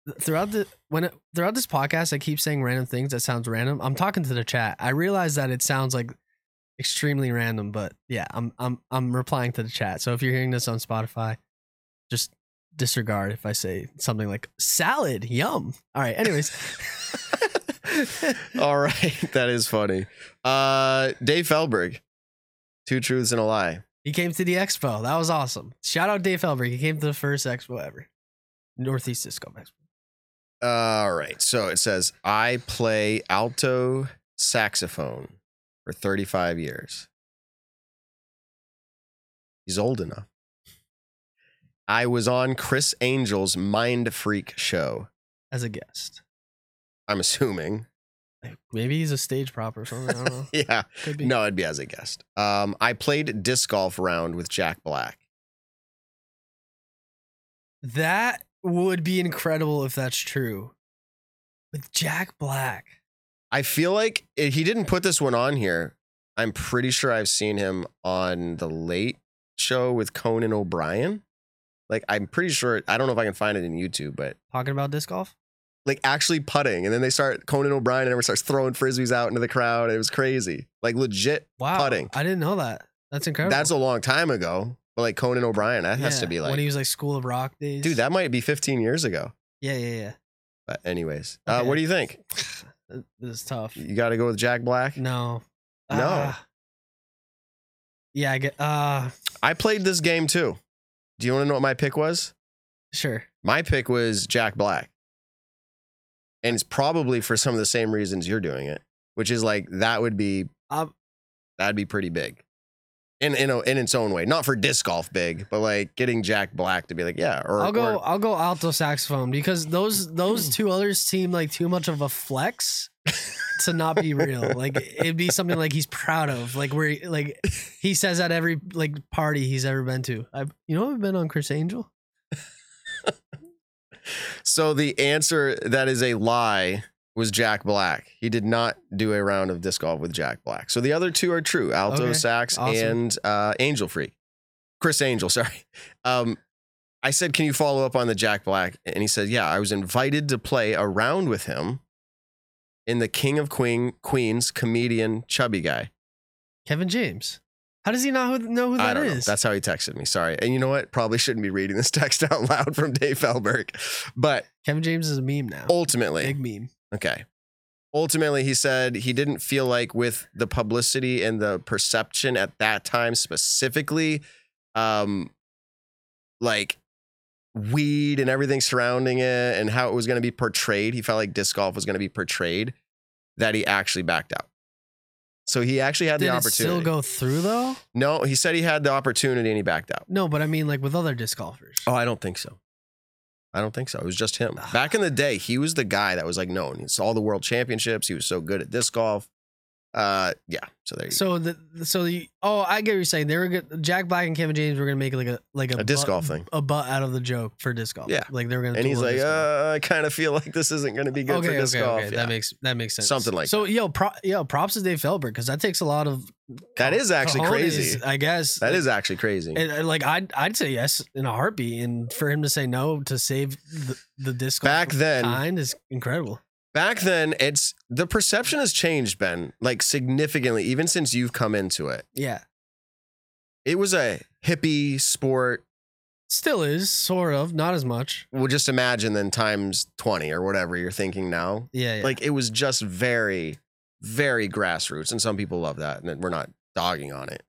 S3: Th- Throughout the when it, throughout this podcast, I keep saying random things that sounds random. I'm talking to the chat. I realize that it sounds like extremely random, but yeah, I'm I'm I'm replying to the chat. So if you're hearing this on Spotify, just disregard if I say something like salad, yum. All right. Anyways,
S2: All right, that is funny. Uh, Dave Felberg, two truths and a lie.
S3: he came to the expo. That was awesome. Shout out Dave Felberg. He came to the first expo ever, Northeast Disco Expo.
S2: All right, so it says I play alto saxophone for 35 years. He's old enough. I was on Chris Angel's Mind Freak show.
S3: as a guest.
S2: I'm assuming.
S3: Like, Maybe he's a stage prop or something. I don't know.
S2: Yeah.
S3: Could be.
S2: No, it'd be as a guest. Um, I played disc golf round with Jack Black.
S3: That would be incredible if that's true. With Jack Black.
S2: I feel like it, he didn't put this one on here. I'm pretty sure I've seen him on the late show with Conan O'Brien. Like, I'm pretty sure. I don't know if I can find it in YouTube, but
S3: Talking about disc golf?
S2: like actually putting, and then they start Conan O'Brien and everyone starts throwing frisbees out into the crowd. It was crazy. Like legit
S3: Wow.
S2: putting.
S3: I didn't know that. That's incredible.
S2: That's a long time ago. But like Conan O'Brien, that has
S3: Oh. Yeah,
S2: to be
S3: when
S2: like,
S3: he was like School of Rock days.
S2: dude, that might be 15 years ago.
S3: Yeah, yeah,
S2: But anyways, uh,
S3: Okay.
S2: what do you think?
S3: yeah. This is tough.
S2: You got to go with Jack Black.
S3: No.
S2: No.
S3: Ah. yeah, I get. Uh,
S2: I played this game too. Do you want to know what my pick was?
S3: sure.
S2: My pick was Jack Black. And it's probably for some of the same reasons you're doing it, which is like that would be
S3: Um,
S2: that'd be pretty big. In in a, in its own way. Not for disc golf big, but like getting Jack Black to be like, yeah, or
S3: I'll go.
S2: or-
S3: I'll go alto saxophone because those those two others seem like too much of a flex to not be real. Like it'd be something like he's proud of. Like where he- like he says at every like party he's ever been to. I you know I've been on Chris Angel.
S2: So the answer that is a lie was Jack Black. He did not do a round of disc golf with Jack Black. So the other two are true: alto
S3: Okay,
S2: sax
S3: awesome.
S2: and uh, Angel Freak, Chris Angel. Sorry. Um, I said, "Can you follow up on the Jack Black?" And he said, "Yeah, I was invited to play a round with him in the King of Queen Queens comedian chubby guy."
S3: Kevin James. How does he not who, know who
S2: I
S3: that
S2: don't know.
S3: is?
S2: That's how he texted me. Sorry. And you know what? Probably shouldn't be reading this text out loud from Dave Felberg, but
S3: Kevin James is a meme now.
S2: ultimately,
S3: Big meme.
S2: Okay. Ultimately, he said he didn't feel like with the publicity and the perception at that time specifically, um, like weed and everything surrounding it and how it was going to be portrayed. He felt like disc golf was going to be portrayed that he actually backed out. So he actually had
S3: Did
S2: the
S3: it
S2: opportunity.
S3: still go through though?
S2: no, he said he had the opportunity and he backed out.
S3: No, but I mean like with other disc golfers.
S2: Oh, I don't think so. I don't think so. It was just him.
S3: Ah.
S2: Back in the day, he was the guy that was like known. It's all the world championships. He was so good at disc golf. Uh, yeah. So there you
S3: So the so the oh I get what you're saying. They were good. Jack Black and Kevin James were gonna make like a like a,
S2: go. A disc
S3: butt-
S2: golf thing.
S3: a butt out of the joke for disc golf.
S2: Yeah.
S3: like they were gonna.
S2: And
S3: do
S2: he's
S3: one
S2: like,
S3: disc golf.
S2: uh, I kind of feel like this isn't going to be good
S3: okay,
S2: for disc
S3: okay,
S2: golf.
S3: okay.
S2: Yeah.
S3: That makes that makes sense.
S2: Something like
S3: so. Yo, pro, yo, props to Dave Felber because that takes a lot of.
S2: that is actually
S3: cojones,
S2: crazy.
S3: I guess
S2: That is actually crazy.
S3: And, uh, like I'd I'd say yes in a heartbeat, and for him to say no to save the, the disc golf
S2: Back then-
S3: kind is incredible.
S2: Back then, it's the perception has changed, Ben, like significantly, even since you've come into it.
S3: Yeah,
S2: It was a hippie sport.
S3: still is sort of not as much.
S2: Well, just imagine then times 20 or whatever you're thinking now.
S3: Yeah, yeah.
S2: Like it was just very, very grassroots. And some people love that. And we're not dogging on it.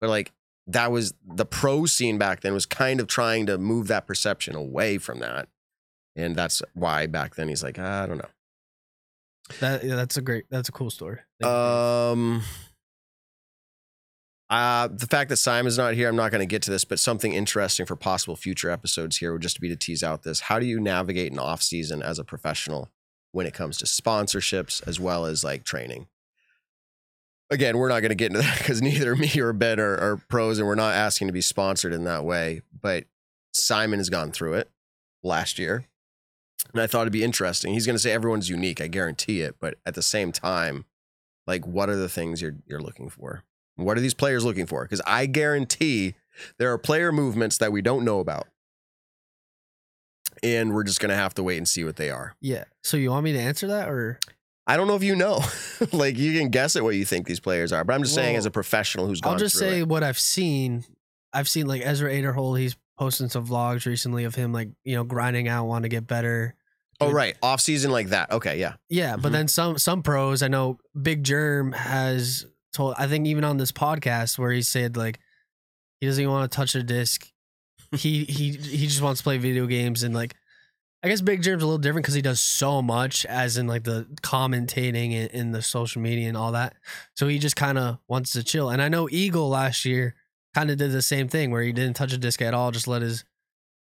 S2: But like that was the pro scene back then was kind of trying to move that perception away from that. And that's why back then he's like, "Ah, I don't know.
S3: that, yeah, that's a great that's a cool story. Thank you, Dave.
S2: Um uh, the fact that Simon's not here, I'm not going to get to this, but something interesting for possible future episodes here would just be to tease out this. How do you navigate an off season as a professional when it comes to sponsorships as well as like training? Again, we're not going to get into that because neither me or Ben are, are pros and we're not asking to be sponsored in that way. But Simon has gone through it last year. And I thought it'd be interesting. He's going to say everyone's unique. I guarantee it. But at the same time, like, what are the things you're, you're looking for? What are these players looking for? Because I guarantee there are player movements that we don't know about. And we're just going to have to wait and see what they are.
S3: yeah. So you want me to answer that or?
S2: I don't know if you know. like, you can guess at what you think these players are. But I'm just saying,
S3: Well,
S2: as a professional who's gone
S3: I'll just
S2: through
S3: say
S2: it.
S3: what I've seen. I've seen like Ezra Aderhole. He's posting some vlogs recently of him like you know grinding out, want to get better.
S2: Oh, right. Off season like that. Okay. Yeah.
S3: Yeah, but
S2: Mhm.
S3: then some some pros. I know Big Germ has told. I think even on this podcast where he said like he doesn't even want to touch a disc. he he he just wants to play video games and like. I guess Big Germ's a little different because he does so much, as in like the commentating and, and the social media and all that. So he just kind of wants to chill. And I know Eagle last year kind of did the same thing where he didn't touch a disc at all, just let his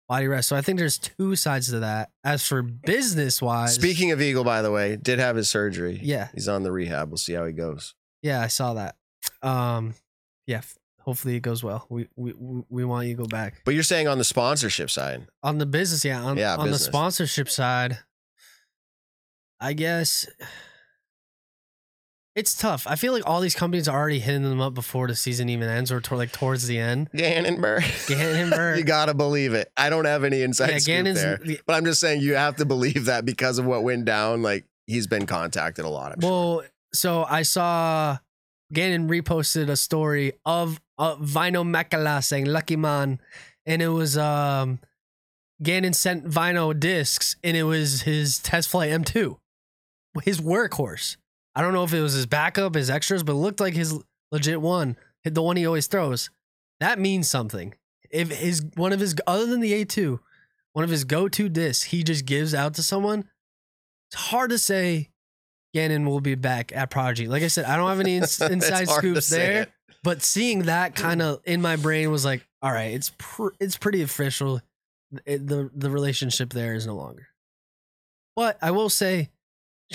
S3: body rest. So I think there's two sides to that. As for business wise,
S2: Speaking of Eagle, by the way, did have his surgery.
S3: yeah,
S2: He's on the rehab. We'll see how he goes.
S3: Yeah, I saw that. Um, yeah. f- Hopefully it goes well. We we we we want you to go back
S2: But you're saying on the sponsorship side,
S3: on the business. Yeah, on,
S2: Yeah,
S3: on
S2: business.
S3: the sponsorship side, I guess it's tough. I feel like all these companies are already hitting them up before the season even ends, or to, like towards the end.
S2: Gannonburg.
S3: Gannonburg.
S2: you gotta believe it. I don't have any insight
S3: yeah,
S2: scoop there,
S3: the-
S2: but I'm just saying you have to believe that because of what went down. Like he's been contacted a lot. I'm sure.
S3: Well, so I saw Gannon reposted a story of uh, Vino Mekala saying "Lucky Man," and it was um, Gannon sent Vino discs, and it was his test flight M2, his workhorse. I don't know if it was his backup, his extras, but it looked like his legit one, the one he always throws. That means something. If his one of his other than the A2, one of his go-to discs he just gives out to someone, it's hard to say Gannon will be back at Prodigy. Like I said, I don't have any ins-
S2: It's
S3: inside
S2: hard to
S3: scoops
S2: say
S3: there,
S2: it.
S3: but seeing that kind of in my brain was like, all right, it's pr- it's pretty official. It- the the relationship there is no longer. But I will say,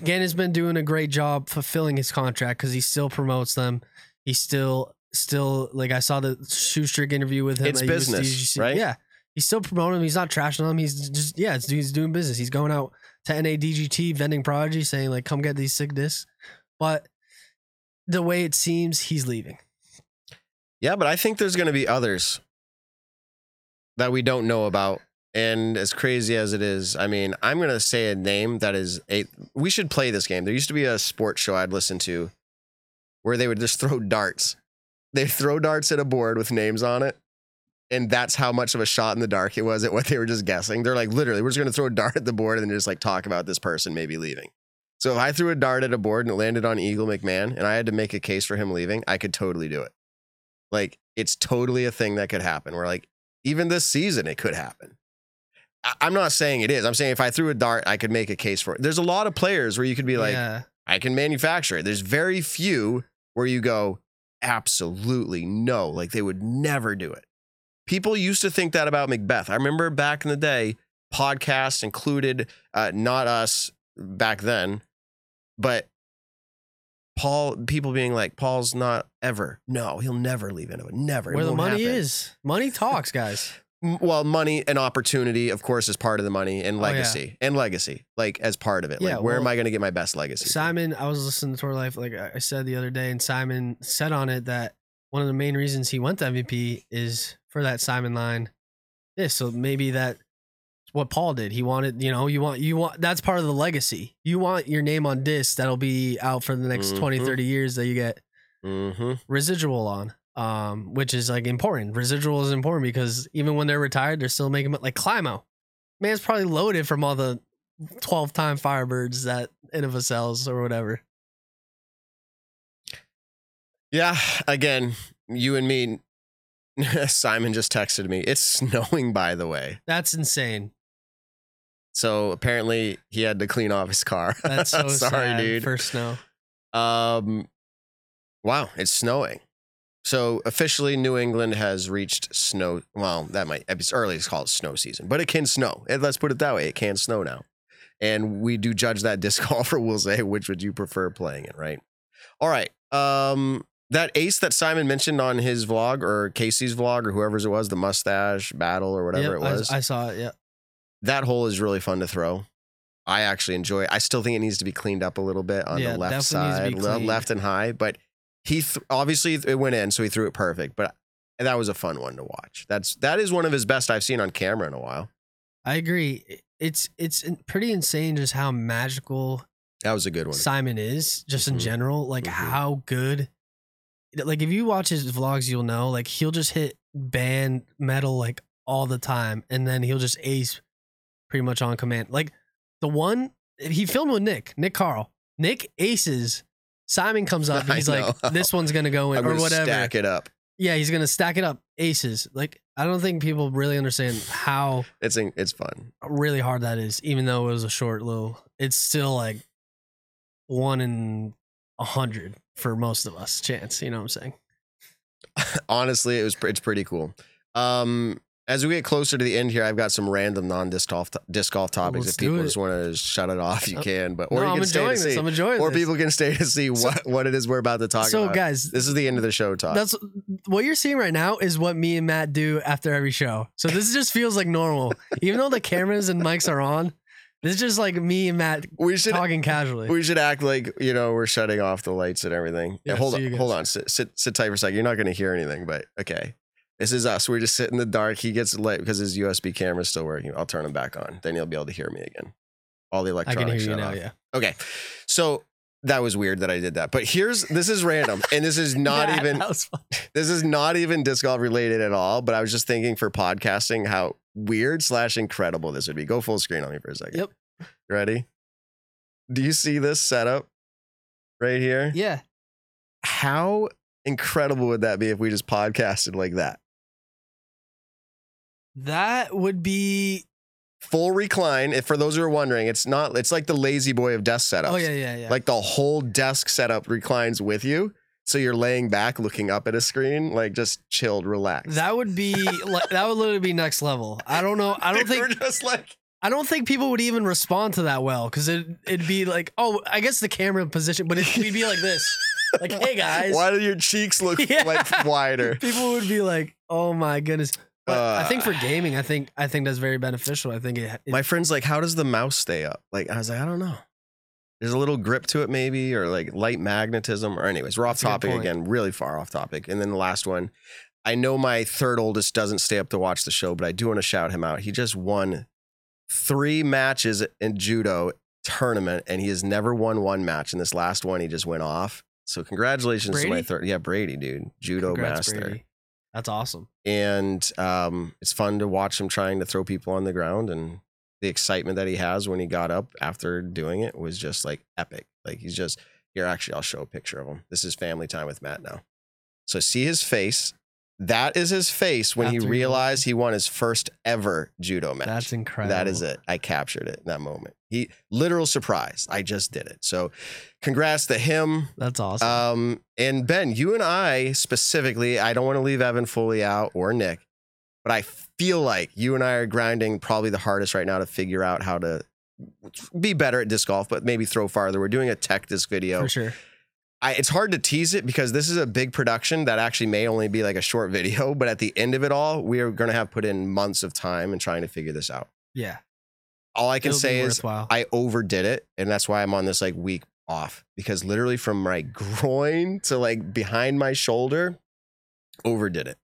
S3: Gannon's been doing a great job fulfilling his contract because he still promotes them. He still still like I saw the Shoestrick interview with him.
S2: It's
S3: at USD,
S2: business,
S3: you see-
S2: right?
S3: Yeah, he's still promoting them. He's not trashing them. He's just yeah, it's, he's doing business. He's going out to NADGT vending prodigy saying like, come get these sick discs. But the way it seems, he's leaving.
S2: Yeah, but I think there's going to be others that we don't know about. And as crazy as it is, I mean, I'm going to say a name that is a. We should play this game. There used to be a sports show I'd listen to where they would just throw darts. They throw darts at a board with names on it. And that's how much of a shot in the dark it was at what they were just guessing. They're like, literally, we're just going to throw a dart at the board and just like talk about this person maybe leaving. So if I threw a dart at a board and it landed on Eagle McMahon and I had to make a case for him leaving, I could totally do it. Like it's totally a thing that could happen. Where like even this season it could happen. I- I'm not saying it is. I'm saying if I threw a dart, I could make a case for it. There's a lot of players where you could be like,
S3: yeah,
S2: I can manufacture it. There's very few where you go, absolutely no, like they would never do it. People used to think that about Macbeth. I remember back in the day, podcasts included, uh, not us back then, but Paul, people being like, Paul's not ever, no, he'll never leave Innova, never. It
S3: where the
S2: won't
S3: money
S2: happen."
S3: is, money talks, guys.
S2: M- Well, money and opportunity, of course, is part of the money and
S3: Oh, yeah.
S2: legacy and legacy, like as part of it.
S3: Yeah,
S2: like, where am
S3: well,
S2: I going to get my best legacy? from?
S3: Simon, I was listening to Tour Life, like I I said the other day, and Simon said on it that one of the main reasons he went to MVP is for that Simon line. This, so maybe that's what Paul did. He wanted, you know, you want, you want, that's part of the legacy. You want your name on disc that'll be out for the next twenty, thirty 20,
S2: Mhm.
S3: 30 years that you get
S2: Mm-hmm.
S3: residual on, um, which is like important. Residual is important because even when they're retired, they're still making mon- like Climo. Man's probably loaded from all the 12 time Firebirds that Innova sells or whatever.
S2: Yeah, again, you and me. Simon just texted me. It's snowing, by the way.
S3: That's insane.
S2: So apparently he had to clean off his car.
S3: That's so
S2: Sorry,
S3: sad
S2: dude.
S3: for snow.
S2: Um, wow, it's snowing. So officially, New England has reached snow. Well, that might it's early. It's called snow season, but it can snow. And let's put it that way: it can snow now. And we do judge that disc golf or We'll say, which would you prefer playing it? Right. All right. Um, that ace that Simon mentioned on his vlog or Casey's vlog or whoever's it was, the mustache battle or whatever
S3: Yep,
S2: it was.
S3: I, I saw it. Yeah.
S2: that hole is really fun to throw. I actually enjoy. it. I still think it needs to be cleaned up a little bit on
S3: Yeah,
S2: the left
S3: definitely needs to
S2: side,
S3: be
S2: le-
S3: cleaned.
S2: left and high. But he th- obviously it went in, so he threw it perfect. But that was a fun one to watch. That's that is one of his best I've seen on camera in a while.
S3: I agree. It's it's in- pretty insane just how magical
S2: That was a good one.
S3: Simon is just in
S2: Mhm.
S3: general. Like
S2: Mhm.
S3: how good. Like if you watch his vlogs, you'll know. Like he'll just hit band metal like all the time, and then he'll just ace pretty much on command. Like the one he filmed with Nick, Nick Carl, Nick aces. Simon comes up and
S2: I
S3: he's like,
S2: know.
S3: "This one's gonna go in,"
S2: I'm
S3: or
S2: gonna
S3: whatever.
S2: stack it up.
S3: Yeah, he's gonna stack it up aces. Like I don't think people really understand how
S2: It's in- it's fun.
S3: really hard that is. Even though it was a short little, it's still like one in a hundred for most of us chance. You know what I'm saying?
S2: Honestly, it was pre- it's pretty cool. Um, as we get closer to the end here, I've got some random non disc golf disc golf topics.
S3: Let's
S2: if people
S3: do it.
S2: just want to shut it off, you
S3: Oh.
S2: can. But or
S3: No,
S2: you
S3: I'm
S2: can stay to
S3: enjoying this.
S2: see.
S3: I'm enjoying
S2: or
S3: this.
S2: people can stay to see
S3: So-
S2: what, what it is we're about to talk
S3: so
S2: about.
S3: guys,
S2: This is the end of the show talk.
S3: that's what you're seeing right now is what me and Matt do after every show. So this just feels like normal, even though the cameras and mics are on. This is just like me and Matt
S2: we should
S3: talking casually.
S2: we should act like you know we're shutting off the lights and everything.
S3: Yeah,
S2: hold
S3: so
S2: on,
S3: you
S2: hold
S3: guys-
S2: on. Sit, sit sit tight for a second. You're not going to hear anything, but okay. This is us. We just sit in the dark. He gets lit because his USB camera's still working. I'll turn him back on. Then he'll be able to hear me again. All the
S3: I can
S2: electronics
S3: hear
S2: shut
S3: you now.
S2: off.
S3: Yeah.
S2: Okay. So that was weird that I did that. But here's this is random, and this is not
S3: That-
S2: even
S3: that was fun.
S2: this is not even disc golf related at all. But I was just thinking for podcasting how weird slash incredible this would be. Go full screen on me for a second.
S3: Yep.
S2: Ready? Do you see this setup right here?
S3: Yeah.
S2: How incredible would that be if we just podcasted like that?
S3: That would be.
S2: Full recline. If for those who are wondering, it's not. It's like the lazy boy of desk setups.
S3: Oh yeah, yeah, yeah.
S2: Like the whole desk setup reclines with you. So you're laying back, looking up at a screen, like just chilled, relaxed.
S3: that would be. like, that would literally be next level. I don't know. I don't
S2: They were
S3: think.
S2: just like
S3: I don't think people would even respond to that well because it it'd be like, oh, I guess the camera position, but it, we'd be like this, like, hey guys.
S2: why do your cheeks look
S3: Yeah.
S2: like wider?
S3: People would be like, oh my goodness. But I think for
S2: Uh,
S3: gaming, I think I think that's very beneficial. I think it, it
S2: my friend's like, how does the mouse stay up? Like I was like, I don't know. There's a little grip to it, maybe, or like light magnetism, or anyways, we're off
S3: That's a good
S2: topic
S3: point.
S2: again, really far off topic. And then the last one, I know my third oldest doesn't stay up to watch the show, but I do want to shout him out. He just won three matches in judo tournament, and he has never won one match. And this last one, he just went off. So congratulations to my
S3: Brady?
S2: third, yeah, Brady, dude, judo
S3: Congrats,
S2: master
S3: Brady. That's awesome.
S2: and um, it's fun to watch him trying to throw people on the ground and the excitement that he has when he got up after doing it was just like epic like he's just here actually i'll show a picture of him this is family time with matt now so see his face that is his face when
S3: After
S2: he
S3: he
S2: realized he won his first ever judo match
S3: That's incredible.
S2: that is it. I captured it in that moment. He literal surprise. I just did it. So congrats to him.
S3: That's awesome.
S2: Um, and Ben, you and I specifically, I don't want to leave Evan fully out or Nick, but I feel like you and I are grinding probably the hardest right now to figure out how to be better at disc golf, but maybe throw farther. We're doing a tech disc video.
S3: for sure.
S2: I, it's hard to tease it because this is a big production that actually may only be like a short video, but at the end of it all, we are going to have put in months of time and trying to figure this out.
S3: Yeah.
S2: All I can
S3: It'll be
S2: say is
S3: worthwhile.
S2: I overdid it, and that's why I'm on this like week off because literally from my groin to like behind my shoulder, overdid it.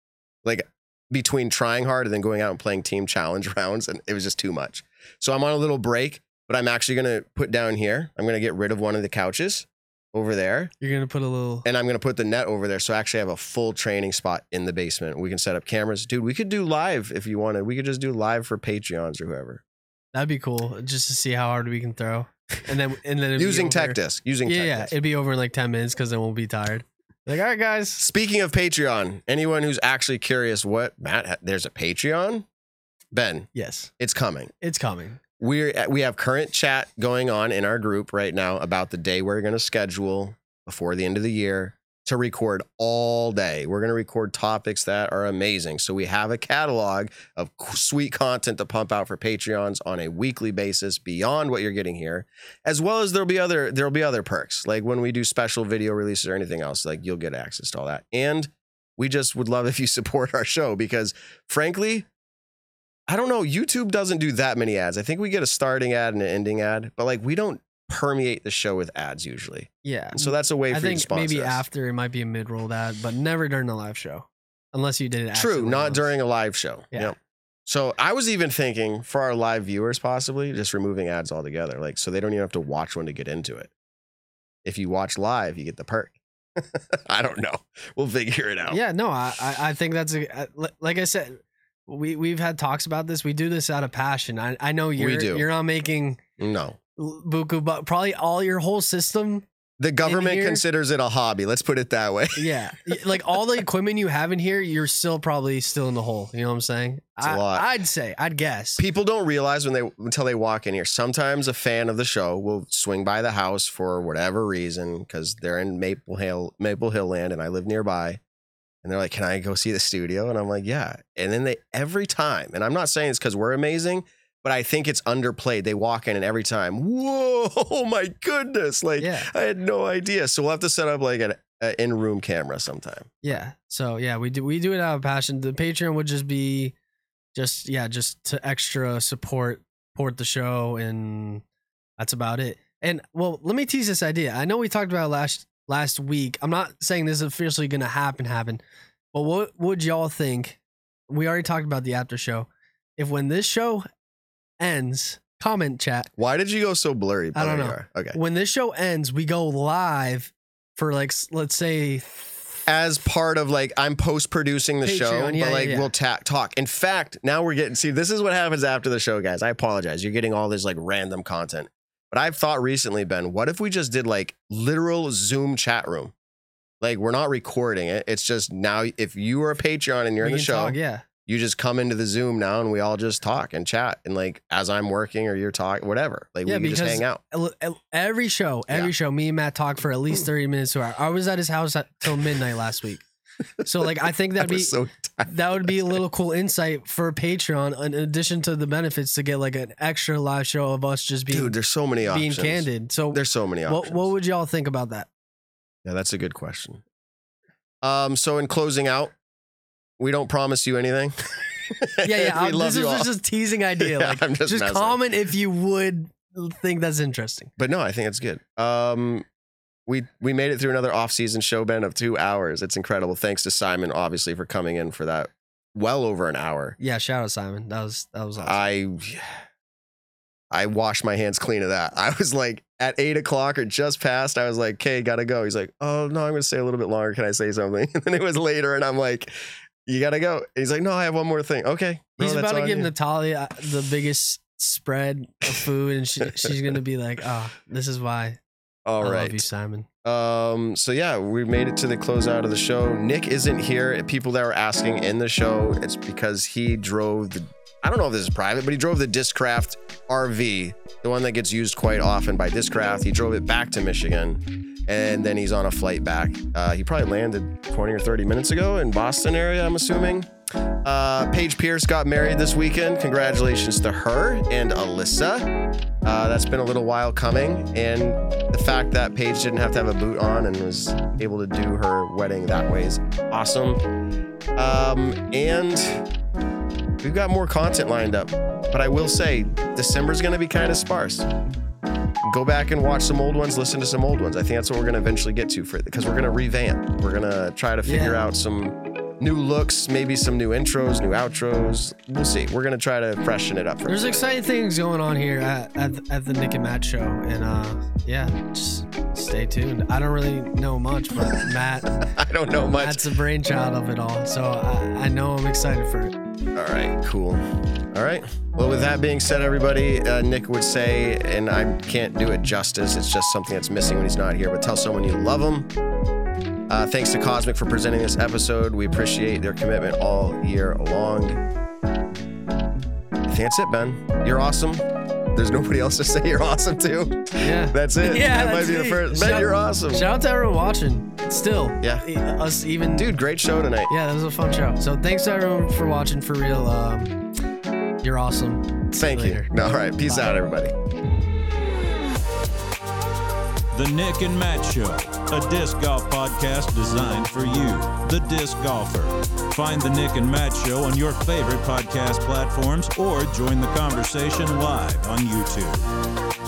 S2: Like between trying hard and then going out and playing team challenge rounds, and it was just too much. So I'm on a little break, but I'm actually gonna put down here. I'm gonna get rid of one of the couches over there,
S3: You're gonna put a little.
S2: and I'm gonna put the net over there. So I actually have a full training spot in the basement. We can set up cameras, dude. We could do live if you wanted. We could just do live for Patreons or whoever
S3: That'd be cool, just to see how hard we can throw, and then and then it'd be
S2: using
S3: over.
S2: tech disc. Using
S3: Yeah,
S2: tech
S3: yeah.
S2: disc.
S3: It'd be over in like ten minutes because then we'll be tired. Like, all right, guys.
S2: Speaking of Patreon, anyone who's actually curious what Matt, ha- there's a Patreon? Ben,
S3: Yes,
S2: it's coming.
S3: it's coming.
S2: We're at- we have current chat going on in our group right now about the day we're going to schedule before the end of the year to record all day. We're going to record topics that are amazing. So we have a catalog of c- sweet content to pump out for Patreons on a weekly basis beyond what you're getting here, as well as there'll be other there'll be other perks like when we do special video releases or anything else. Like you'll get access to all that, and we just would love if you support our show because frankly. I don't know. YouTube doesn't do that many ads. I think we get a starting ad and an ending ad, but like we don't permeate the show with ads usually.
S3: Yeah.
S2: So that's a way
S3: Mm,
S2: for
S3: I
S2: you to
S3: think
S2: sponsor
S3: maybe
S2: us.
S3: after it might be a mid rolled ad, but never during the live show, unless you did it.
S2: True,
S3: accidentally
S2: not
S3: once.
S2: during a live show.
S3: Yeah.
S2: Yep. So I was even thinking for our live viewers, possibly just removing ads altogether, like so they don't even have to watch one to get into it. If you watch live, you get the perk. I don't know. We'll figure it out.
S3: Yeah, no, I I I think that's a I- li- like I said, we we've had talks about this. We do this out of passion. I I know you're
S2: do.
S3: you're not making
S2: No,
S3: l- buku, but probably all your whole system.
S2: the government
S3: here-
S2: considers it a hobby. Let's put it that way.
S3: Yeah, Y- like all the equipment you have in here, you're still probably still in the hole. You know what I'm saying?
S2: It's a
S3: I-
S2: lot.
S3: I'd say, I'd guess.
S2: People don't realize when they until they walk in here. Sometimes a fan of the show will swing by the house for whatever reason because they're in Maple Hill, Maple Hill Land, and I live nearby. And they're like, "Can I go see the studio?" And I'm like, "Yeah." And then they every time, and I'm not saying it's because we're amazing, but I think it's underplayed. They walk in and every time, "Whoa, oh my goodness!" Like
S3: Yeah,
S2: I had no idea. So we'll have to set up like an, an in room camera sometime.
S3: yeah. So yeah, we do we do it out of passion. The Patreon would just be, just yeah, just to extra support support the show, and that's about it. And well, let me tease this idea. I know we talked about it last last week. I'm not saying this is officially going to happen happen, but what would y'all think? We already talked about the after show. If when this show ends, Comment chat.
S2: Why did you go so blurry?
S3: I
S2: There
S3: don't
S2: you
S3: know.
S2: are. Okay.
S3: When this show ends, we go live for like s- let's say
S2: As part of like, I'm post producing the show,
S3: Patreon, yeah,
S2: but
S3: yeah,
S2: like
S3: yeah.
S2: we'll ta- talk. In fact, now we're getting, see, this is what happens after the show, guys. I apologize. You're getting all this like random content. But I've thought recently, Ben, what if we just did like literal Zoom chat room? Like, we're not recording it. It's just now, if you are a Patreon and you're in
S3: we
S2: the
S3: can
S2: show,
S3: talk, yeah.
S2: you just come into the Zoom now and we all just talk and chat. And like, as I'm working or you're talking, whatever, like
S3: Yeah,
S2: we can just
S3: because-
S2: hang out.
S3: El- el- Every show, every
S2: Yeah.
S3: show, me and Matt talk for at least thirty minutes to an hour. I was at his house at, till midnight last week. So like I think
S2: I
S3: that'd be
S2: was so tired.
S3: that would be a little cool insight for Patreon in addition to the benefits to get like an extra live show of us just being
S2: Dude, there's so many
S3: being
S2: options.
S3: candid. So
S2: There's so many
S3: what
S2: options.
S3: what would y'all think about that?
S2: yeah, that's a good question. Um, so in closing out, we don't promise you anything.
S3: Yeah, yeah.
S2: we
S3: I-
S2: love
S3: this
S2: you
S3: was
S2: all.
S3: just a teasing idea.
S2: Yeah,
S3: like
S2: I'm just
S3: just,
S2: messing.
S3: comment if you would think that's interesting.
S2: But no, I think it's good. Um, we we made it through another off-season show, Ben, of two hours. It's incredible. Thanks to Simon, obviously, for coming in for that well over an hour.
S3: Yeah, shout out Simon. That was that was awesome.
S2: I I washed my hands clean of that. I was like at eight o'clock or just past. I was like, "Okay, gotta go." He's like, "Oh no, I'm gonna stay a little bit longer. Can I say something?" And then it was later, and I'm like, "You gotta go." And he's like, "No, I have one more thing." Okay, bro,
S3: He's
S2: that's
S3: about to
S2: on
S3: give
S2: you.
S3: Natalia uh, the biggest spread of food, and she, she's gonna be like, "Oh, this is why
S2: All
S3: I
S2: right.
S3: love you, Simon."
S2: Um, so yeah, we made it to the closeout of the show. Nick isn't here. People that were asking in the show, it's because he drove the I don't know if this is private, but he drove the Discraft RV, the one that gets used quite often by Discraft. He drove it back to Michigan, and then he's on a flight back. Uh, he probably landed 20 or 30 minutes ago in Boston area, I'm assuming. Uh, Paige Pierce got married this weekend. Congratulations to her and Alyssa. Uh, that's been a little while coming, and the fact that Paige didn't have to have a boot on and was able to do her wedding that way is awesome. Um, and we've got more content lined up, but I will say December's going to be kind of sparse. Go back and watch some old ones, listen to some old ones. I think that's what we're going to eventually get to for because we're going to revamp. We're going to try to figure
S3: Yeah.
S2: out some new looks, maybe some new intros, new outros. We'll see. We're going to try to freshen it up. For
S3: There's
S2: everybody.
S3: exciting things going on here at, at, the- at the Nick and Matt show, and uh, yeah, just stay tuned. I don't really know much, but Matt,
S2: I don't know much.
S3: Matt's the brainchild of it all, so I, I know I'm excited for it.
S2: All right, cool. All right. Well, with that being said, everybody, uh, Nick would say, and I can't do it justice. It's just something that's missing when he's not here. But tell someone you love them. Uh, thanks to Cosmic for presenting this episode. We appreciate their commitment all year long. I think that's it, Ben. You're awesome. There's nobody else to say you're awesome to.
S3: Yeah,
S2: That's it.
S3: Yeah,
S2: that
S3: that's
S2: might be the
S3: it.
S2: first. Ben,
S3: Shout-
S2: you're awesome,
S3: Shout out to everyone watching. Still,
S2: Yeah.
S3: e- us even
S2: dude. Great show tonight.
S3: Yeah, that was a fun show. So thanks to everyone for watching. For real, um, you're awesome. See
S2: Thank you.
S3: later.
S2: No, all right. Peace
S3: Bye.
S2: out, everybody.
S1: The Nick and Matt Show, a disc golf podcast designed for you, the disc golfer. Find the Nick and Matt Show on your favorite podcast platforms or join the conversation live on YouTube.